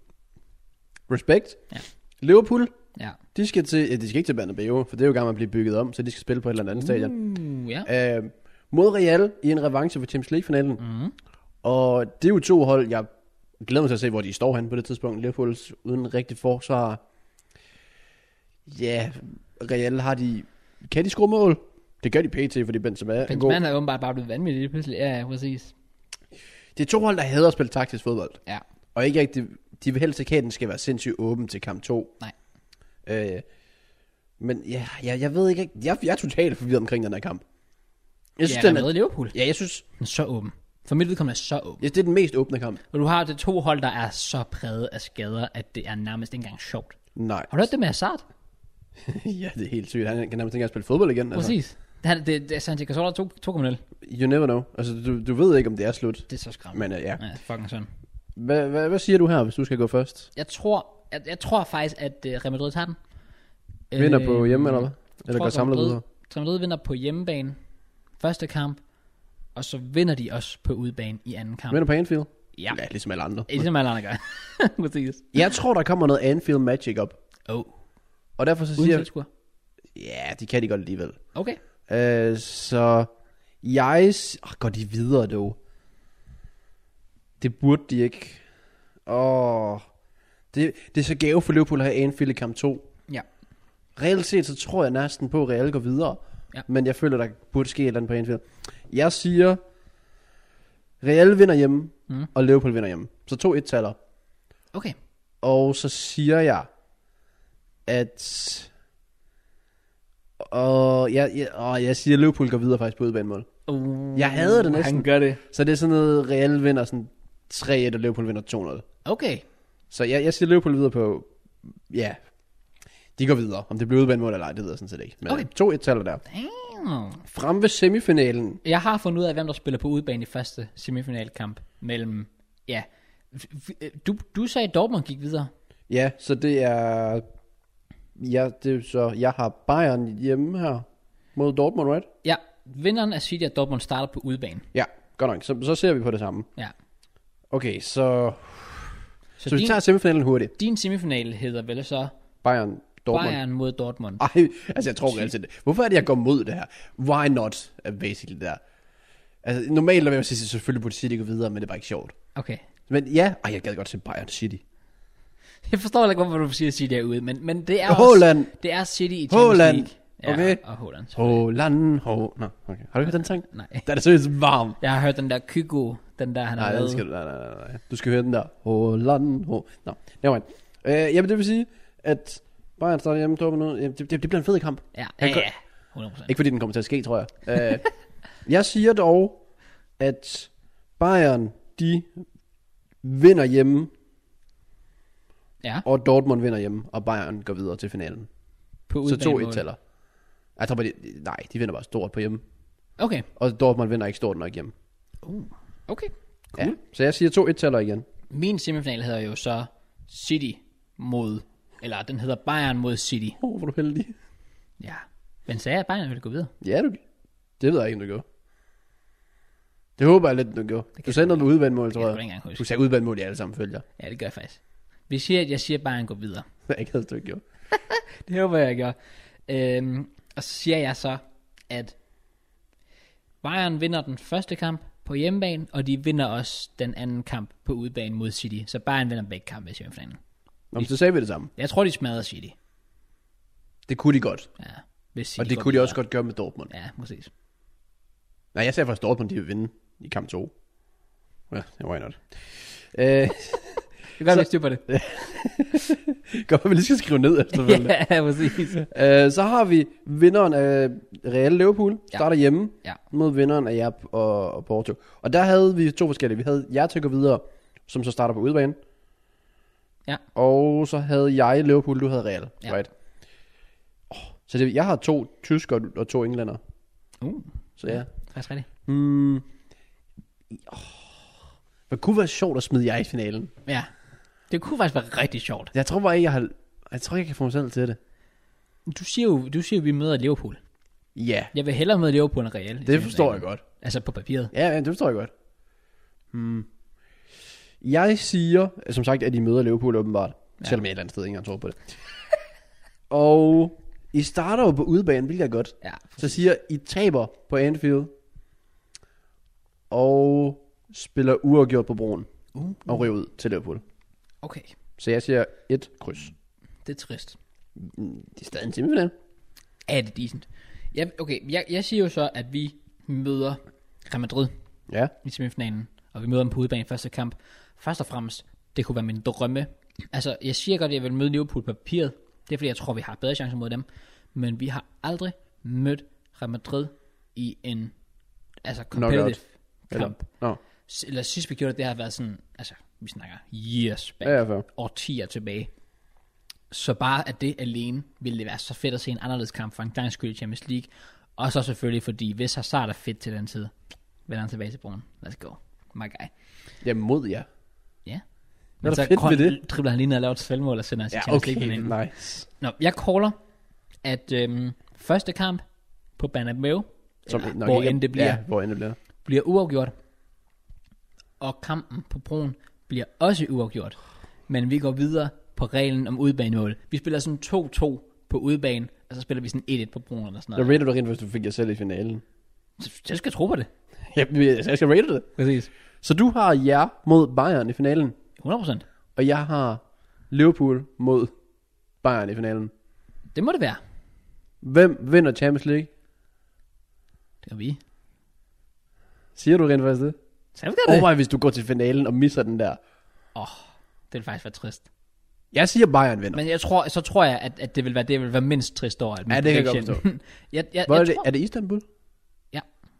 S2: Respekt.
S1: Ja.
S2: Liverpool,
S1: Ja.
S2: de skal, til, ja, de skal ikke til Bernabeu, for det er jo i gang med at blive bygget om, så de skal spille på et eller andet stadion.
S1: Uh, ja.
S2: øh, mod Real i en revanche for Champions League-finalen.
S1: Mhm.
S2: Mm. Og det er jo to hold, jeg glæder mig til at se, hvor de står hen på det tidspunkt. Liverpools uden rigtig forsvar. Ja, Real har de... Kan de score mål? Det gør de pt, fordi Benzema er god.
S1: Benzema er åbenbart bare blevet vanvittig lige pludselig. Ja, ja, præcis.
S2: Det er to hold, der hader at spille taktisk fodbold.
S1: Ja.
S2: Og ikke rigtig, de vil helst ikke have, at den skal være sindssygt åben til kamp 2.
S1: Nej.
S2: Øh, men ja, jeg, jeg ved ikke, rigtig- jeg, jeg er totalt forvirret omkring den her kamp. Jeg synes, ja, den er,
S1: Liverpool.
S2: ja, jeg synes,
S1: Den er så åben. For mit vedkommende er så åben.
S2: jeg, det er den mest åbne kamp.
S1: Og du har det to hold, der er så præget af skader, at det er nærmest ikke engang sjovt.
S2: Nej.
S1: Har du hørt det med Hazard?
S2: Altså- ja, det er helt sygt. Han kan nærmest ikke engang spille fodbold igen. Altså.
S1: Præcis. Det, er- det, det er Santi Cazorla 2,0.
S2: You never know. Altså, du, du ved ikke, om det er slut.
S1: Det er så skræmmende.
S2: Men uh, ja.
S1: Ja, det er fucking sådan.
S2: Hvad hva, hvad siger du her, hvis du skal gå først?
S1: Jeg tror, jeg, jeg tror faktisk, at uh, Real Madrid tager den.
S2: Vinder
S1: Øh,
S2: på hjemme, eller hvad?
S1: jeg
S2: Eller
S1: tror,
S2: går
S1: at
S2: samlet
S1: Real
S2: videre?
S1: Madrid- Real Madrid vinder på hjemmebane første kamp, og så vinder de også på udebane i anden kamp.
S2: Vinder på Anfield?
S1: Ja,
S2: ja ligesom alle andre.
S1: det er ligesom alle andre gør. Præcis.
S2: Jeg tror, der kommer noget Anfield Magic op.
S1: Oh,
S2: Og derfor så
S1: uden
S2: siger jeg,
S1: tilskuer.
S2: ja, de kan de godt alligevel.
S1: Okay.
S2: Uh, så jeg... s- Åh, går de videre, dog? Det burde de ikke. Åh, det, det er så gave for Liverpool at have Anfield i kamp 2.
S1: Ja.
S2: Reelt set, så tror jeg næsten på, at Real går videre.
S1: Ja.
S2: Men jeg føler, der burde ske et eller andet på Anfield. Jeg siger, Real vinder hjemme,
S1: Mm.
S2: mm. og Liverpool vinder hjemme. Så to et-taller.
S1: Okay.
S2: Og så siger jeg, at... Og jeg, jeg, og jeg siger, at Liverpool går videre faktisk på udbanemål.
S1: Uh,
S2: Jeg hader det
S1: Han
S2: næsten.
S1: gør det.
S2: Så det er sådan noget, Real vinder sådan 3-1, og Liverpool vinder 2-0.
S1: Okay.
S2: Så jeg, jeg siger Liverpool videre på... Ja, de går videre. Om det bliver udbanemål eller ej, det ved jeg sådan set ikke. Men
S1: Okay.
S2: 2-1-taller der.
S1: Damn.
S2: Frem ved semifinalen.
S1: Jeg har fundet ud af, hvem der spiller på udebane i første semifinalkamp mellem... Ja. F- f- Du, du sagde, at Dortmund gik videre.
S2: Ja, så det er... Ja, det er så... Jeg har Bayern hjemme her mod Dortmund, right?
S1: Ja, vinderen af City og Dortmund starter på udebane.
S2: Ja, godt nok. Så, så ser vi på det samme.
S1: Ja.
S2: Okay, så...
S1: Så, så
S2: Så, så
S1: din,
S2: vi tager semifinalen hurtigt.
S1: din semifinal hedder vel så
S2: Bayern, Dortmund. Bayern.
S1: Bayern mod Dortmund.
S2: Ej, altså jeg tror altid det. Hvorfor er det, jeg går mod det her? Why not, er basically det der. Altså normalt vil jeg sige, at selvfølgelig burde City gå videre, men det er bare ikke sjovt.
S1: Okay.
S2: Men ja, ej, jeg gad godt se Bayern City.
S1: Jeg forstår heller ikke, hvorfor du siger City er ude, men, men det er
S2: Haaland.
S1: også... Det er City i Champions
S2: Haaland.
S1: League. Ja,
S2: Okay.
S1: og Holland.
S2: Holland, ho... Nå, okay. Har du hørt den sang?
S1: Nej.
S2: Den er seriøst varm.
S1: Jeg har hørt den der Kygo, den der han har
S2: Nej, den
S1: lavet.
S2: skal du, nej, nej, nej, nej. Du skal høre den der. Holland, ho... Nå, nevermind. Øh, jamen, det vil sige, at Bayern starter hjemme, Dortmund ud. Jamen, det, det, det bliver en fed kamp.
S1: Ja, ja,
S2: Han kan-
S1: ja. 100%.
S2: Ikke fordi den kommer til at ske, tror jeg. Øh, jeg siger dog, at Bayern, de vinder hjemme,
S1: Ja,
S2: og Dortmund vinder hjemme, og Bayern går videre til finalen.
S1: på
S2: Så to
S1: udbanemål.
S2: et-taller. Jeg tror bare, de, nej, de vinder bare stort på hjemme.
S1: Okay.
S2: Og Dortmund vinder ikke stort nok hjemme.
S1: Okay.
S2: Cool. Ja, så jeg siger to et-taller igen.
S1: Min semifinal hedder jo så City mod, eller den hedder Bayern mod City.
S2: Åh, oh, hvor er du heldig.
S1: Ja. Men sagde jeg, at Bayern ville gå videre?
S2: Ja, du, det ved jeg ikke, om du gjorde. Det håber jeg lidt, du gjorde. Du sagde noget med udvandmål,
S1: Jeg
S2: tror
S1: kan ikke
S2: jeg.
S1: engang
S2: Du
S1: huske.
S2: sagde udvandmål, jeg alle sammen følger.
S1: Ja, det gør jeg faktisk. Vi siger, at jeg siger, at Bayern går videre.
S2: Ikke havde du ikke gjort.
S1: Det håber jeg, jeg gør. Øhm, og så siger jeg så, at Bayern vinder den første kamp på hjemmebane, og de vinder også den anden kamp på udebane mod City. Så Bayern vinder begge kampe i semifinalen.
S2: Nå, men så sagde vi det samme.
S1: Jeg tror, de smadrer City.
S2: Det kunne de godt.
S1: Ja, hvis City
S2: Og det
S1: går
S2: kunne de
S1: videre.
S2: også godt gøre med Dortmund.
S1: Ja, præcis.
S2: Nej, jeg sagde faktisk Dortmund, de vil vinde i kamp 2. Ja, why not? Øh,
S1: Det gør,
S2: Så-
S1: vi styr på det.
S2: godt, at vi lige skal skrive ned efterfølgende.
S1: ja, præcis.
S2: Øh, så har vi vinderen af Real Liverpool,
S1: Ja.
S2: starter hjemme
S1: Ja.
S2: mod vinderen af jer og, og Porto. Og der havde vi to forskellige. Vi havde jer til at gå videre, som så starter på udebane.
S1: Ja.
S2: Og så havde jeg Liverpool, du havde Real.
S1: Ja.
S2: Ja. Right. Oh, så det, jeg har to tyskere og to englænder.
S1: Uh,
S2: Så ja.
S1: faktisk rigtigt.
S2: Hmm. Oh. Det kunne være sjovt at smide jer i finalen.
S1: Ja. Det kunne faktisk være rigtig sjovt.
S2: Jeg tror bare ikke, jeg har... Jeg tror ikke, jeg kan få mig selv til det.
S1: Du siger jo, du siger, jo, vi møder Liverpool.
S2: Ja,
S1: Jeg vil hellere møde Liverpool end Real. i
S2: det
S1: semifinalen.
S2: forstår jeg godt.
S1: Altså på papiret.
S2: Ja, ja, det forstår jeg godt. Hmm. Jeg siger, som sagt, at de møder Liverpool åbenbart.
S1: Ja.
S2: Ja. Selvom jeg et eller andet sted ikke engang tror på det. og I starter jo på udebane, hvilket er godt.
S1: Ja.
S2: Så siger I taber på Anfield. Og spiller uafgjort på broen.
S1: Uh.
S2: Og ryger ud til Liverpool.
S1: Okay.
S2: Så jeg siger et kryds.
S1: Det er trist.
S2: Mm, Det er stadig en semifinal.
S1: Er det decent? Ja, okay, jeg, jeg siger jo så, at vi møder Real Madrid
S2: Ja.
S1: i semifinalen, og vi møder dem på udebane i første kamp. Først og fremmest, det kunne være min drømme. Altså, jeg siger godt, at jeg vil møde Liverpool på papiret. Det er fordi, jeg tror, vi har bedre chancer mod dem. Men vi har aldrig mødt Real Madrid i en altså competitive
S2: Eller,
S1: kamp.
S2: nå,
S1: S- Eller sidst vi gjorde det, det har været sådan, altså, vi snakker years back
S2: ja, ja, for.
S1: årtier tilbage. Så bare at det alene ville det være så fedt at se en anderledes kamp for en gang skyld i Champions League. Og så selvfølgelig, fordi hvis Hazard er fedt til den tid, vender han tilbage til broen. Let's go. My guy.
S2: Ja, mod jer.
S1: Ja.
S2: er der fedt ved det?
S1: dribler han lige ned og laver et selvmål og sender os
S2: Ja,
S1: til Champions League.
S2: okay.
S1: finalen.
S2: Nice.
S1: Nå, jeg caller, at øhm, første kamp på Bernabeu,
S2: Som
S1: eller
S2: nok
S1: hvor
S2: ikke-
S1: end det bliver,
S2: Ja, hvor end det bliver.
S1: bliver uafgjort. Og kampen på broen bliver også uafgjort. Men vi går videre på reglen om udbanemål. Vi spiller sådan 2-2 på udbane, og så spiller vi sådan 1-1 på broen eller sådan
S2: Jeg
S1: noget.
S2: rated du rent, hvis du fik jer selv i finalen.
S1: Så jeg skal tro på det.
S2: Jeg, jeg skal rate det.
S1: Præcis.
S2: Så du har jer mod Bayern i finalen,
S1: 100%.
S2: og jeg har Liverpool mod Bayern i finalen.
S1: Det må det være.
S2: Hvem vinder Champions League?
S1: Det er vi.
S2: Siger du rent faktisk det? Øh.
S1: Så vi det.
S2: Overvej, hvis du går til finalen og misser den der.
S1: Åh, oh, det vil faktisk være trist.
S2: Jeg siger Bayern vinder.
S1: Men jeg tror, så tror jeg, at, at det vil være det vil være mindst trist over. at min
S2: Ja, det kan jeg godt
S1: prediction- jeg, jeg, jeg,
S2: Hvor er,
S1: jeg
S2: det,
S1: tror,
S2: er det Istanbul?
S1: Ja.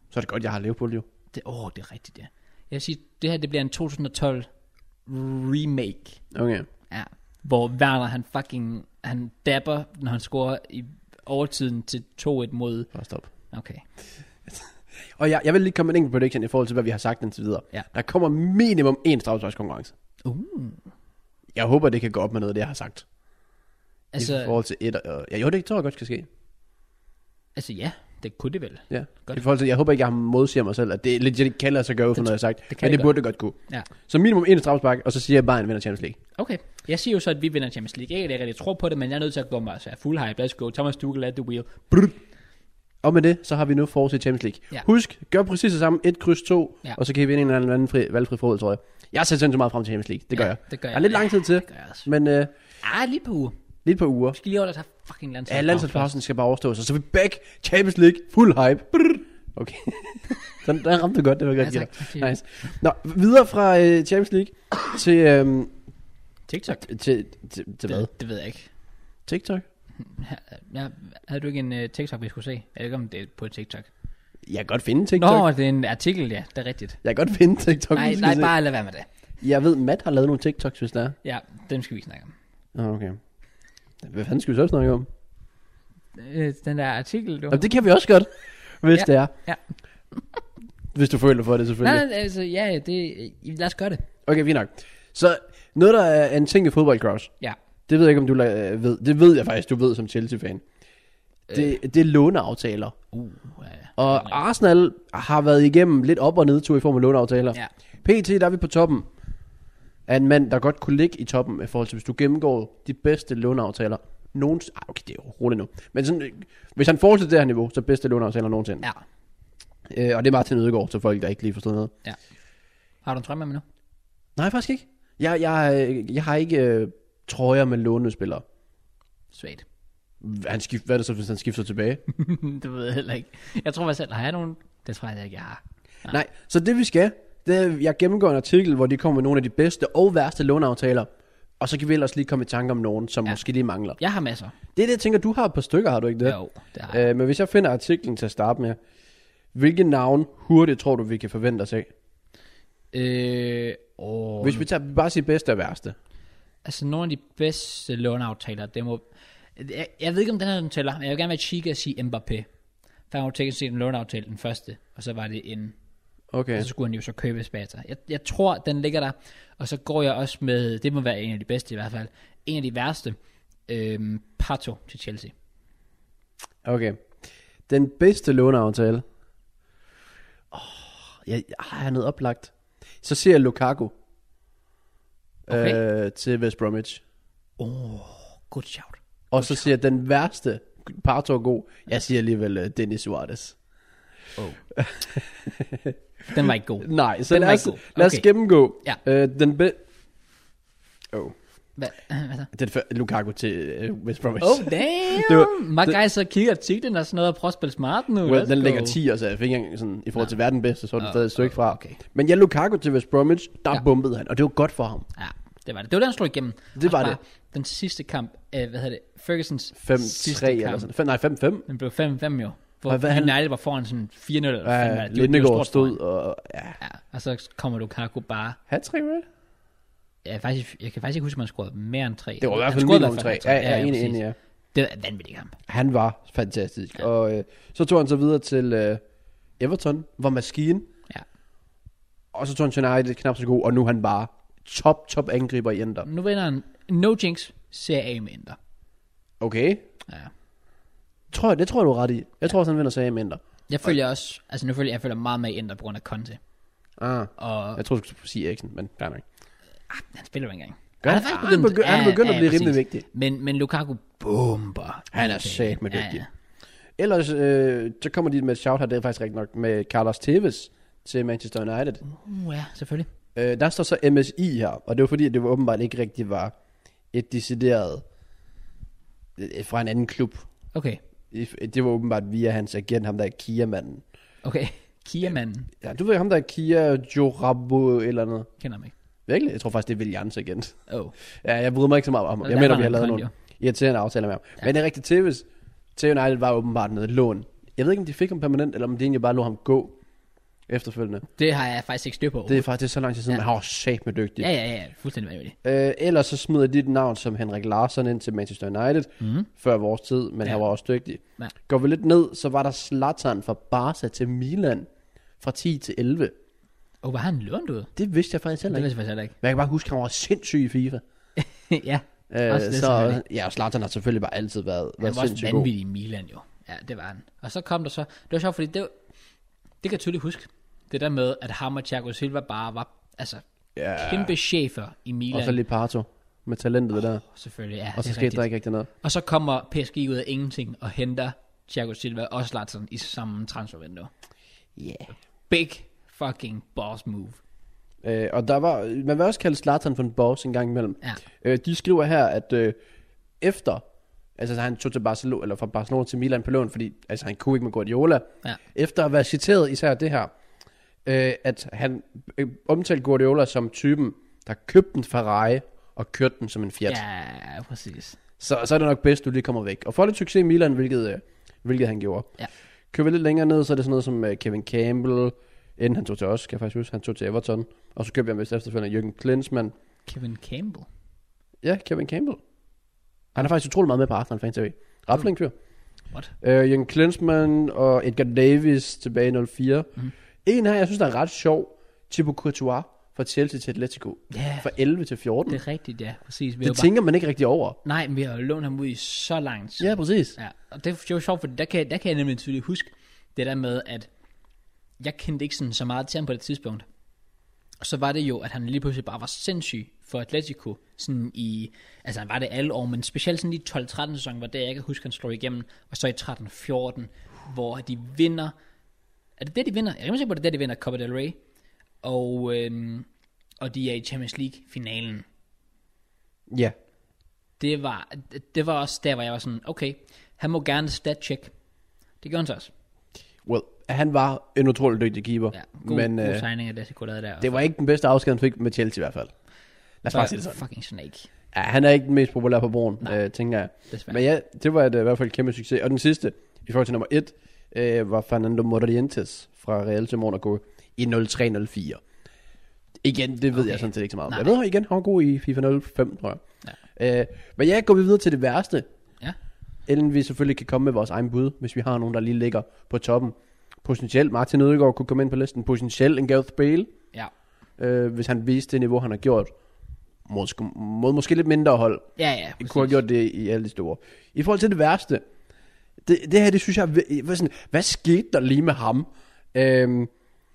S2: Så er det godt, jeg har Liverpool jo.
S1: det, åh, oh, det er rigtigt, ja. Jeg vil sige, det her det bliver en 2012 remake.
S2: Okay.
S1: Ja. Hvor Werner, han fucking, han dapper, når han scorer i overtiden til 2-1 mod...
S2: Bare stop.
S1: Okay.
S2: Og jeg, jeg vil lige komme med en enkelt prediction i forhold til, hvad vi har sagt indtil videre.
S1: Ja.
S2: Der kommer minimum én straffesparkskonkurrence.
S1: Uh.
S2: Jeg håber, det kan gå op med noget af det, jeg har sagt. I
S1: Altså,
S2: forhold til et og... Ja, jo, det tror jeg godt kan ske.
S1: altså ja, det kunne det vel.
S2: Ja,
S1: Godt.
S2: godt. i forhold til, jeg håber ikke, jeg modsiger mig selv, at det er lidt, det kan lade sig gøre ud fra noget, jeg har sagt,
S1: det
S2: det
S1: kan
S2: men
S1: det
S2: det burde det godt kunne.
S1: Ja.
S2: Så minimum en strafspark, og så siger jeg bare, at vinder Champions League.
S1: Okay. Jeg siger jo så, at vi vinder Champions League. Jeg kan ikke rigtig tro på det, men jeg er nødt til at gå mig så jeg er fuld hype. Let's go. Thomas Tuchel at the wheel.
S2: Og med det, så har vi nu forhold til Champions League.
S1: Ja.
S2: Husk, gør præcis det samme, et kryds to,
S1: Ja.
S2: og så kan I vinde en eller anden valgfri, valgfri forhold, tror jeg. Jeg ser sindssygt meget frem til Champions League, det gør
S1: Ja,
S2: jeg.
S1: det gør
S2: Der er
S1: jeg.
S2: lidt lang tid til,
S1: Det gør jeg også.
S2: men øh,
S1: Ah, lige på uge. Vi
S2: lidt på uger.
S1: skal lige over, at have fucking landshold.
S2: Ja, landsholdspausen skal bare overstå sig, så er vi back, Champions League, fuld hype. Brrr. Okay. den, den ramte du godt, det var godt.
S1: Ja,
S2: Ja,
S1: tak. Tak, tak.
S2: nice. Nå, videre fra øh, Champions League til, øhm,
S1: TikTok.
S2: til, til, til hvad?
S1: Det, det ved jeg ikke.
S2: TikTok?
S1: Ja, havde du ikke en uh, TikTok, vi skulle se? Jeg ved ikke, om det er på TikTok.
S2: Jeg kan godt finde TikTok.
S1: Nå, det er en artikel, ja. Det er rigtigt.
S2: Jeg kan godt finde TikTok.
S1: Nej,
S2: vi skal
S1: nej,
S2: se.
S1: bare lad være med det.
S2: Jeg ved, Matt har lavet nogle TikToks, hvis der er.
S1: Ja, dem skal vi ikke snakke om.
S2: Nå, okay. Hvad fanden skal vi så snakke om?
S1: Øh, den der artikel, du
S2: Jamen, det kan vi også godt, hvis
S1: Ja,
S2: ja. det er.
S1: ja.
S2: Hvis du føler for det,
S1: Nej,
S2: selvfølgelig.
S1: nej, altså, ja, det, lad os gøre det.
S2: Okay, fint nok. Så noget, der er en ting i fodboldcross.
S1: Ja.
S2: Det ved jeg ikke, om du la- øh, ved. Det ved jeg faktisk, du ved som Chelsea-fan. Det, det er låneaftaler.
S1: Uh, ja.
S2: Og Arsenal har været igennem lidt op- og nedtur i form af låneaftaler.
S1: ja.
S2: PT, der er vi på toppen af en mand, der godt kunne ligge i toppen i forhold til, hvis du gennemgår de bedste låneaftaler nogensinde. Ah, okay, det er jo roligt nu. Men sådan, øh, hvis han fortsætter det her niveau, så bedste låneaftaler nogensinde.
S1: ja.
S2: Øh, og det er Martin Ødegaard til folk, der ikke lige forstod noget.
S1: Har du en trømme med nu?
S2: Nej, faktisk ikke. Jeg, jeg, øh, jeg har ikke øh, trøjer med lånespillere.
S1: Svagt.
S2: Han skift, hvad er det så, hvis han skifter tilbage?
S1: det ved jeg heller ikke. Jeg tror, jeg selv har jeg nogen. Det tror jeg ikke, jeg har.
S2: Nej. Nej, så det vi skal, det er, jeg gennemgår en artikel, hvor de kommer med nogle af de bedste og værste låneaftaler. Og så kan vi ellers lige komme i tanke om nogen, som ja. måske lige mangler.
S1: Jeg har masser.
S2: Det er det, jeg tænker, du har et par stykker, har du ikke det?
S1: Jo, det har jeg.
S2: Øh, men hvis jeg finder artiklen til at starte med, hvilke navn hurtigt tror du, vi kan forvente os af?
S1: Øh, åh,
S2: Hvis vi tager bare sige bedste og værste.
S1: Altså nogle af de bedste låneaftaler, det må... Jeg, jeg ved ikke, om den her den tæller, men jeg vil gerne være chic og sige Mbappé. For han var teknisk set en låneaftale den første, og så var det en...
S2: Okay.
S1: Og så skulle han jo så købe Spater. Jeg, jeg tror, den ligger der, og så går jeg også med, det må være en af de bedste i hvert fald, en af de værste, øhm, Pato til Chelsea.
S2: Okay. Den bedste låneaftale. Åh, jeg, jeg har noget oplagt. Så ser jeg Lukaku.
S1: Okay.
S2: Øh, til West Bromwich.
S1: Good shout.
S2: Og så siger jeg den værste Parto er god. Jeg siger alligevel uh, Dennis Suarez.
S1: Oh. den var ikke god.
S2: Nej, så
S1: Den
S2: lad
S1: var
S2: os,
S1: ikke god.
S2: lad os
S1: Okay.
S2: gennemgå.
S1: Ja.
S2: Øh, den be- oh.
S1: Hvad, hvad så?
S2: Den før, Lukaku til uh, West Bromwich.
S1: Oh damn!
S2: Det
S1: det
S2: var-
S1: var, My det, guys så kigger artiklen og sådan noget og prøver at spille smart nu.
S2: Well,
S1: Let's
S2: den ligger
S1: go.
S2: 10, så jeg fik ikke engang sådan, i forhold til verden bedste, så er den
S1: Nå,
S2: stadig et stykke fra.
S1: okay.
S2: Men ja, Lukaku til West Bromwich, der ja.
S1: Ja.
S2: bumpede han, og det var godt for ham.
S1: Ja, det var det. Det var den, han slog igennem. Og
S2: var
S1: bare
S2: det.
S1: Den sidste kamp, øh, hvad hedder det, Fergusons
S2: 5-3
S1: sidste
S2: eller sådan. Fem, nej, 5-5.
S1: Den blev 5-5 jo. Hvor
S2: Og hvad han-
S1: United var foran sådan 4-0 eller 5
S2: Ja, Lindegård stod og... Ja,
S1: Ja, og så kommer Lukaku bare...
S2: hat right?
S1: Ja, faktisk, jeg kan faktisk ikke huske, om han scorede mere end 3.
S2: Det var i hvert fald minimum 3. Ja, ja, enig, enig, ja.
S1: Det var en vanvittig kamp.
S2: Han var fantastisk. Ja. Og øh, så tog han så videre til øh, Everton, var maskinen.
S1: Ja.
S2: Og så tog han til United, knap så god, og nu er han bare top, top angriber i Inter.
S1: Nu vinder han No Jinx, Serie A med Inter.
S2: Okay.
S1: Ja.
S2: Tror jeg, det tror jeg, du er ret i. Jeg tror også, han vinder sagen med Inter.
S1: Jeg følger også, altså nu følger jeg følger meget med i Inter på grund af Conte.
S2: Ah.
S1: Og
S2: Jeg tror, du skulle sige Eriksen, men der er nok.
S1: han spiller jo ikke engang.
S2: Gør
S1: han
S2: han? Ah, han begy- han begynder at blive rimelig vigtig.
S1: Men, men Lukaku bomber.
S2: Han er
S1: Okay.
S2: satme dygtig. Ellers, øh, så kommer de med et shout her, det er faktisk rigtigt nok, med Carlos Tevez til Manchester United.
S1: Uh, ja, selvfølgelig.
S2: Øh, der står så MSI her, og det var fordi, at det var åbenbart ikke rigtig var et decideret øh, fra en anden klub.
S1: Okay,
S2: I- Det var åbenbart via hans agent, ham der er Kia-manden.
S1: okay. Kiamanden
S2: Ja, du ved ham der er Kia Jorabo eller noget.
S1: kender mig ikke.
S2: Virkelig? Jeg tror faktisk, det er Williams agent.
S1: Oh.
S2: Ja, jeg bryder mig ikke så meget om ham.
S1: Og
S2: Jeg
S1: der
S2: mener,
S1: var
S2: vi har
S1: han
S2: lavet
S1: kondio.
S2: nogle irriterende aftaler med ham. Ja. Men det er rigtigt, Tevez til United var åbenbart noget lån. Jeg ved ikke, om de fik ham permanent, eller om de egentlig bare lå ham gå efterfølgende.
S1: Det har jeg faktisk ikke styr på.
S2: Det er faktisk det er så lang tid siden, ja.
S1: Ja.
S2: men han var sat med dygtig.
S1: Ja, ja, ja. Fuldstændig vanvittigt.
S2: Øh, ellers så smider de et navn som Henrik Larsson ind til Manchester United, mm. før vores tid, men ja.
S1: Mhm. Ja.
S2: han var også dygtig.
S1: Ja.
S2: Går vi lidt ned, så var der Zlatan fra Barca til Milan fra 10 til 11.
S1: Og var han lånt ud?
S2: Det vidste jeg faktisk heller
S1: Det
S2: ikke.
S1: vidste jeg faktisk heller ikke.
S2: Men jeg kan bare huske, at han var sindssyg i FIFA.
S1: ja,
S2: Øh,
S1: Også Altså, det,
S2: så,
S1: selvfølgelig.
S2: ja, og Zlatan har selvfølgelig bare altid været,
S1: han
S2: været
S1: var også
S2: sindssygt god.
S1: vanvittig i Milan jo. Ja, det var han. Og så kom der så, det var sjovt, fordi det, var- det kan jeg tydeligt huske, det der med, at ham og Thiago Silva bare var, altså,
S2: Ja.
S1: kæmpe chefer i Milan.
S2: Og så lidt Parto med talentet oh, der.
S1: Selvfølgelig, ja.
S2: Og
S1: det
S2: så
S1: er
S2: skete
S1: rigtigt.
S2: der ikke rigtig noget.
S1: Og så kommer PSG ud af ingenting og henter Thiago Silva og Zlatan i samme transfervindue.
S2: Ja.
S1: Big fucking boss move.
S2: Yeah. Øh, og der var, man vil også kalde Zlatan for en boss en gang imellem.
S1: Ja.
S2: Øh, de skriver her, at øh, efter, altså så han tog til Barcelona, eller fra Barcelona til Milan på lån, fordi altså, han kunne ikke med Guardiola.
S1: Ja.
S2: Efter at være citeret især det her, øh, at han øh, omtalte Guardiola som typen, der købte en Ferrari og kørte den som en Fiat.
S1: Ja, præcis.
S2: Så, så er det nok bedst, du lige kommer væk. Og får lidt succes i Milan, hvilket, øh, hvilket han gjorde.
S1: Ja.
S2: Kører vi lidt længere ned, så er det sådan noget som øh, Kevin Campbell, inden han tog til os, kan jeg faktisk huske, han tog til Everton. Og så købte jeg vist efterfølgende Jürgen Klinsmann.
S1: Kevin Campbell.
S2: Ja, Kevin Campbell. Han er faktisk utrolig meget med på Arsenal Fan TV. Ret flink fyr.
S1: What?
S2: Øh, Jürgen Klinsmann og Edgar Davis tilbage i 04.
S1: Mhm.
S2: Mm. En her, jeg synes, der er ret sjov. Thibaut Courtois fra Chelsea til Atletico.
S1: Ja,
S2: Fra 11 til 14.
S1: det
S2: Det,
S1: er rigtigt, ja. Præcis. Vi
S2: det
S1: det bare,
S2: tænker man ikke rigtig over.
S1: nej, men vi har jo lånt ham ud i så lang tid.
S2: Ja, præcis.
S1: Ja, og det er jo sjovt, for der kan, der kan jeg nemlig tydeligt huske det der med, at jeg kendte ikke sådan så meget til ham på det tidspunkt. Og så var det jo, at han lige pludselig bare var sindssyg for Atletico. Sådan i, altså han var det alle år, men specielt sådan i 12-13 sæsonen, hvor det jeg kan huske, han slog igennem. Og så i 13-14, hvor de vinder Er det det, de vinder? Jeg er rimelig sikker på, at det er det, de vinder Copa del Rey. Og, øhm, og de er i Champions League-finalen.
S2: Ja.
S1: Det var, det var også der, hvor jeg var sådan, okay, han må gerne stat-check. Det gjorde han så også.
S2: Well, han var en utrolig dygtig keeper.
S1: Ja, god,
S2: men
S1: men, god
S2: øh,
S1: signing af Atletico, der der.
S2: det var ikke den bedste afsked, han fik med Chelsea i hvert fald. Lad os bare sige det sådan.
S1: Fucking snake,
S2: Ja, han er ikke den mest populære på broen, øh, tænker jeg.
S1: desværre.
S2: Men ja, det var et, øh, i hvert fald et kæmpe succes. Og den sidste, i forhold til nummer 1, øh, var Fernando Morrientes fra Real til Monaco i 0304. Igen, det ved okay.
S1: Okay.
S2: jeg sådan set ikke så meget om.
S1: Nej.
S2: Jeg ved jo igen, han var god i FIFA 05, tror jeg.
S1: Ja.
S2: Øh, men ja, går vi videre til det værste.
S1: Ja.
S2: Inden vi selvfølgelig kan komme med vores egen bud, hvis vi har nogen, der lige ligger på toppen. Potentielt Martin Ødegaard kunne komme ind på listen. Potentielt en Gareth Bale,
S1: Ja.
S2: øh, hvis han viste det niveau, han har gjort. Måske, mod måske lidt mindre hold.
S1: Ja, ja.
S2: Jeg
S1: præcis.
S2: kunne have gjort det i alle de store. I forhold til det værste, det, det her, det synes jeg, er vi- hvad, sådan, hvad skete der lige med ham? Øhm,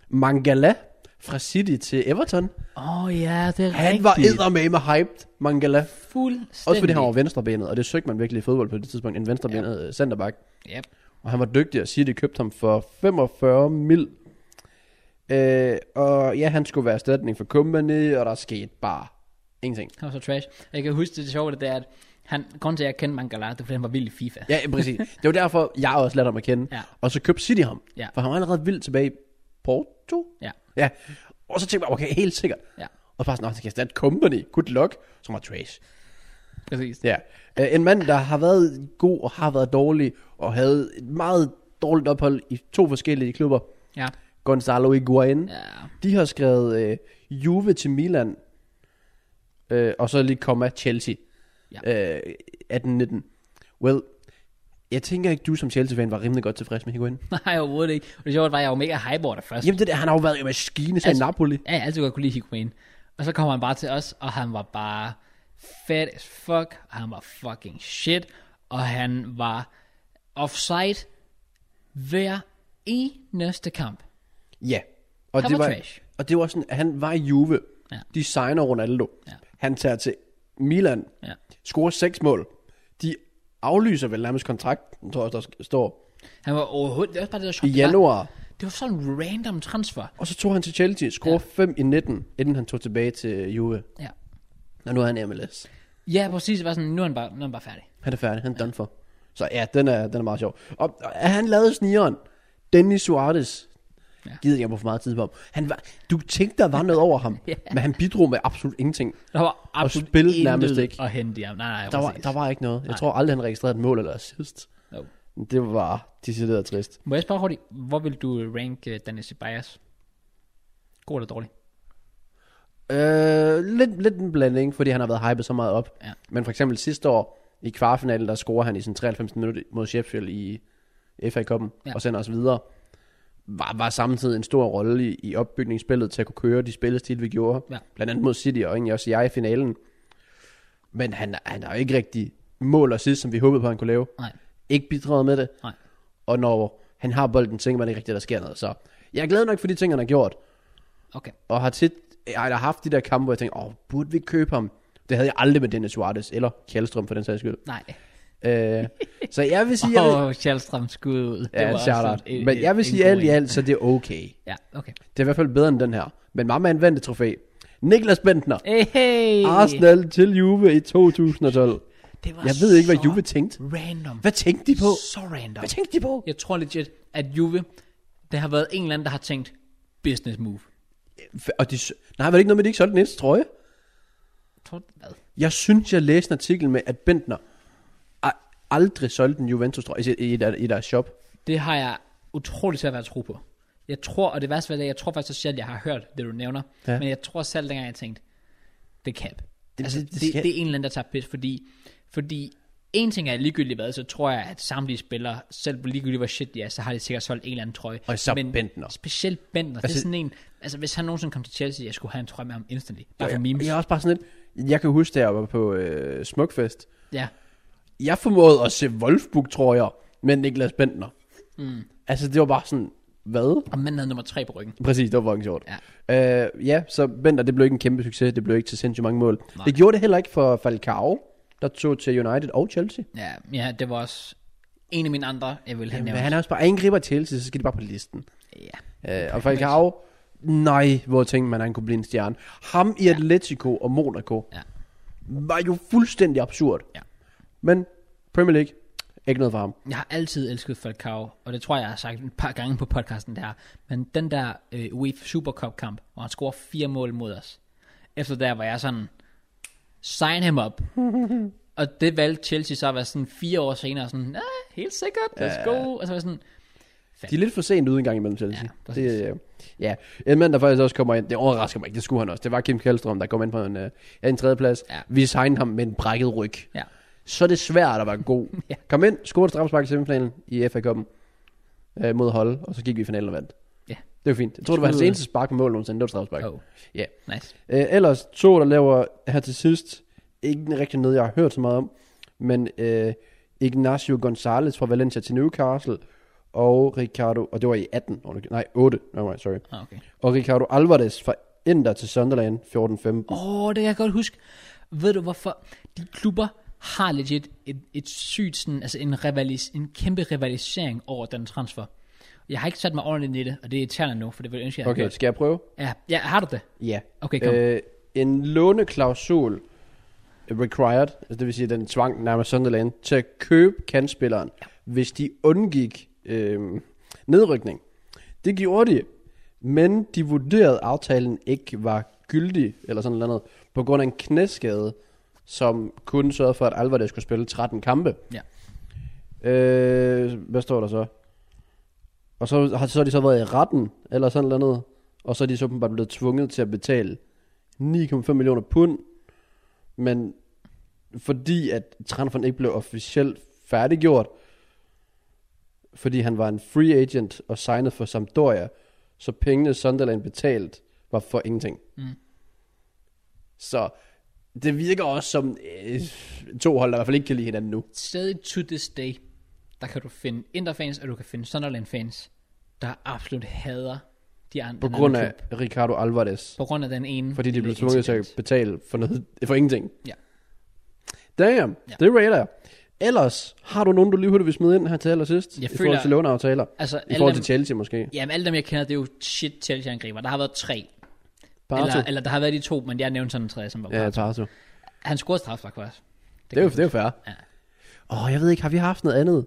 S2: Mangala fra City til Everton.
S1: Åh oh, ja, det er
S2: Han
S1: rigtigt.
S2: var eddermame hyped, Mangala.
S1: Fuldstændig.
S2: Også fordi han var venstrebenet, og det søgte man virkelig i fodbold på det tidspunkt, en venstrebenet ja. centerback.
S1: Yep.
S2: Og han var dygtig, og City købte ham for 45 mil. Øh, og ja, han skulle være erstatning for Company, og der skete bare ingenting.
S1: Han var så trash. Jeg kan huske det sjove, det er, at han, grunden til, at jeg kendte Mangala, det var, fordi han var vild i FIFA.
S2: Ja, ja, præcis. Det var derfor, jeg også lærte ham at kende.
S1: Ja.
S2: Og så købte City ham.
S1: Ja.
S2: For han var allerede vildt tilbage i Porto.
S1: Ja.
S2: Ja. Og så tænkte jeg, okay, helt sikkert.
S1: Ja.
S2: Og bare sådan, "Nå, så kan jeg stand company. Good luck. Som var trash.
S1: Præcis.
S2: Ja. Øh, En mand, der har været god og har været dårlig, og havde et meget dårligt ophold i to forskellige klubber.
S1: Ja.
S2: Gonzalo Higuain.
S1: Ja.
S2: De har skrevet øh, Juve til Milan, øh, og så lige komma Chelsea. Ja. Øh, 18-19. Well, jeg tænker ikke, du som Chelsea-fan var rimelig godt tilfreds med Higuain.
S1: Nej, overhovedet ikke. Og det sjovt var, at jeg var mega hype over det først.
S2: Jamen det der, han har jo været i maskine, sagde
S1: Altså-
S2: Napoli.
S1: Ja, jeg altid godt kunne lide Higuain. Og så kommer han bare til os, og han var bare fat as fuck, og han var fucking shit, og han var offside hver eneste kamp.
S2: Ja. Og
S1: Han
S2: det
S1: var
S2: var,
S1: trash.
S2: og det var sådan, at han var i Juve.
S1: Ja.
S2: De signer Ronaldo.
S1: Ja.
S2: Han tager til Milan,
S1: Ja.
S2: scorer seks mål. De aflyser vel nærmest kontrakten, tror jeg, der står
S1: Han var overhovedet, det var også bare det der sjovt.
S2: i
S1: det var-
S2: januar.
S1: Det var sådan en random transfer.
S2: Og så tog han til Chelsea, scorer 5 i 19, inden han tog tilbage til Juve.
S1: Ja.
S2: Og nu er han i MLS.
S1: Ja, præcis. Det var sådan, nu er han bare, nu er han bare færdig.
S2: Han er færdig, han er done for. Så ja, den er, den er meget sjov. Og, og han lavede snigeren. Dennis Suarez.
S1: Ja.
S2: Ja. Gider jeg på for meget tid på. Han var, du tænkte, der var noget over ham,
S1: Ja.
S2: ja. men han bidrog med absolut ingenting.
S1: Der var absolut
S2: spillede nærmest
S1: intet
S2: ikke.
S1: At hente i ham. Nej, nej,
S2: Der var,
S1: præcis.
S2: der var ikke noget. Jeg tror aldrig, han registrerede et mål eller assist.
S1: Jo.
S2: Det var decideret trist.
S1: Må jeg spørge hurtigt, hvor vil du rank uh, Dennis Ceballos? God eller dårlig?
S2: Øh, lidt, lidt en blanding, fordi han har været hypet så meget op.
S1: Ja.
S2: Men for eksempel sidste år i kvartfinalen, der scorer han i sin 93. minut mod Sheffield i FA Cup'en
S1: Ja.
S2: ja. og sender os videre. Var, var samtidig en stor rolle i, i opbygningsspillet til at kunne køre de spillestil, vi gjorde.
S1: Ja.
S2: Blandt andet mod City og egentlig også jeg i finalen. Men han, han har jo ikke rigtig mål og sidst, som vi håbede på, han kunne lave.
S1: Nej.
S2: Ikke bidraget med det.
S1: Nej.
S2: Og når han har bolden, tænker man ikke rigtigt, at der sker noget. Så jeg er glad nok for de ting, han har gjort
S1: Okay.
S2: og har tit, jeg har haft de der kampe, hvor jeg tænkte, åh, burde vi købe ham? Det havde jeg aldrig med Dennis Suarez, eller Kjellstrøm for den sags skyld.
S1: Nej.
S2: Øh, så jeg vil sige,
S1: Åh,
S2: jeg
S1: oh, Kjellstrøm skud ud. Det
S2: vil, ja,
S1: var
S2: en
S1: også
S2: shout-out.
S1: en-
S2: Men
S1: en-
S2: jeg vil
S1: en
S2: sige
S1: god
S2: alt i
S1: en.
S2: alt, så det er okay.
S1: Ja, okay.
S2: Det er i hvert fald bedre end den her. Men mamma anvendte trofæ. Niklas Bentner,
S1: Hey, hey.
S2: Arsenal til Juve i 2012.
S1: Det var
S2: Jeg ved ikke, hvad
S1: så
S2: Juve tænkte.
S1: Random.
S2: Hvad tænkte de på?
S1: Så random.
S2: Hvad tænkte de på?
S1: Jeg tror legit, at Juve, der har været en eller anden, der har tænkt, business move.
S2: Og de, s- nej, var det ikke noget med, at de ikke solgte den eneste trøje?
S1: Tror du, hvad?
S2: Jeg synes, jeg læste en artikel med, at Bentner a- aldrig solgte en Juventus-trøje i, i, der- i deres shop.
S1: Det har jeg utrolig svært ved at tro på. Jeg tror, og det værste ved det, er, jeg tror faktisk også selv, at jeg har hørt det, du nævner. Ja.
S2: Ja.
S1: Men jeg tror selv, dengang jeg tænkte, det er cap. Det,
S2: Det-
S1: altså, det,
S2: det- det
S1: det, det,
S2: skal-
S1: er en eller anden, der tager pis, fordi, fordi en ting er ligegyldigt hvad, så tror jeg, at samtlige spillere, selv på ligegyldigt hvor shit de er, så har de sikkert solgt en eller anden trøje.
S2: Og så Bentner.
S1: Specielt Bentner, altså, det er
S2: Altså-
S1: sådan en, altså hvis han nogensinde kom til Chelsea, jeg skulle have en trøje med ham instantly. Bare for
S2: jeg,
S1: memes.
S2: Jeg
S1: Ja.
S2: er også bare sådan lidt, jeg kan huske, da jeg var på øh, Smukfest,
S1: ja.
S2: jeg formåede at se Wolfsburg, tror jeg, med Niklas Bentner. Mm. Altså, det var bare sådan, hvad?
S1: Og manden havde nummer tre på ryggen.
S2: Præcis, det var fucking sjovt. Ja. Øh, ja, så Bentner, det blev ikke en kæmpe succes, det blev ikke til sindssygt mange mål.
S1: Nej.
S2: Nej. Det gjorde det heller ikke for Falcao, der tog til United og Chelsea.
S1: Ja, ja, det var også en af mine andre, jeg ville have
S2: Jamen,
S1: nævnt.
S2: han er også bare angriber til Chelsea, så skal de bare på listen.
S1: Ja.
S2: Øh, og Falcao, nej, hvor tænkte man, han kunne blive en stjerne. Ham i Atletico og Monaco
S1: Ja.
S2: var jo fuldstændig absurd.
S1: Ja.
S2: Men Premier League, ikke noget for ham.
S1: Jeg har altid elsket Falcao, og det tror jeg, jeg har sagt et par gange på podcasten der. Men den der øh, UEFA Super Cup kamp, hvor han scorer fire mål mod os. Efter der var jeg sådan, sign him up. og det valgte Chelsea så at være sådan fire år senere, sådan, "Ah, helt sikkert, let's go. Og så var jeg sådan,
S2: De er lidt for sent ude en gang imellem Chelsea.
S1: Ja,
S2: Ja,
S1: præcis.
S2: det, øh, ja. En mand, der faktisk også kommer ind, det overrasker mig ikke, det skulle han også. Det var Kim Kjellstrøm, der kom ind på en, øh, ja, en tredjeplads.
S1: Ja.
S2: Vi signede ham med en brækket ryg.
S1: ja,
S2: Så er det svært at være god.
S1: Ja.
S2: Kom ind, scorede et straffespark i semifinalen i FA Cup'en øh, mod Holde, og så gik vi i finalen og vandt.
S1: Ja.
S2: Det var fint. Jeg tror, det var hans
S1: Skud.
S2: eneste spark med mål nogensinde. Det var et straffespark.
S1: oh,
S2: Ja.
S1: nice.
S2: Øh, ellers to, der laver her til sidst, ikke rigtig noget, jeg har hørt så meget om, men øh, Ignacio Gonzalez fra Valencia til Newcastle, og Ricardo, og det var i 18, oh, nej 8, no, right, sorry,
S1: Ah, Okay.
S2: og Ricardo Alvarez fra Inter til Sunderland 14-15.
S1: Åh, oh, det kan jeg godt huske. Ved du hvorfor? De klubber har legit et, et sygt, sådan, altså en, rivalis, en kæmpe rivalisering over den transfer. Jeg har ikke sat mig ordentligt i det, og det er irriterende nu, for det vil jeg ønske, jeg havde
S2: Okay,
S1: gjort.
S2: skal jeg prøve?
S1: Ja, ja, har du det?
S2: Ja.
S1: Okay, kom.
S2: Øh, en låneklausul required, altså det vil sige, den tvang nærmest Sunderland til at købe kantspilleren, hvis de undgik øh, nedrykning. Det gjorde de, men de vurderede, at aftalen ikke var gyldig, eller sådan noget, på grund af en knæskade, som kun sørgede for, at Alvarez skulle spille 13 kampe.
S1: Ja.
S2: Øh, hvad står der så? Og så har så har de så været i retten, eller sådan noget andet, og så er de så åbenbart blevet tvunget til at betale 9,5 millioner pund, men fordi at transferen ikke blev officielt færdiggjort, fordi han var en free agent og signet for Sampdoria, så pengene Sunderland betalt var for ingenting.
S1: Mm.
S2: Så det virker også som øh, to hold, der i hvert fald ikke kan lide hinanden nu.
S1: Stadig to this day, der kan du finde Inter-fans, og du kan finde Sunderland-fans, der absolut hader de andre.
S2: På
S1: den
S2: grund
S1: anden
S2: af
S1: klub.
S2: Ricardo Alvarez.
S1: På grund af den ene.
S2: Fordi de blev
S1: lille
S2: tvunget til at
S1: incident.
S2: betale for, noget, for ingenting.
S1: Ja.
S2: Damn,
S1: Ja.
S2: ja. det rater jeg. Ellers, har du nogen, du lige hurtigt vil smide ind her til allersidst?
S1: Jeg
S2: I
S1: føler-
S2: forhold til låneaftaler?
S1: Altså,
S2: I
S1: alle
S2: forhold
S1: dem,
S2: til Chelsea måske?
S1: jamen, alle dem, jeg kender, det er jo shit Chelsea-angriber. Der har været tre.
S2: Parto.
S1: Eller, eller, der har været de to, men jeg nævnte sådan en tredje, som var
S2: ja,
S1: ja.
S2: Parto. Det,
S1: Han scorede strafspark for os.
S2: det, er jo, det er jo fair.
S1: Ja.
S2: Åh, oh, jeg ved ikke, har vi haft noget andet?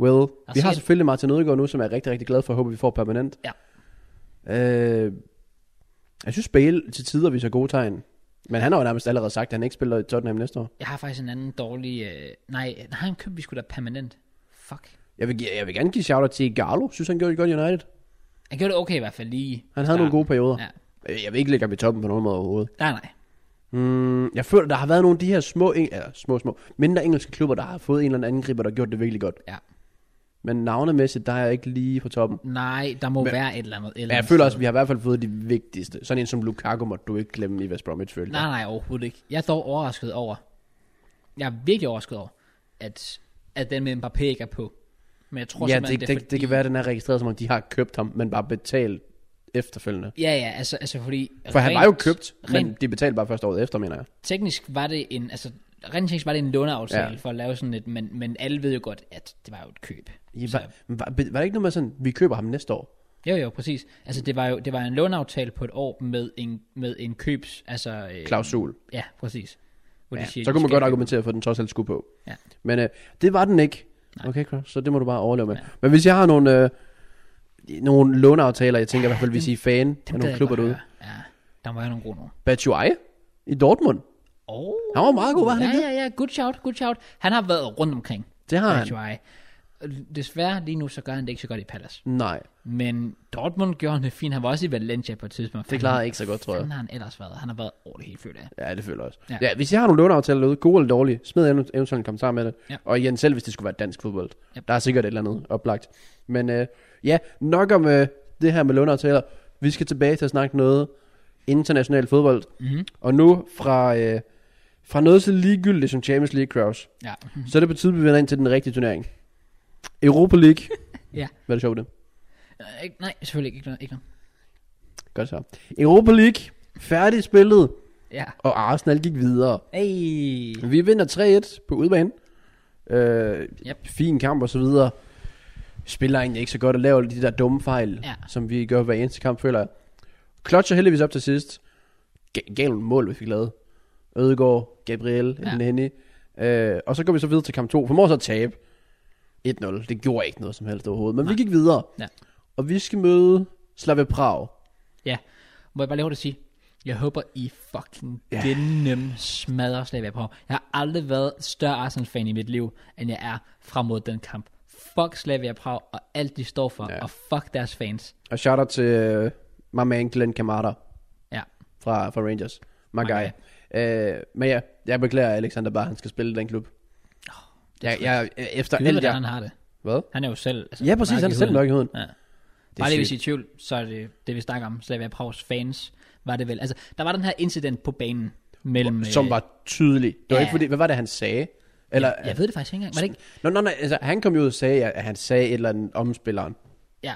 S2: Well, vi har
S1: set-
S2: selvfølgelig Martin Ødegaard nu, som jeg er rigtig, rigtig glad for. Jeg håber, vi får permanent.
S1: Ja.
S2: Øh, jeg synes, Bale til tider viser gode tegn. Men han har jo nærmest allerede sagt, at han ikke spiller i Tottenham næste år.
S1: Jeg har faktisk en anden dårlig... Øh, nej, nej, han købte vi sgu da permanent. Fuck.
S2: Jeg vil, gi- jeg vil gerne give shout-out til Garlo. Synes, han gjorde det godt i United.
S1: Han gjorde det okay i hvert fald lige. i
S2: Han havde nogle
S1: starten.
S2: gode perioder.
S1: Ja.
S2: Øh, Jeg vil ikke lægge ham i toppen på nogen måde overhovedet.
S1: Nej, nej.
S2: Mm, jeg føler, der har været nogle af de her små, eng- ja, små, små, mindre engelske klubber, der har fået en eller anden angriber, der har gjort det virkelig godt.
S1: Ja.
S2: Men navnemæssigt, der er jeg ikke lige på toppen.
S1: Nej, der må Men,
S2: Men-
S1: være et eller andet. Et
S2: Men
S1: eller
S2: jeg
S1: andet
S2: føler
S1: sted.
S2: også, at vi har i hvert fald fået de vigtigste. Sådan en som Lukaku måtte du ikke glemme i West Bromwich, følte jeg.
S1: Nej, nej, overhovedet ikke. Jeg er dog overrasket over... Jeg er virkelig overrasket over, at, at den med Mbappé ikke er på. Men jeg tror
S2: Ja,
S1: simpelthen,
S2: det, det, det, det kan være, at den er registreret, som om de har købt ham, men bare betalt efterfølgende.
S1: Ja, ja, altså, altså fordi...
S2: For han var jo købt, men
S1: rent-
S2: de betalte bare første året efter, mener jeg.
S1: teknisk var det en, altså rent teknisk var det en låneaftale ja.
S2: Ja.
S1: for at lave sådan et, men, men alle ved jo godt, at det var jo et køb.
S2: Ja,
S1: Så-
S2: var, var, var det ikke noget med sådan, vi køber ham næste år?
S1: Jo, jo, præcis. Altså det var jo det var en låneaftale på et år med en, med en købs, altså... Øh,
S2: Klausul.
S1: Ja, præcis. Hvor
S2: Ja,
S1: de siger,
S2: så
S1: de
S2: kunne man
S1: skal
S2: godt
S1: købe.
S2: argumentere for, at den trods alt skulle på.
S1: Ja.
S2: Men øh, det var den ikke.
S1: Nej.
S2: Nej. Okay, godt. så det må du bare overleve med.
S1: Ja.
S2: Ja. Men hvis jeg har nogle, øh, nogle låneaftaler, jeg tænker i hvert fald, hvis I er fan af
S1: gad
S2: nogle
S1: jeg
S2: klubber
S1: godt
S2: derude.
S1: høre. Ja, der må være nogle gode nogen.
S2: Batshuayi i Dortmund.
S1: Oh,
S2: Han var meget god, var han
S1: ja,
S2: ikke det?
S1: ja, ja, good shout, good shout. Han har været rundt omkring.
S2: Det har han.
S1: Batshuayi. Desværre lige nu, så gør han det ikke så godt i Palace.
S2: Nej,
S1: Men Dortmund gjorde han det fint. Han var også i Valencia på et tidspunkt.
S2: det klarer jeg ikke så godt, tror jeg.
S1: Hvordan har han ellers været? Han har været over det hele, føler jeg.
S2: Ja, det føler jeg også.
S1: Ja.
S2: Ja. ja hvis jeg har nogle låneaftaler derude, gode eller dårlige, smid event- eventuelt en kommentar med det.
S1: Ja.
S2: Og igen, selv hvis det skulle være dansk fodbold.
S1: Yep.
S2: Der er sikkert et eller andet oplagt. Men øh, ja, nok om øh, det her med låneaftaler. Vi skal tilbage til at snakke noget international fodbold.
S1: Mhm.
S2: Og nu fra, øh, fra noget så ligegyldigt som Champions League Kraus,
S1: Ja.
S2: så er det på tide, vi vender ind til den rigtige turnering. Europa League.
S1: Ja.
S2: Hvad er det sjovt det?
S1: Øh, ikke- Nej, selvfølgelig ikke, ikke noget. Ikke noget.
S2: Godt så. Europa League. Færdig spillet.
S1: Ja.
S2: Og Arsenal gik videre.
S1: Hey.
S2: Vi vinder 3-1 på udebane. Øh,
S1: Yep.
S2: yep. Fin kamp og så videre. spiller egentlig ikke så godt og laver de der dumme fejl,
S1: Ja.
S2: ja. som vi gør hver eneste kamp, føler jeg. Klotcher heldigvis op til sidst. Ga- Gav nogle mål, vi fik lavet. Ødegaard, Gabriel,
S1: Ja.
S2: ja. Nenni. Øh, og så går vi så videre til kamp 2. Formår så at tabe 1-0. Det gjorde ikke noget som helst overhovedet. Men Nej.
S1: Nej.
S2: vi gik videre.
S1: Ja.
S2: Og vi skal møde Slavia Prag.
S1: Ja, må jeg bare lige hurtigt sige, jeg håber, I fucking
S2: Ja.
S1: gennem smadrer Slavia Prag. Jeg har aldrig været større Arsenal-fan i mit liv, end jeg er frem mod den kamp. Fuck Slavia Prag og alt, de står for, ja.
S2: Ja.
S1: og fuck deres fans.
S2: Og shout-out til øh, my man Glenn Kamada
S1: Ja,
S2: fra, fra Rangers. My
S1: My
S2: guy. Øh, men ja, jeg beklager Alexander bare, han skal spille i den klub. Jeg, jeg, efter
S1: Gud,
S2: alt
S1: hvordan han
S2: jeg...
S1: har det.
S2: Hvad?
S1: Han er jo selv... Altså,
S2: Ja, præcis,
S1: mørk
S2: han
S1: i
S2: er selv
S1: huden.
S2: nok i huden.
S1: Ja.
S2: Det
S1: Bare lige hvis
S2: sygt.
S1: I er i tvivl, så er det det, vi snakker om. Slavia Prags fans, var det vel. Altså, der var den her incident på banen mellem... øh,
S2: Som var tydelig. Det var
S1: ja.
S2: øh, ja. ikke fordi, hvad var det, han sagde? Eller,
S1: Eller, jeg ved det faktisk ikke engang. Var det ikke?
S2: Nå, nå, nej, altså, han kom jo ud og sagde, at han sagde et eller andet om spilleren.
S1: Ja,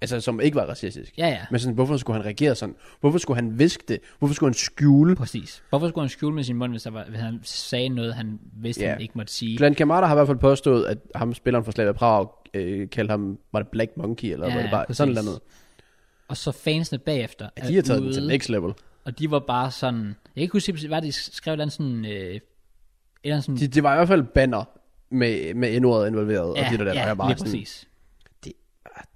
S2: Altså, som ikke var racistisk.
S1: ja, ja.
S2: Men sådan, hvorfor skulle han reagere sådan? Hvorfor skulle han viske det? Hvorfor skulle han skjule?
S1: Præcis. Hvorfor skulle han skjule med sin mund, hvis, der var, hvis han sagde noget, han vidste, yeah.
S2: Ja.
S1: han ikke måtte sige?
S2: Glenn Kamada har i hvert fald påstået, at ham spilleren fra Slavia Prag øh, kaldte ham, var det Black Monkey, eller
S1: Ja,
S2: ja, var det
S1: ja,
S2: bare
S1: præcis.
S2: sådan noget andet.
S1: Og så fansene bagefter
S2: At de har taget
S1: er
S2: den til
S1: ude,
S2: next level.
S1: Og de var bare sådan... Jeg kan ikke huske, hvad de skrev et eller andet sådan... Øh, et eller andet sådan
S2: De, det var i hvert fald banner med, med indordet involveret, og det der, der,
S1: ja,
S2: der var bare
S1: lige
S2: sådan, "Ah,
S1: præcis.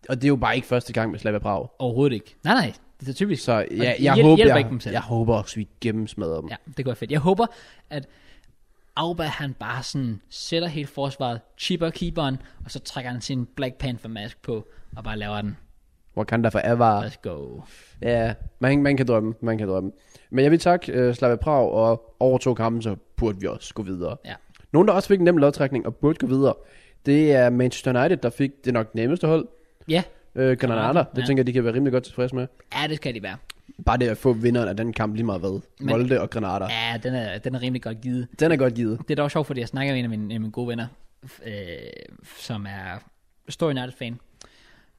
S2: Og det er jo bare ikke første gang med Slavia Prag.
S1: Overhovedet ikke. Nej, nej. Det er typisk.
S2: Så
S1: det
S2: ja, jeg,
S1: hjæl-
S2: håber,
S1: hjælper
S2: jeg,
S1: ikke dem selv.
S2: jeg håber også, vi gennemsmadrer dem.
S1: Ja, det går fedt. Jeg håber, at Auba han bare sådan sætter hele forsvaret, chipper keeperen, og så trækker han sin Black Panther mask på, og bare laver den.
S2: Wakanda forever.
S1: Let's go.
S2: Ja, man, man kan drømme, man kan drømme. Men jeg vil takke uh, Slavia Prag, og over to kampe, så burde vi også gå videre.
S1: Ja.
S2: Nogen, der også fik en nem lodtrækning og burde gå videre, det er Manchester United, der fik det nok nemmeste hold.
S1: Ja,
S2: Øh, Granada, det
S1: Ja.
S2: tænker jeg, de kan være rimelig godt tilfredse med.
S1: ja det skal de være.
S2: Bare det at få vinderen af den kamp lige meget hvad.
S1: Men-
S2: Molde og Granada.
S1: Ja, den er, den er rimelig godt givet.
S2: Den er godt givet.
S1: Det er dog sjovt, fordi jeg snakker med en af mine, af mine gode venner, øh, som er stor United-fan.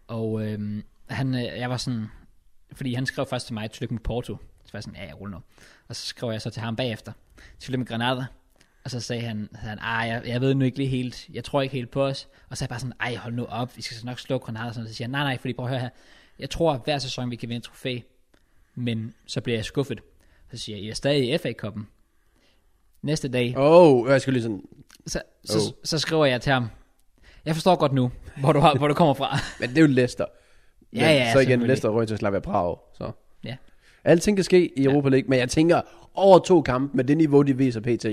S1: Og øh, han, øh, jeg var sådan, fordi han skrev først til mig, tillykke med Porto. Så var jeg sådan, ja, jeg ruller nu. Og så skrev jeg så til ham bagefter, tillykke med Granada. Og så sagde han, så han ah, jeg, jeg ved nu ikke lige helt, jeg tror ikke helt på os. Og så er jeg bare sådan, ej, hold nu op, vi skal så nok slå Granada. Og sådan, så siger han, nej, nej, fordi prøv at høre her, jeg tror, at hver sæson, vi kan vinde trofæ, men så bliver jeg skuffet. Så siger jeg, jeg er stadig i FA-koppen. Næste dag,
S2: Åh, oh, jeg skulle lige sådan...
S1: så, så, oh. så skriver jeg til ham, jeg forstår godt nu, hvor du, har, hvor du kommer fra.
S2: Men det er jo Leicester.
S1: Ja,
S2: Men
S1: ja,
S2: så igen,
S1: selvfølgelig.
S2: Leicester røg til Slavia Prag, så...
S1: ja.
S2: Alting kan ske i Europa League, men jeg tænker, over to kampe med det niveau, de viser pt.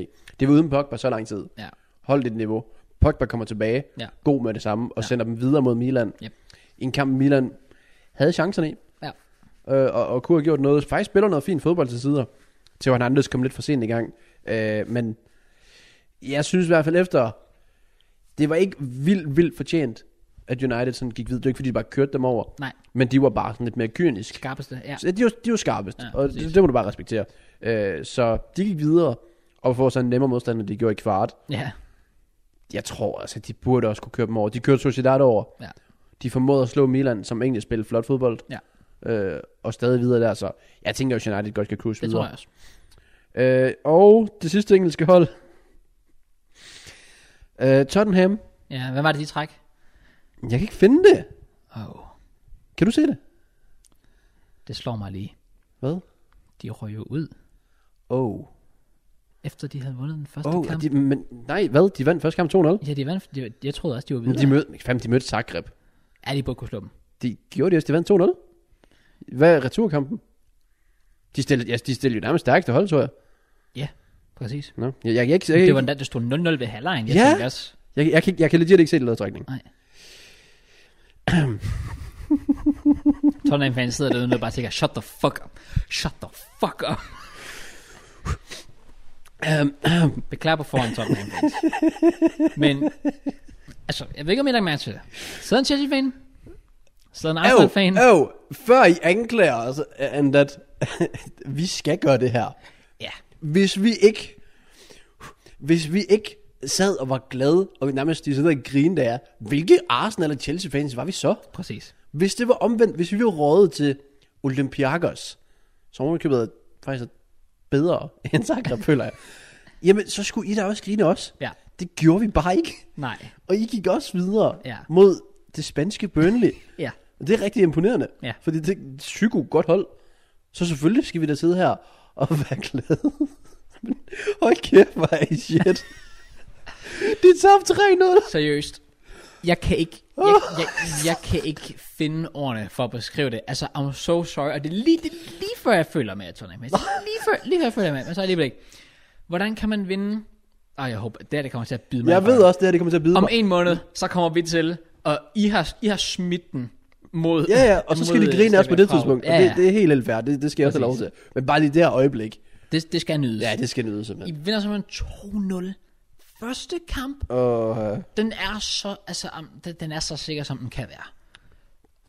S2: Det var uden Pogba så lang tid.
S1: ja.
S2: Hold dit niveau. Pogba kommer tilbage,
S1: Ja.
S2: god med det samme, og
S1: Ja.
S2: sender dem videre mod Milan.
S1: Yep.
S2: En kamp, Milan havde chancerne i,
S1: Ja.
S2: øh, og, og kunne have gjort noget. Faktisk spiller noget fint fodbold til sider. Til Hernandez kom lidt for sent i gang. Øh, men jeg synes i hvert fald efter, det var ikke vildt, vildt fortjent, at United sådan gik videre. Det var ikke, fordi de bare kørte dem over,
S1: Nej,
S2: men de var bare sådan lidt mere kynisk.
S1: skarpeste. Ja.
S2: Så de er jo, de er jo skarpest,
S1: Ja,
S2: ja, og
S1: præcis.
S2: det, det må du bare respektere. Øh, så de gik videre, og får så en nemmere modstand, end de gjorde i kvart.
S1: ja.
S2: Jeg tror altså, de burde også kunne køre dem over. De kørte Sociedad over.
S1: Ja.
S2: De formåede at slå Milan, som egentlig spillede flot fodbold.
S1: Ja.
S2: Øh, og stadig videre der, så jeg tænker jo, United godt kan cruise
S1: Det tror
S2: videre.
S1: jeg også.
S2: Øh, og det sidste engelske hold. Øh, Tottenham.
S1: Ja, hvad var det, de træk?
S2: Jeg kan ikke finde det.
S1: Oh,
S2: Kan du se det?
S1: det slår mig lige.
S2: Hvad?
S1: De røg jo ud,
S2: Oh.
S1: efter de havde vundet den første
S2: Oh,
S1: oh, kamp.
S2: de, men, nej, hvad? De vandt første kamp 2-0.
S1: Ja, de vandt. De, jeg troede også, de var
S2: Men
S1: videre.
S2: De mødte, fandme, de mødte Zagreb.
S1: Ja, de burde kunne slå dem.
S2: De gjorde det også, de vandt 2-0. Hvad er returkampen? De stillede, ja, de stillede jo nærmest stærkeste hold, tror jeg.
S1: Ja, præcis.
S2: No. Jeg, jeg, kan ikke, jeg,
S1: Det
S2: jeg,
S1: var endda, det stod 0-0 ved halvlejen. Jeg
S2: Ja.
S1: tænkte også,
S2: jeg, jeg, jeg, kan, ikke- jeg kan legit ikke se det lodtrækning.
S1: nej. Tottenham fans sidder derude og bare tænker, shut the fuck up. Shut the fuck up.
S2: Um, um,
S1: Øhm, Beklager på forhånd, Tottenham fans. Men, altså, jeg ved ikke, om I lagt mærke til det. Sidder en Chelsea-fan? Sidder en Arsenal-fan?
S2: oh, oh, før I anklager os, uh, and that, vi skal gøre det her.
S1: Ja,
S2: Hvis vi ikke, hvis vi ikke sad og var glade, og vi nærmest de sidder og grinede af, jer, hvilke Arsenal eller Chelsea-fans var vi så?
S1: præcis.
S2: Hvis det var omvendt, hvis vi var rådet til Olympiakos, som har købet faktisk er bedre end Zagreb, føler jeg. Jamen, så skulle I da også grine os.
S1: Ja.
S2: Det gjorde vi bare ikke.
S1: Nej.
S2: Og I gik også videre
S1: Ja.
S2: mod det spanske Burnley.
S1: Ja.
S2: Og Det er rigtig imponerende.
S1: Ja.
S2: Fordi det er et psyko godt hold. Så selvfølgelig skal vi da sidde her og være glade. Men hold kæft, hvor er I shit. det er top 3-0.
S1: Seriøst. Jeg kan ikke, jeg, jeg, jeg kan ikke finde ordene for at beskrive det. Altså, I'm so sorry. Og det er lige, det er lige før, jeg føler med, Tony. Men lige før, lige før jeg føler med, men så alligevel ikke. Hvordan kan man vinde... Ej, jeg håber, det her det kommer til at bide mig. i
S2: Jeg ved
S1: røven.
S2: også, det her det kommer til at bide
S1: Om
S2: mig.
S1: en måned, så kommer vi til, og I har, I har smidt den mod...
S2: Ja, ja, og så skal
S1: mod,
S2: de
S1: øh,
S2: grine også på
S1: Stabæk
S2: det
S1: Prag.
S2: tidspunkt. Og
S1: Ja, ja.
S2: det, det er helt elfærdigt. Det, det skal jeg også have lov til. Men bare lige det her øjeblik.
S1: Det, det skal nydes.
S2: Ja, det skal nyde
S1: I
S2: simpelthen.
S1: vinder simpelthen 2-0. Første kamp,
S2: Og, øh,
S1: den er så, altså, am- den- den er så sikker, som den kan være.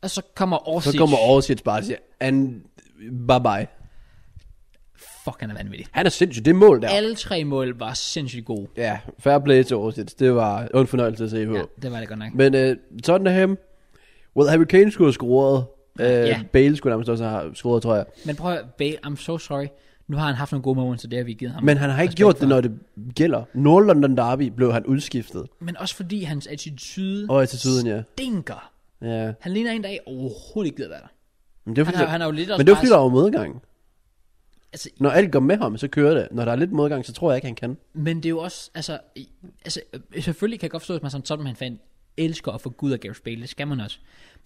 S1: Og så kommer Orsic.
S2: så kommer Aarhus bare og siger, and bye bye.
S1: Fuck, han er vanvittig.
S2: Han er sindssyg, det mål der.
S1: Alle tre mål var sindssygt gode.
S2: Ja, fair play til Aarhus. Det var en fornøjelse at se på.
S1: Ja, det var det godt nok.
S2: Men øh, Tottenham, well, Harry Kane skulle have scoret. Øh,
S1: Ja.
S2: Bale skulle nærmest også have scoret, tror jeg.
S1: Men prøv at Bale, I'm so sorry. Nu har han haft nogle gode moments, og det har vi givet ham.
S2: Men han har ikke
S1: respekt
S2: gjort
S1: for.
S2: det, når det gælder. Nordlondon Derby blev han udskiftet.
S1: Men også fordi hans attitude
S2: Og til tiden, ja.
S1: stinker.
S2: ja.
S1: Han ligner en, der ikke overhovedet ikke gider være der.
S2: Men det var
S1: Han
S2: fordi,
S1: har- han har jo lidt også
S2: men det var
S1: bare-
S2: fordi, der var modgang.
S1: Altså,
S2: Når alt går med ham, så kører det. Når der er lidt modgang, så tror jeg ikke, han kan.
S1: Men det er jo også, altså, i- altså øh, selvfølgelig kan jeg godt forstå, at man som Tottenham-fan elsker at få Gud og Gareth Bale, det skal man også.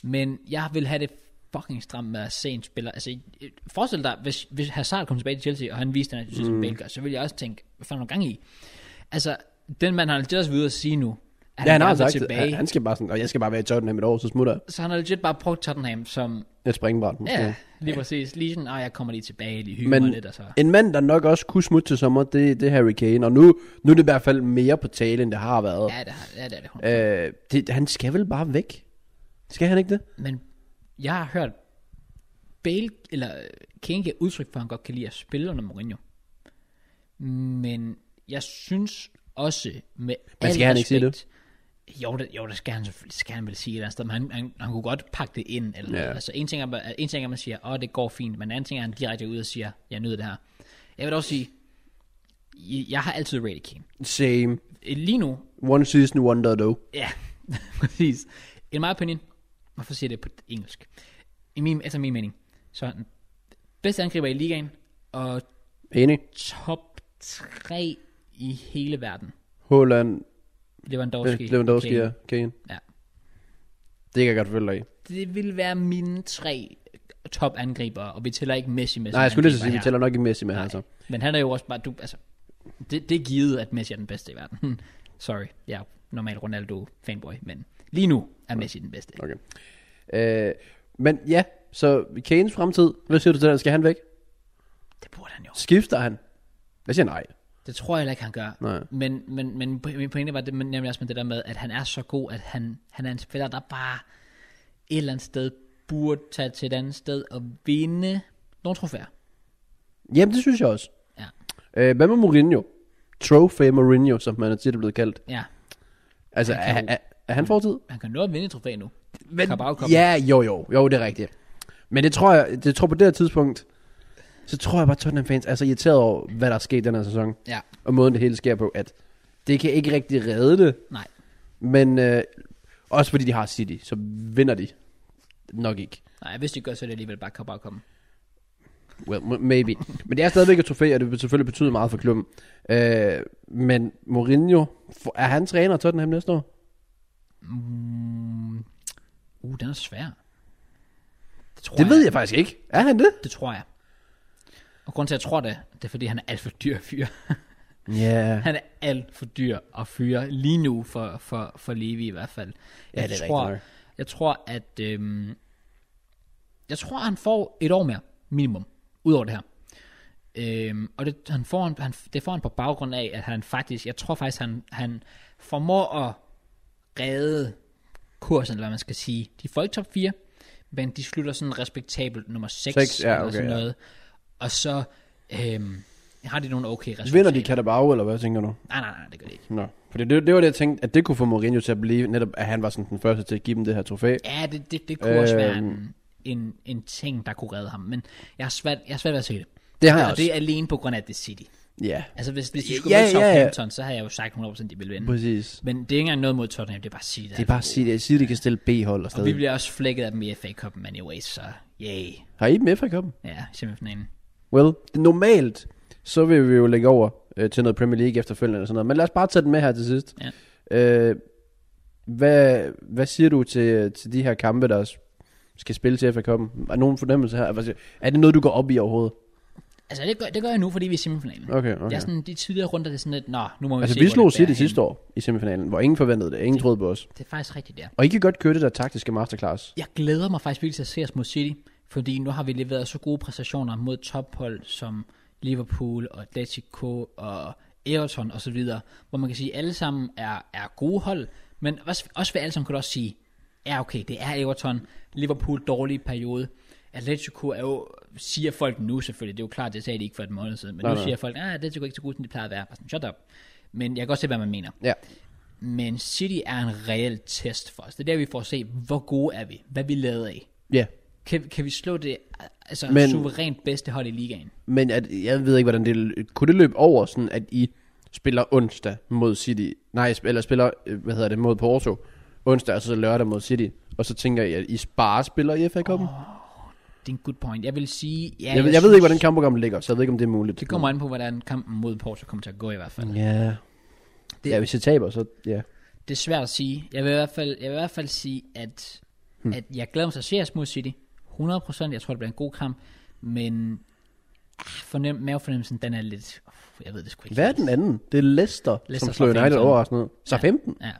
S1: Men jeg vil have det fucking stramt med at se en spiller, altså øh, forestil dig, hvis, hvis Hazard kom tilbage til Chelsea, og han viste den attitude,
S2: Mm.
S1: som Bale gør, så vil jeg også tænke, hvad fanden er der gang i? Altså, den mand har legit også videre at sige nu, at
S2: Ja, han har
S1: gerne vil
S2: sagt,
S1: tilbage.
S2: at han skal bare sådan, og jeg skal bare være i Tottenham et år, så smutter jeg.
S1: Så han har legit bare brugt Tottenham som,
S2: Jeg springer bare den.
S1: ja, lige præcis, lige sådan, ah, jeg kommer lige tilbage, lige hygger mig
S2: Men
S1: lidt, altså. og så.
S2: en mand, der nok også kunne smutte til sommer, det, det er Harry Kane. Og nu, nu er det i hvert fald mere på tale, end det har været.
S1: Ja, det, har- ja, det er det.
S2: Øh, det, han skal vel bare væk? Skal han ikke det?
S1: Men jeg har hørt Bale, eller øh, Kane giver udtryk for, at han godt kan lide at spille under Mourinho. Men jeg synes også med
S2: Men
S1: al
S2: skal han ikke sige
S1: respekt- Jo det, jo, det skal han selvfølgelig, skal han vel sige et eller andet sted, men han, han, han kunne godt pakke det ind. Eller
S2: Ja.
S1: noget. Altså, en ting, er, bare- en ting er, at man siger, åh, det går fint, men en anden ting er, at han direkte er ude og siger, jeg nyder det her. Jeg vil også sige, jeg- jeg har altid rated Kane.
S2: Same.
S1: Lige nu,
S2: One season wonder though.
S1: Ja, præcis. In my opinion, hvorfor siger jeg det på engelsk? I min, efter min mening, så er han bedste angriber i ligaen, og
S2: Enig.
S1: top 3 i hele verden.
S2: Haaland,
S1: Lewandowski.
S2: okay. Øh, Lewandowski
S1: Kane.
S2: Kane. og Kane.
S1: Ja.
S2: Det kan jeg godt følge dig i.
S1: Det vil være mine tre top angriber, og vi tæller ikke Messi med. som
S2: Nej, jeg skulle lige så
S1: angriber
S2: sige, vi
S1: her.
S2: tæller altså. nok ikke Messi med her. Så.
S1: Men han er jo også bare, du, altså, det, det er givet, at Messi er den bedste i verden. Sorry, jeg er normalt Ronaldo-fanboy, men lige nu er Messi den bedste.
S2: Okay. Øh, men ja, så Kanes fremtid. Hvad siger du til den? Skal han væk?
S1: Det burde han jo.
S2: Skifter han? Jeg siger nej.
S1: Det tror jeg heller ikke, han gør.
S2: Nej.
S1: Men, men, men po- min pointe var det, men nemlig også med det der med, at han er så god, at han, han er en spiller, der bare et eller andet sted burde tage til et andet sted og vinde nogle trofæer.
S2: Jamen, det synes jeg også.
S1: Ja.
S2: Øh, hvad med Mourinho? Trophy Mourinho, som man er tit blevet kaldt.
S1: ja.
S2: Altså,
S1: Han kan
S2: er,
S1: jo-
S2: er, er han fortid?
S1: Han kan nå at vinde et trofæ nu.
S2: Men,
S1: Carabao Cup.
S2: ja, jo, jo, jo, det er rigtigt. Men det tror jeg, det tror på det her tidspunkt, så tror jeg bare, at Tottenham fans er så irriteret over, hvad der er sket den her sæson,
S1: Ja.
S2: og måden det hele sker på, at det kan ikke rigtig redde det,
S1: Nej.
S2: men øh, også fordi de har City, så vinder de nok ikke.
S1: Nej, hvis de gør, så er det alligevel bare Carabao komme.
S2: Well, m- maybe. Men det er stadigvæk et trofæ, og det vil selvfølgelig betyde meget for klubben. Øh, men Mourinho, for- er han træner af Tottenham næste år?
S1: Mm. Uh, den er svær. Det tror
S2: Det
S1: jeg.
S2: ved jeg faktisk ikke. Er han det?
S1: Det tror jeg. Og grunden til, at jeg tror det, det er, fordi han er alt for dyr fyr.
S2: Ja. Yeah.
S1: Han er alt for dyr at fyre lige nu for, for, for Levi i hvert fald.
S2: Ja,
S1: Jeg
S2: det er
S1: tror,
S2: rigtigt
S1: Jeg tror, at øhm, jeg tror, han får et år mere minimum, ud over det her. Øhm, og det, han får han, han, det får han på baggrund af, at han faktisk, jeg tror faktisk, han, han formår at redde kursen, eller hvad man skal sige. De får ikke top 4, men de slutter sådan respektabelt nummer 6,
S2: Seks, ja,
S1: eller
S2: okay,
S1: sådan
S2: ja.
S1: noget. Og så øhm, har de nogle okay resultater.
S2: Vinder de Carabao, eller hvad tænker du?
S1: Nej, nej, nej, det gør de ikke.
S2: Nå. Fordi det, det var det, jeg tænkte, at det kunne få Mourinho til at blive, netop at han var sådan den første til at give dem det her trofæ.
S1: Ja, det, det, det kunne også være en,
S2: Øhm.
S1: en, en ting, der kunne redde ham. Men jeg har svært, jeg har svært ved at se det.
S2: Det har jeg
S1: og
S2: også.
S1: det er alene på grund af det City.
S2: Ja,
S1: Altså, hvis, hvis de skulle
S2: Ja,
S1: ja, møde
S2: ja, ja.
S1: Southampton, så havde jeg jo sagt 100% de ville vinde.
S2: præcis.
S1: Men det er ikke engang noget mod Tottenham, det er bare at sige det.
S2: Det er bare at sige, at City kan stille B-hold og
S1: Og vi
S2: stadig.
S1: bliver også flækket af dem i FA Cup'en anyways, så yay.
S2: Har I dem FA Cup'en?
S1: Ja, semifinalen.
S2: Well, det- normalt, så vil vi jo lægge over øh, til noget Premier League efterfølgende og sådan noget. Men lad os bare tage den med her til sidst.
S1: Ja.
S2: Øh, hvad, hvad siger du til, øh, til de her kampe, der s- skal spille til FA Cup'en? Er nogen fornemmelse her? Hvad siger- Er det noget, du går op i overhovedet?
S1: Altså, det gør, det gør jeg nu, fordi vi er i semifinalen.
S2: Okay,
S1: Okay.
S2: okay.
S1: Jeg er sådan, de tidligere runder, det er sådan lidt, nå, nu må vi
S2: Altså,
S1: se,
S2: vi
S1: hvor
S2: slog
S1: det bærer
S2: City
S1: hen.
S2: sidste år i semifinalen, hvor ingen forventede det. Ingen troede på os.
S1: Det er faktisk rigtigt, der.
S2: Og I kan godt køre det der taktiske masterclass.
S1: Jeg glæder mig faktisk virkelig til at se os mod City, fordi nu har vi leveret så gode præstationer mod tophold som Liverpool og Atletico og Everton og så videre, hvor man kan sige, at alle sammen er, er gode hold, men også, også ved alle sammen kan du også sige, ja okay, det er Everton, Liverpool dårlig periode, Atletico er jo, siger folk nu selvfølgelig, det er jo klart, det sagde de ikke for et måned siden, men
S2: Nej,
S1: nu
S2: nej.
S1: siger folk, at Atletico er ikke så god, som de plejer at være, Bare sådan, shut up. Men jeg kan godt se, hvad man mener.
S2: Ja.
S1: Men City er en reel test for os. Det er der, vi får at se, hvor gode er vi? Hvad er vi lavet af?
S2: Ja.
S1: Kan, kan vi slå det altså,
S2: Men-
S1: Men, suverænt bedste hold i ligaen?
S2: Men at, jeg ved ikke, hvordan det... Kunne det løbe over, sådan at I spiller onsdag mod City? Nej, sp- eller spiller, øh, hvad hedder det, mod Porto. Onsdag, og så lørdag mod City. Og så tænker jeg, at I bare spiller i FA Cup'en? Oh,
S1: Det er en good point. Jeg vil sige... Ja,
S2: jeg, jeg, jeg, ved
S1: synes-
S2: ikke, hvordan kampprogrammet ligger, så jeg ved ikke, om det er muligt.
S1: Det kommer an på, hvordan kampen mod Porto kommer til at gå i hvert fald.
S2: Ja. Det...
S1: Det-
S2: Ja, hvis jeg taber, så... Ja.
S1: Det er svært at sige. Jeg vil i hvert fald, jeg vil i hvert fald sige, at, hmm. at jeg glæder mig til at se os mod City. 100%. Jeg tror, det bliver en god kamp. Men ah, fornem, mavefornemmelsen, den er lidt... Uh, jeg ved det sgu ikke.
S2: Hvad er den anden? Det er Leicester, Leicester
S1: Leicester
S2: som slår United
S1: Southampton.
S2: overraskende. ned. Så
S1: Ja.
S2: 15?
S1: Ja.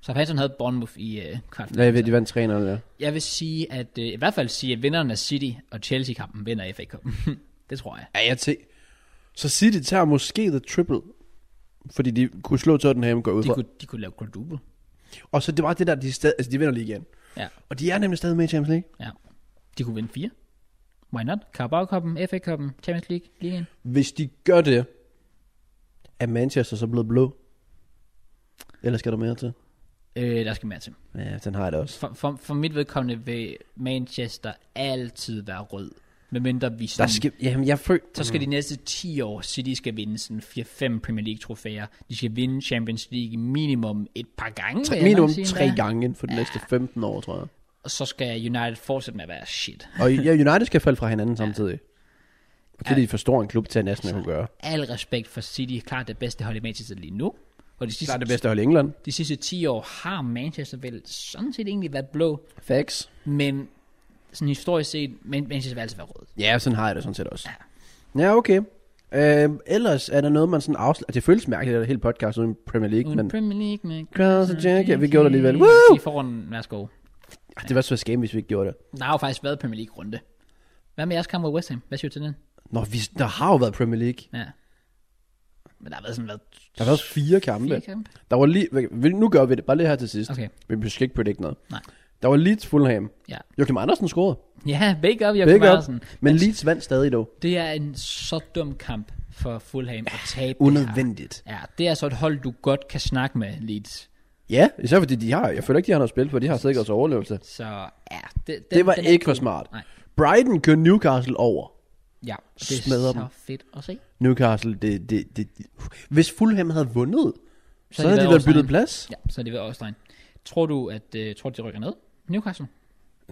S1: Så Patton havde Bournemouth i øh, kvartfinalen.
S2: Ja, jeg ved, de vandt 3-0, ja.
S1: Jeg vil sige, at øh, i hvert fald sige, at vinderne af City og Chelsea-kampen vinder FA Cup. det tror jeg.
S2: Ja, jeg tænker... Så City tager måske the triple, fordi de kunne slå Tottenham går ud
S1: De
S2: fra.
S1: kunne, de kunne lave quadruple.
S2: Og så det var det der, de, stad, altså, de vinder ligaen.
S1: Ja.
S2: Og de er nemlig stadig med i Champions League.
S1: Ja. De kunne vinde fire. Why not? Carabao Cup'en, FA Cup'en, Champions League, Ligaen.
S2: Hvis de gør det, er Manchester så blevet blå? Eller skal der mere til?
S1: Øh, der skal mere til.
S2: Ja, den har jeg da også.
S1: For, for, for mit vedkommende vil Manchester altid være rød. Medmindre vi
S2: Der
S1: sådan,
S2: skal, jamen, jeg føler...
S1: så skal de næste 10 år, City skal vinde sådan 4-5 Premier League trofæer. De skal vinde Champions League minimum et par gange. vil jeg nok
S2: Minimum
S1: sige
S2: tre
S1: endda.
S2: gange inden for de næste 15 år, tror jeg.
S1: Og så skal United fortsætte med at være shit.
S2: Og ja, United skal falde fra hinanden samtidig. Og det er de for stor en klub til at næsten at kunne gøre.
S1: al respekt for City, klart det bedste hold i Manchester lige nu. Og de sidste,
S2: Klart det bedste hold i England.
S1: de sidste 10 år har Manchester vel sådan set egentlig været blå,
S2: Facts.
S1: men sådan historisk set, men Manchester vil altid være rød.
S2: Ja, sådan har jeg det sådan set også. Ja, okay. Øhm, ellers er der noget, man sådan afslører. Det føles mærkeligt, at det er helt podcast uden Premier League,
S1: Uden
S2: men
S1: Premier League med...
S2: Cross the jacket. Vi gjorde det alligevel. Woo!
S1: Woo! I forrunden, værsgo.
S2: Ej, det var så skam, hvis vi ikke gjorde det.
S1: Der har jo faktisk været Premier League-runde. Hvad med jeres kamp mod West Ham? Hvad siger du til den?
S2: Nå, vi, der har jo været Premier League.
S1: Ja. Men der har været sådan været
S2: Der har været fire kampe.
S1: fire kampe.
S2: Der var lige, vi- nu gør vi det, bare lige her til sidst. Okay.
S1: Okay,
S2: Vi skal ikke predict noget.
S1: Nej.
S2: Der var Leeds Fulham.
S1: ja.
S2: Joachim Andersen scorede.
S1: Ja, bake up, Jakob
S2: Big up.
S1: Andersen.
S2: Men Leeds vandt stadig dog.
S1: Det er en så dum kamp for Fulham at tabe det her.
S2: Unødvendigt.
S1: Ja, det er altså et hold, du godt kan snakke med Leeds.
S2: Ja, især fordi de har, jeg føler ikke, de har noget spil, for de har sikret sig overlevelse.
S1: Så ja, det, den,
S2: det var
S1: den er
S2: ikke for smart.
S1: Nej.
S2: Brighton kørte Newcastle over.
S1: Ja, og det er Smadrer så
S2: Smadrer dem.
S1: dem. fedt at se.
S2: Newcastle, det, det, det, hvis Fulham havde vundet, så, så
S1: de
S2: havde de
S1: været
S2: været byttet
S1: overlegen.
S2: plads.
S1: Ja, så er det ved Øjstein. Tror du, at øh, tror, du, de rykker ned? Newcastle?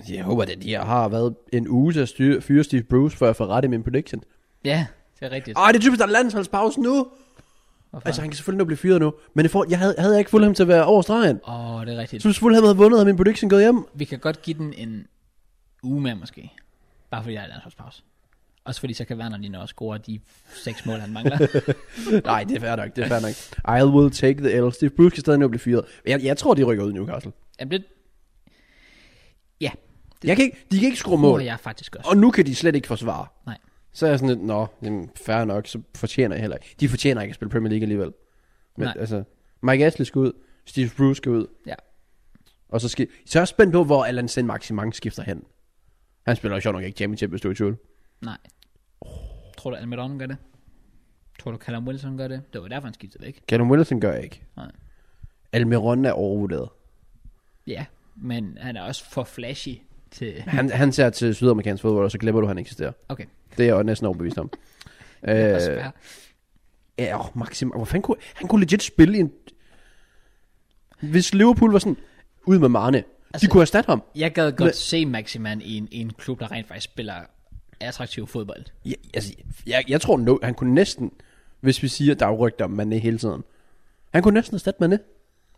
S2: Jeg håber, at de har været en uge til at styre, fyre Steve Bruce, før jeg får ret i min prediction.
S1: Ja, det er rigtigt.
S2: Ej, det er typisk, der er landsholdspause nu.
S1: Hvorfor?
S2: Ah, Altså, han kan selvfølgelig nu blive fyret nu. Men jeg, får, jeg havde, havde jeg ikke Fulham til at være over stregen.
S1: Åh, oh, det er rigtigt.
S2: Så hvis Fulham havde vundet, havde min prediction gået hjem.
S1: Vi kan godt give den en uge mere måske. Bare fordi der er landsholdspause. Også fordi så kan Werner lige nå at score de seks mål, han mangler.
S2: Nej, det er fair nok, det er fair nok. I will take the L. Steve Bruce kan stadig nu blive fyret. Jeg, jeg tror, de rykker ud i Newcastle.
S1: Jamen, det, ja,
S2: Jeg kan ikke, de kan ikke skrue
S1: tror
S2: mål.
S1: jeg faktisk også.
S2: Og nu kan de slet ikke forsvare.
S1: Nej.
S2: Så er jeg sådan lidt, nå, jamen, fair nok, så fortjener jeg heller ikke. De fortjener ikke at spille Premier League alligevel. Men
S1: Nej.
S2: altså, Mike Ashley skal ud, Steve Bruce skal ud,
S1: Ja.
S2: og så, skal, så er jeg spændt på, hvor Allan Sen Maximang skifter hen. Han spiller jo sjovt nok ikke championship, hvis du er i tvivl.
S1: Nej. Tror du, Almiron gør det? Tror du, Callum Wilson gør det? Det var derfor, han skiftede væk.
S2: Callum Wilson gør jeg ikke.
S1: Nej.
S2: Almiron er overvurderet.
S1: Ja, men han er også for flashy til...
S2: Han, han ser til sydamerikansk fodbold, og så glemmer du, at han eksisterer.
S1: Okay,
S2: Det er jeg jo næsten overbevist om.
S1: det er
S2: øh,
S1: også fair.
S2: Ja, oh, Maxim, hvor fanden kunne, han kunne legit spille i en... Hvis Liverpool var sådan, ud med Marne, altså,
S1: Altså-
S2: de kunne erstatte ham.
S1: Jeg gad godt
S2: Men-
S1: se Maximan i en, i en klub, der rent faktisk spiller attraktiv fodbold.
S2: Ja, altså, jeg, jeg tror, no, han kunne næsten, hvis vi siger, der er jo rygter om Mané hele tiden. Han kunne næsten erstatte Mané.
S1: Der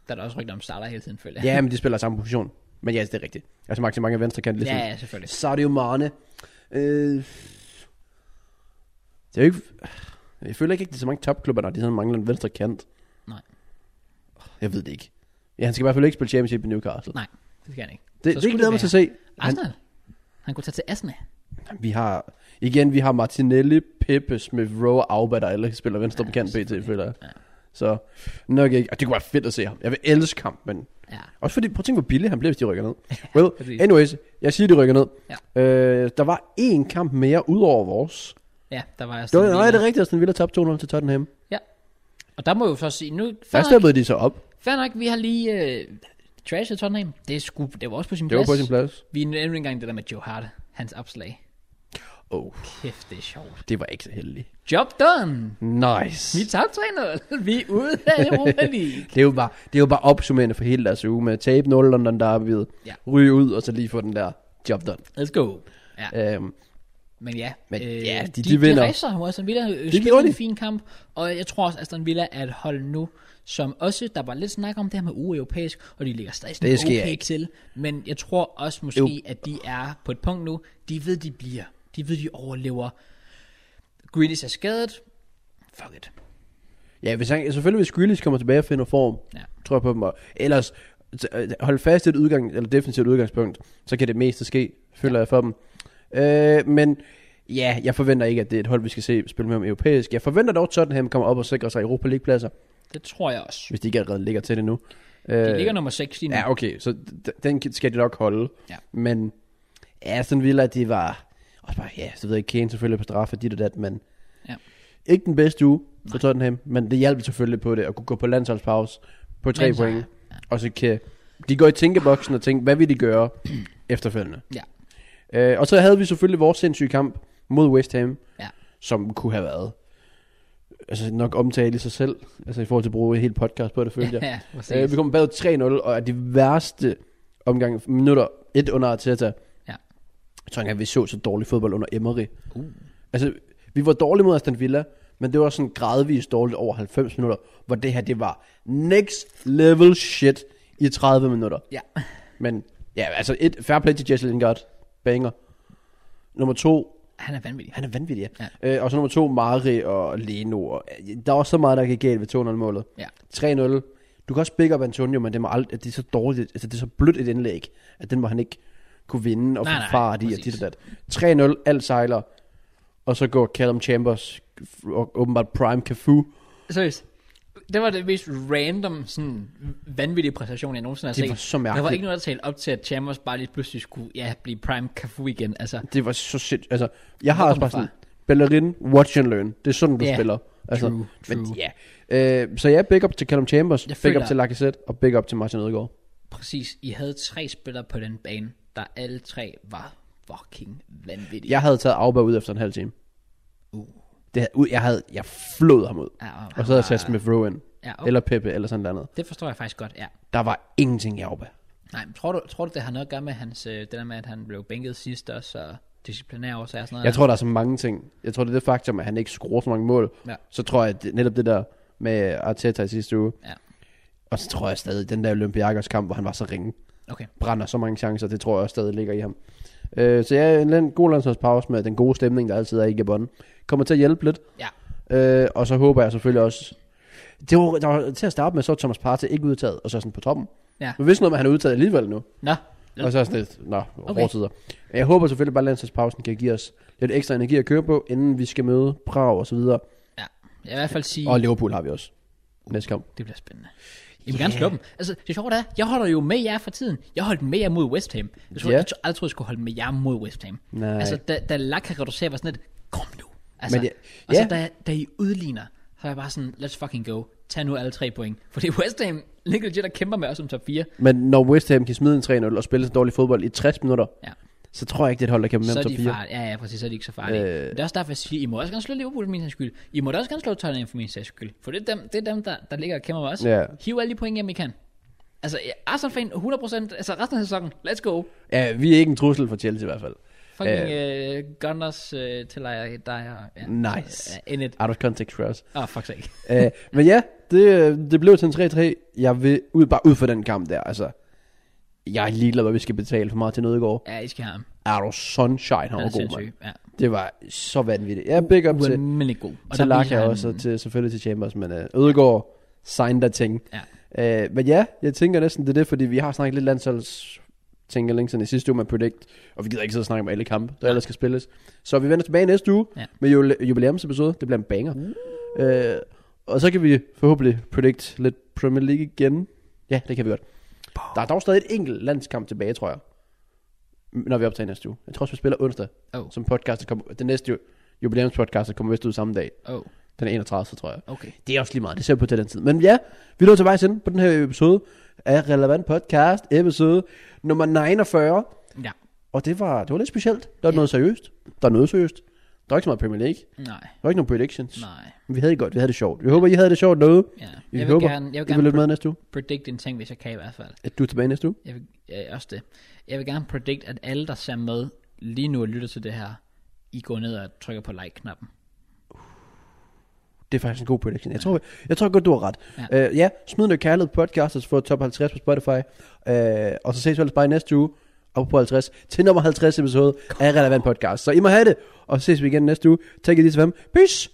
S1: er der også rygter om starter hele tiden, føler jeg.
S2: Ja, men de spiller samme position. Men ja, det er rigtigt. Altså, Maxim er venstre kant, ligesom.
S1: ja, ja, selvfølgelig.
S2: Sadio Mane. Øh, det er jo ikke... Jeg føler ikke, at det er så mange topklubber, der de sådan mangler en venstre kant.
S1: Nej.
S2: Jeg ved det ikke. Ja, han skal i hvert fald ikke spille championship i Newcastle.
S1: Nej, det skal han ikke. Så
S2: det, det
S1: skulle
S2: glæder jeg mig
S1: være
S2: til at se. Han,
S1: Arsenal? Han kunne tage til Arsenal.
S2: vi har... Igen, vi har Martinelli, Pepe, Smith Rowe og Auba, der alle spiller venstre ja, kant BT, føler jeg.
S1: Ja.
S2: Så nok ikke. Og det kunne være fedt at se ham. Jeg vil elske ham, men...
S1: Ja.
S2: Også fordi, prøv at tænke, hvor billig han blev, hvis de rykker ned. Well,
S1: præcis.
S2: anyways, jeg siger, de rykker ned.
S1: Ja.
S2: Øh, der var én kamp mere, udover vores.
S1: ja, der var jeg
S2: Det var, nej, det er rigtigt, Aston Villa tabte 2-0 til Tottenham.
S1: Og der må jeg jo så sige, nu,
S2: Der
S1: fair nok,
S2: steppede de så op.
S1: fair nok, vi har lige øh, trashet Tottenham. Det, skulle, det var også på sin
S2: Det var
S1: plads.
S2: på sin plads.
S1: Vi nævnte engang det der med Joe Hart, hans opslag.
S2: Oh,
S1: Kæft, det er sjovt.
S2: det var ikke så heldigt.
S1: Job done!
S2: Nice.
S1: Vi tabte 3-0. Vi er ude af Europa League.
S2: Det er jo bare, det er jo bare opsummerende for hele deres uge med tabe 0 London Derby,
S1: Ja.
S2: ryge ud, og så lige få den der job done.
S1: Let's go. Ja.
S2: Øhm,
S1: Men ja, øh,
S2: Men ja,
S1: de,
S2: de- de vinder.
S1: De racer, hvor Aston Villa øh,
S2: gjorde
S1: spillede
S2: de.
S1: en fin kamp, og jeg tror også, Aston Villa er et hold nu, som også, der var lidt snak om det her med ueuropæisk, og de ligger stadig sådan
S2: Det sker
S1: okay
S2: ikke.
S1: til, men jeg tror også måske,
S2: Jo.
S1: jo. at de er på et punkt nu, de ved, de bliver, de ved, de overlever. Grealish er skadet, fuck it.
S2: ja, hvis han, selvfølgelig hvis Grealish kommer tilbage og finder form,
S1: Ja.
S2: tror jeg på dem. Og ellers, t- øh, hold fast i et udgang, eller defensivt udgangspunkt, så kan det meste ske, føler jeg for dem. Øh, men ja, jeg forventer ikke, at det er et hold, vi skal se spille med om europæisk. Jeg forventer dog, at Tottenham kommer op og sikrer sig Europa League-pladser,
S1: Det tror jeg også.
S2: hvis de ikke allerede ligger til det nu.
S1: De ligger nummer 6 lige nu.
S2: Øh, Ja, okay, så d- den skal de nok holde.
S1: Ja.
S2: Men Aston Villa, de var... Også bare, ja, så ved jeg ikke, Kane selvfølgelig på straffe, dit og dat, men...
S1: Ja.
S2: Ikke den bedste uge for Tottenham, men det hjalp selvfølgelig på det, at kunne gå på landsholdspause på tre
S1: Men så-
S2: point. Og så kan de gå i tænkeboksen og tænke, hvad vil de gøre efterfølgende?
S1: Ja.
S2: Øh, og så havde vi selvfølgelig vores sindssyge kamp mod West Ham,
S1: Ja.
S2: som kunne have været altså nok omtale i sig selv, altså i forhold til at bruge et helt podcast på det, følte jeg.
S1: ja, præcis.
S2: Øh, vi kommer bag 3-0, og er de værste omgang minutter, et under Arteta.
S1: Ja.
S2: Jeg tror ikke, at vi så så dårlig fodbold under Emery.
S1: Uh.
S2: Altså, vi var dårlige mod Aston Villa, men det var sådan gradvist dårligt over 90 minutter, hvor det her, det var next level shit i 30 minutter.
S1: ja.
S2: Men ja, altså et fair play til Jesse Lingard. Banger. Nummer to,
S1: Han er vanvittig.
S2: han er vanvittig, ja. ja. Øh, og så nummer to, Mari og Leno. Og, øh, der er også så meget, der gik galt ved 2-0-målet.
S1: Ja.
S2: 3-0. Du kan også pick up Antonio, men det, må ald- det er så dårligt, altså det er så blødt et indlæg, at den må han ikke kunne vinde og
S1: Nej,
S2: få
S1: nej,
S2: fart i og
S1: præcis.
S2: dit og dat. 3-0, alt sejler, og så går Callum Chambers og åbenbart Prime Cafu.
S1: Seriøst. Det var det mest random, sådan vanvittige præstation, jeg nogensinde har set.
S2: Det var så
S1: Der var
S2: mærkeligt.
S1: ikke noget, der talte op til, at Chambers bare lige pludselig skulle ja, blive Prime Cafu igen. Altså,
S2: Det var så shit. Altså, jeg har
S1: Hvor kom
S2: også bare
S1: det fra?
S2: sådan, ballerin, watch and learn. Det er sådan, du
S1: Ja.
S2: spiller. Altså,
S1: True,
S2: Men,
S1: true.
S2: ja. Øh, så ja, big up til Callum Chambers,
S1: Jeg
S2: big up
S1: føler-
S2: til Lacazette, og big up til Martin Ødegaard.
S1: præcis, I havde tre spillere på den bane, der alle tre var fucking vanvittige.
S2: Jeg havde taget Auba ud efter en halv time.
S1: Uh.
S2: Det, ud- jeg, havde, jeg flod ham ud.
S1: Ja,
S2: Og så havde jeg sat Smith Rowe ind.
S1: Ja, ah, okay.
S2: Eller Peppe, eller sådan noget andet.
S1: Det forstår jeg faktisk godt, ja.
S2: Der var ingenting i Auba.
S1: Nej, men tror du, tror du det har noget at gøre med hans, øh, det der med, at han blev bænket sidst også, og disciplinære årsager og sådan noget?
S2: Jeg tror, der er så mange ting. Jeg tror, det er det faktum, at han ikke scorer så mange mål.
S1: Ja.
S2: Så tror jeg, at det- netop det der med Arteta i sidste uge.
S1: Ja.
S2: Og så tror jeg stadig, den der Olympiakos kamp, hvor han var så ringe,
S1: Okay,
S2: brænder så mange chancer, det tror jeg også stadig ligger i ham. Øh, så ja, en land- god landsholdspause med den gode stemning, der altid er i Gabon. Kommer til at hjælpe lidt.
S1: ja.
S2: Øh, og så håber jeg selvfølgelig også... Det var, der var, til at starte med, så er Thomas Partey ikke udtaget, og så sådan på toppen.
S1: Ja.
S2: Men hvis noget med, at han er udtaget alligevel nu.
S1: Nå,
S2: Og så er sådan lidt, nå, okay.
S1: Okay.
S2: hårde tider. Jeg håber selvfølgelig bare, at landsholdspausen kan give os lidt ekstra energi at køre på, inden vi skal møde Prag og så videre.
S1: ja. Jeg vil i hvert fald sige...
S2: Og Liverpool har vi også næste kamp.
S1: Det bliver spændende. I vil gerne slå dem. Altså, det sjove er, jeg holder jo med jer for tiden. Jeg holdt med jer mod West Ham. Jeg tror,
S2: Ja.
S1: yeah. jeg, tror- aldrig troede, jeg skulle holde med jer mod West Ham.
S2: Nej.
S1: Altså, da, da Laka reducerer, var sådan lidt, kom nu. Altså,
S2: Men det-
S1: Og så
S2: ja.
S1: da, da I udligner, så er jeg bare sådan, let's fucking go. Tag nu alle tre point. Fordi West Ham ligger legit og kæmper med os som top 4.
S2: Men når West Ham kan smide en 3-0 og spille så dårlig fodbold i 60 minutter,
S1: Ja.
S2: så tror jeg ikke, det er et hold, der kan
S1: så
S2: med
S1: er
S2: om top
S1: de
S2: 4.
S1: far, ja, ja, præcis, så er de ikke så farlige.
S2: Øh.
S1: Øh. Men det er også derfor, jeg siger, I må også gerne slå Liverpool for min sags skyld. I må da også gerne slå Tottenham for min sags skyld. For det er dem, det er dem der, der ligger og kæmper med os.
S2: Ja.
S1: Hiv alle de point hjem, I kan. Altså, jeg- Arsenal-fan 100%, altså resten af sæsonen, let's go.
S2: Ja, vi er ikke en trussel for Chelsea i hvert fald.
S1: Fucking øh. Gunners øh, til dig, dig og... Ja,
S2: Nice.
S1: Ja, in it.
S2: Out of context for os.
S1: Åh, oh, fuck sake.
S2: Øh, men ja, det, øh, det blev til en 3-3. Jeg vil ud, bare ud for den kamp der, altså. Jeg er ligeglad, hvad vi skal betale for Martin Ødegaard.
S1: Ja, I skal have ham.
S2: Er du sunshine, han
S1: Han
S2: var
S1: er
S2: god, mand.
S1: sindssyg. Ja.
S2: Det var så vanvittigt. Ja, big up til,
S1: Ualmindelig god. Og
S2: til
S1: der
S2: Laka
S1: viser han-
S2: også, og til, selvfølgelig til Chambers, men øh, Ødegaard signed der ting.
S1: Ja.
S2: Øh, men ja, jeg tænker næsten, det er det, fordi vi har snakket lidt landsholds tænker længe siden i sidste uge med Predict, og vi gider ikke sidde og snakke om alle kampe, der ellers skal spilles. Så vi vender tilbage næste uge
S1: Ja. Uh.
S2: med jule- jubilæumsepisode. Det bliver en banger. Øh, og så kan vi forhåbentlig predict lidt Premier League igen. Ja, det kan vi godt. Der er dog stadig et enkelt landskamp tilbage, tror jeg. M- Når vi optager næste uge. Jeg tror også, vi spiller onsdag.
S1: Oh.
S2: Som podcast, der kommer, den næste ju- jubilæumspodcast, der kommer vist ud samme dag.
S1: Oh,
S2: Den er 31, tror jeg.
S1: okay.
S2: Det er også lige meget, det ser vi på til den tid. Men ja, vi er nået til vejs ende på den her episode af Relevant Podcast, episode nummer 49.
S1: Ja.
S2: Og det var, det var lidt specielt. Der er noget seriøst. Der er noget seriøst. Der er ikke så meget Premier League.
S1: Nej.
S2: Der er ikke nogen predictions.
S1: Nej.
S2: Men vi havde det godt, vi havde det sjovt. Vi håber, I havde det sjovt derude.
S1: Ja.
S2: Vi
S1: Jeg vil
S2: håber,
S1: gerne, jeg vil
S2: I vil
S1: gerne
S2: lytte med næste uge.
S1: predict en ting, hvis jeg kan i hvert fald.
S2: At du er tilbage næste uge.
S1: Jeg vil, ja, også det. Jeg vil gerne predict, at alle, der ser med lige nu og lytter til det her, I går ned og trykker på like-knappen.
S2: Det er faktisk en god prediction. Jeg tror, jeg tror godt, du har ret. Ja,
S1: Ja.
S2: uh, ja smid noget kærlighed på podcastet, så får top 50 på Spotify. Uh, og så ses vi ellers bare i næste uge, op på 50, til nummer 50 episode af Relevant Podcast. Så I må have det, og så ses vi igen næste uge. Tak i lige til Peace!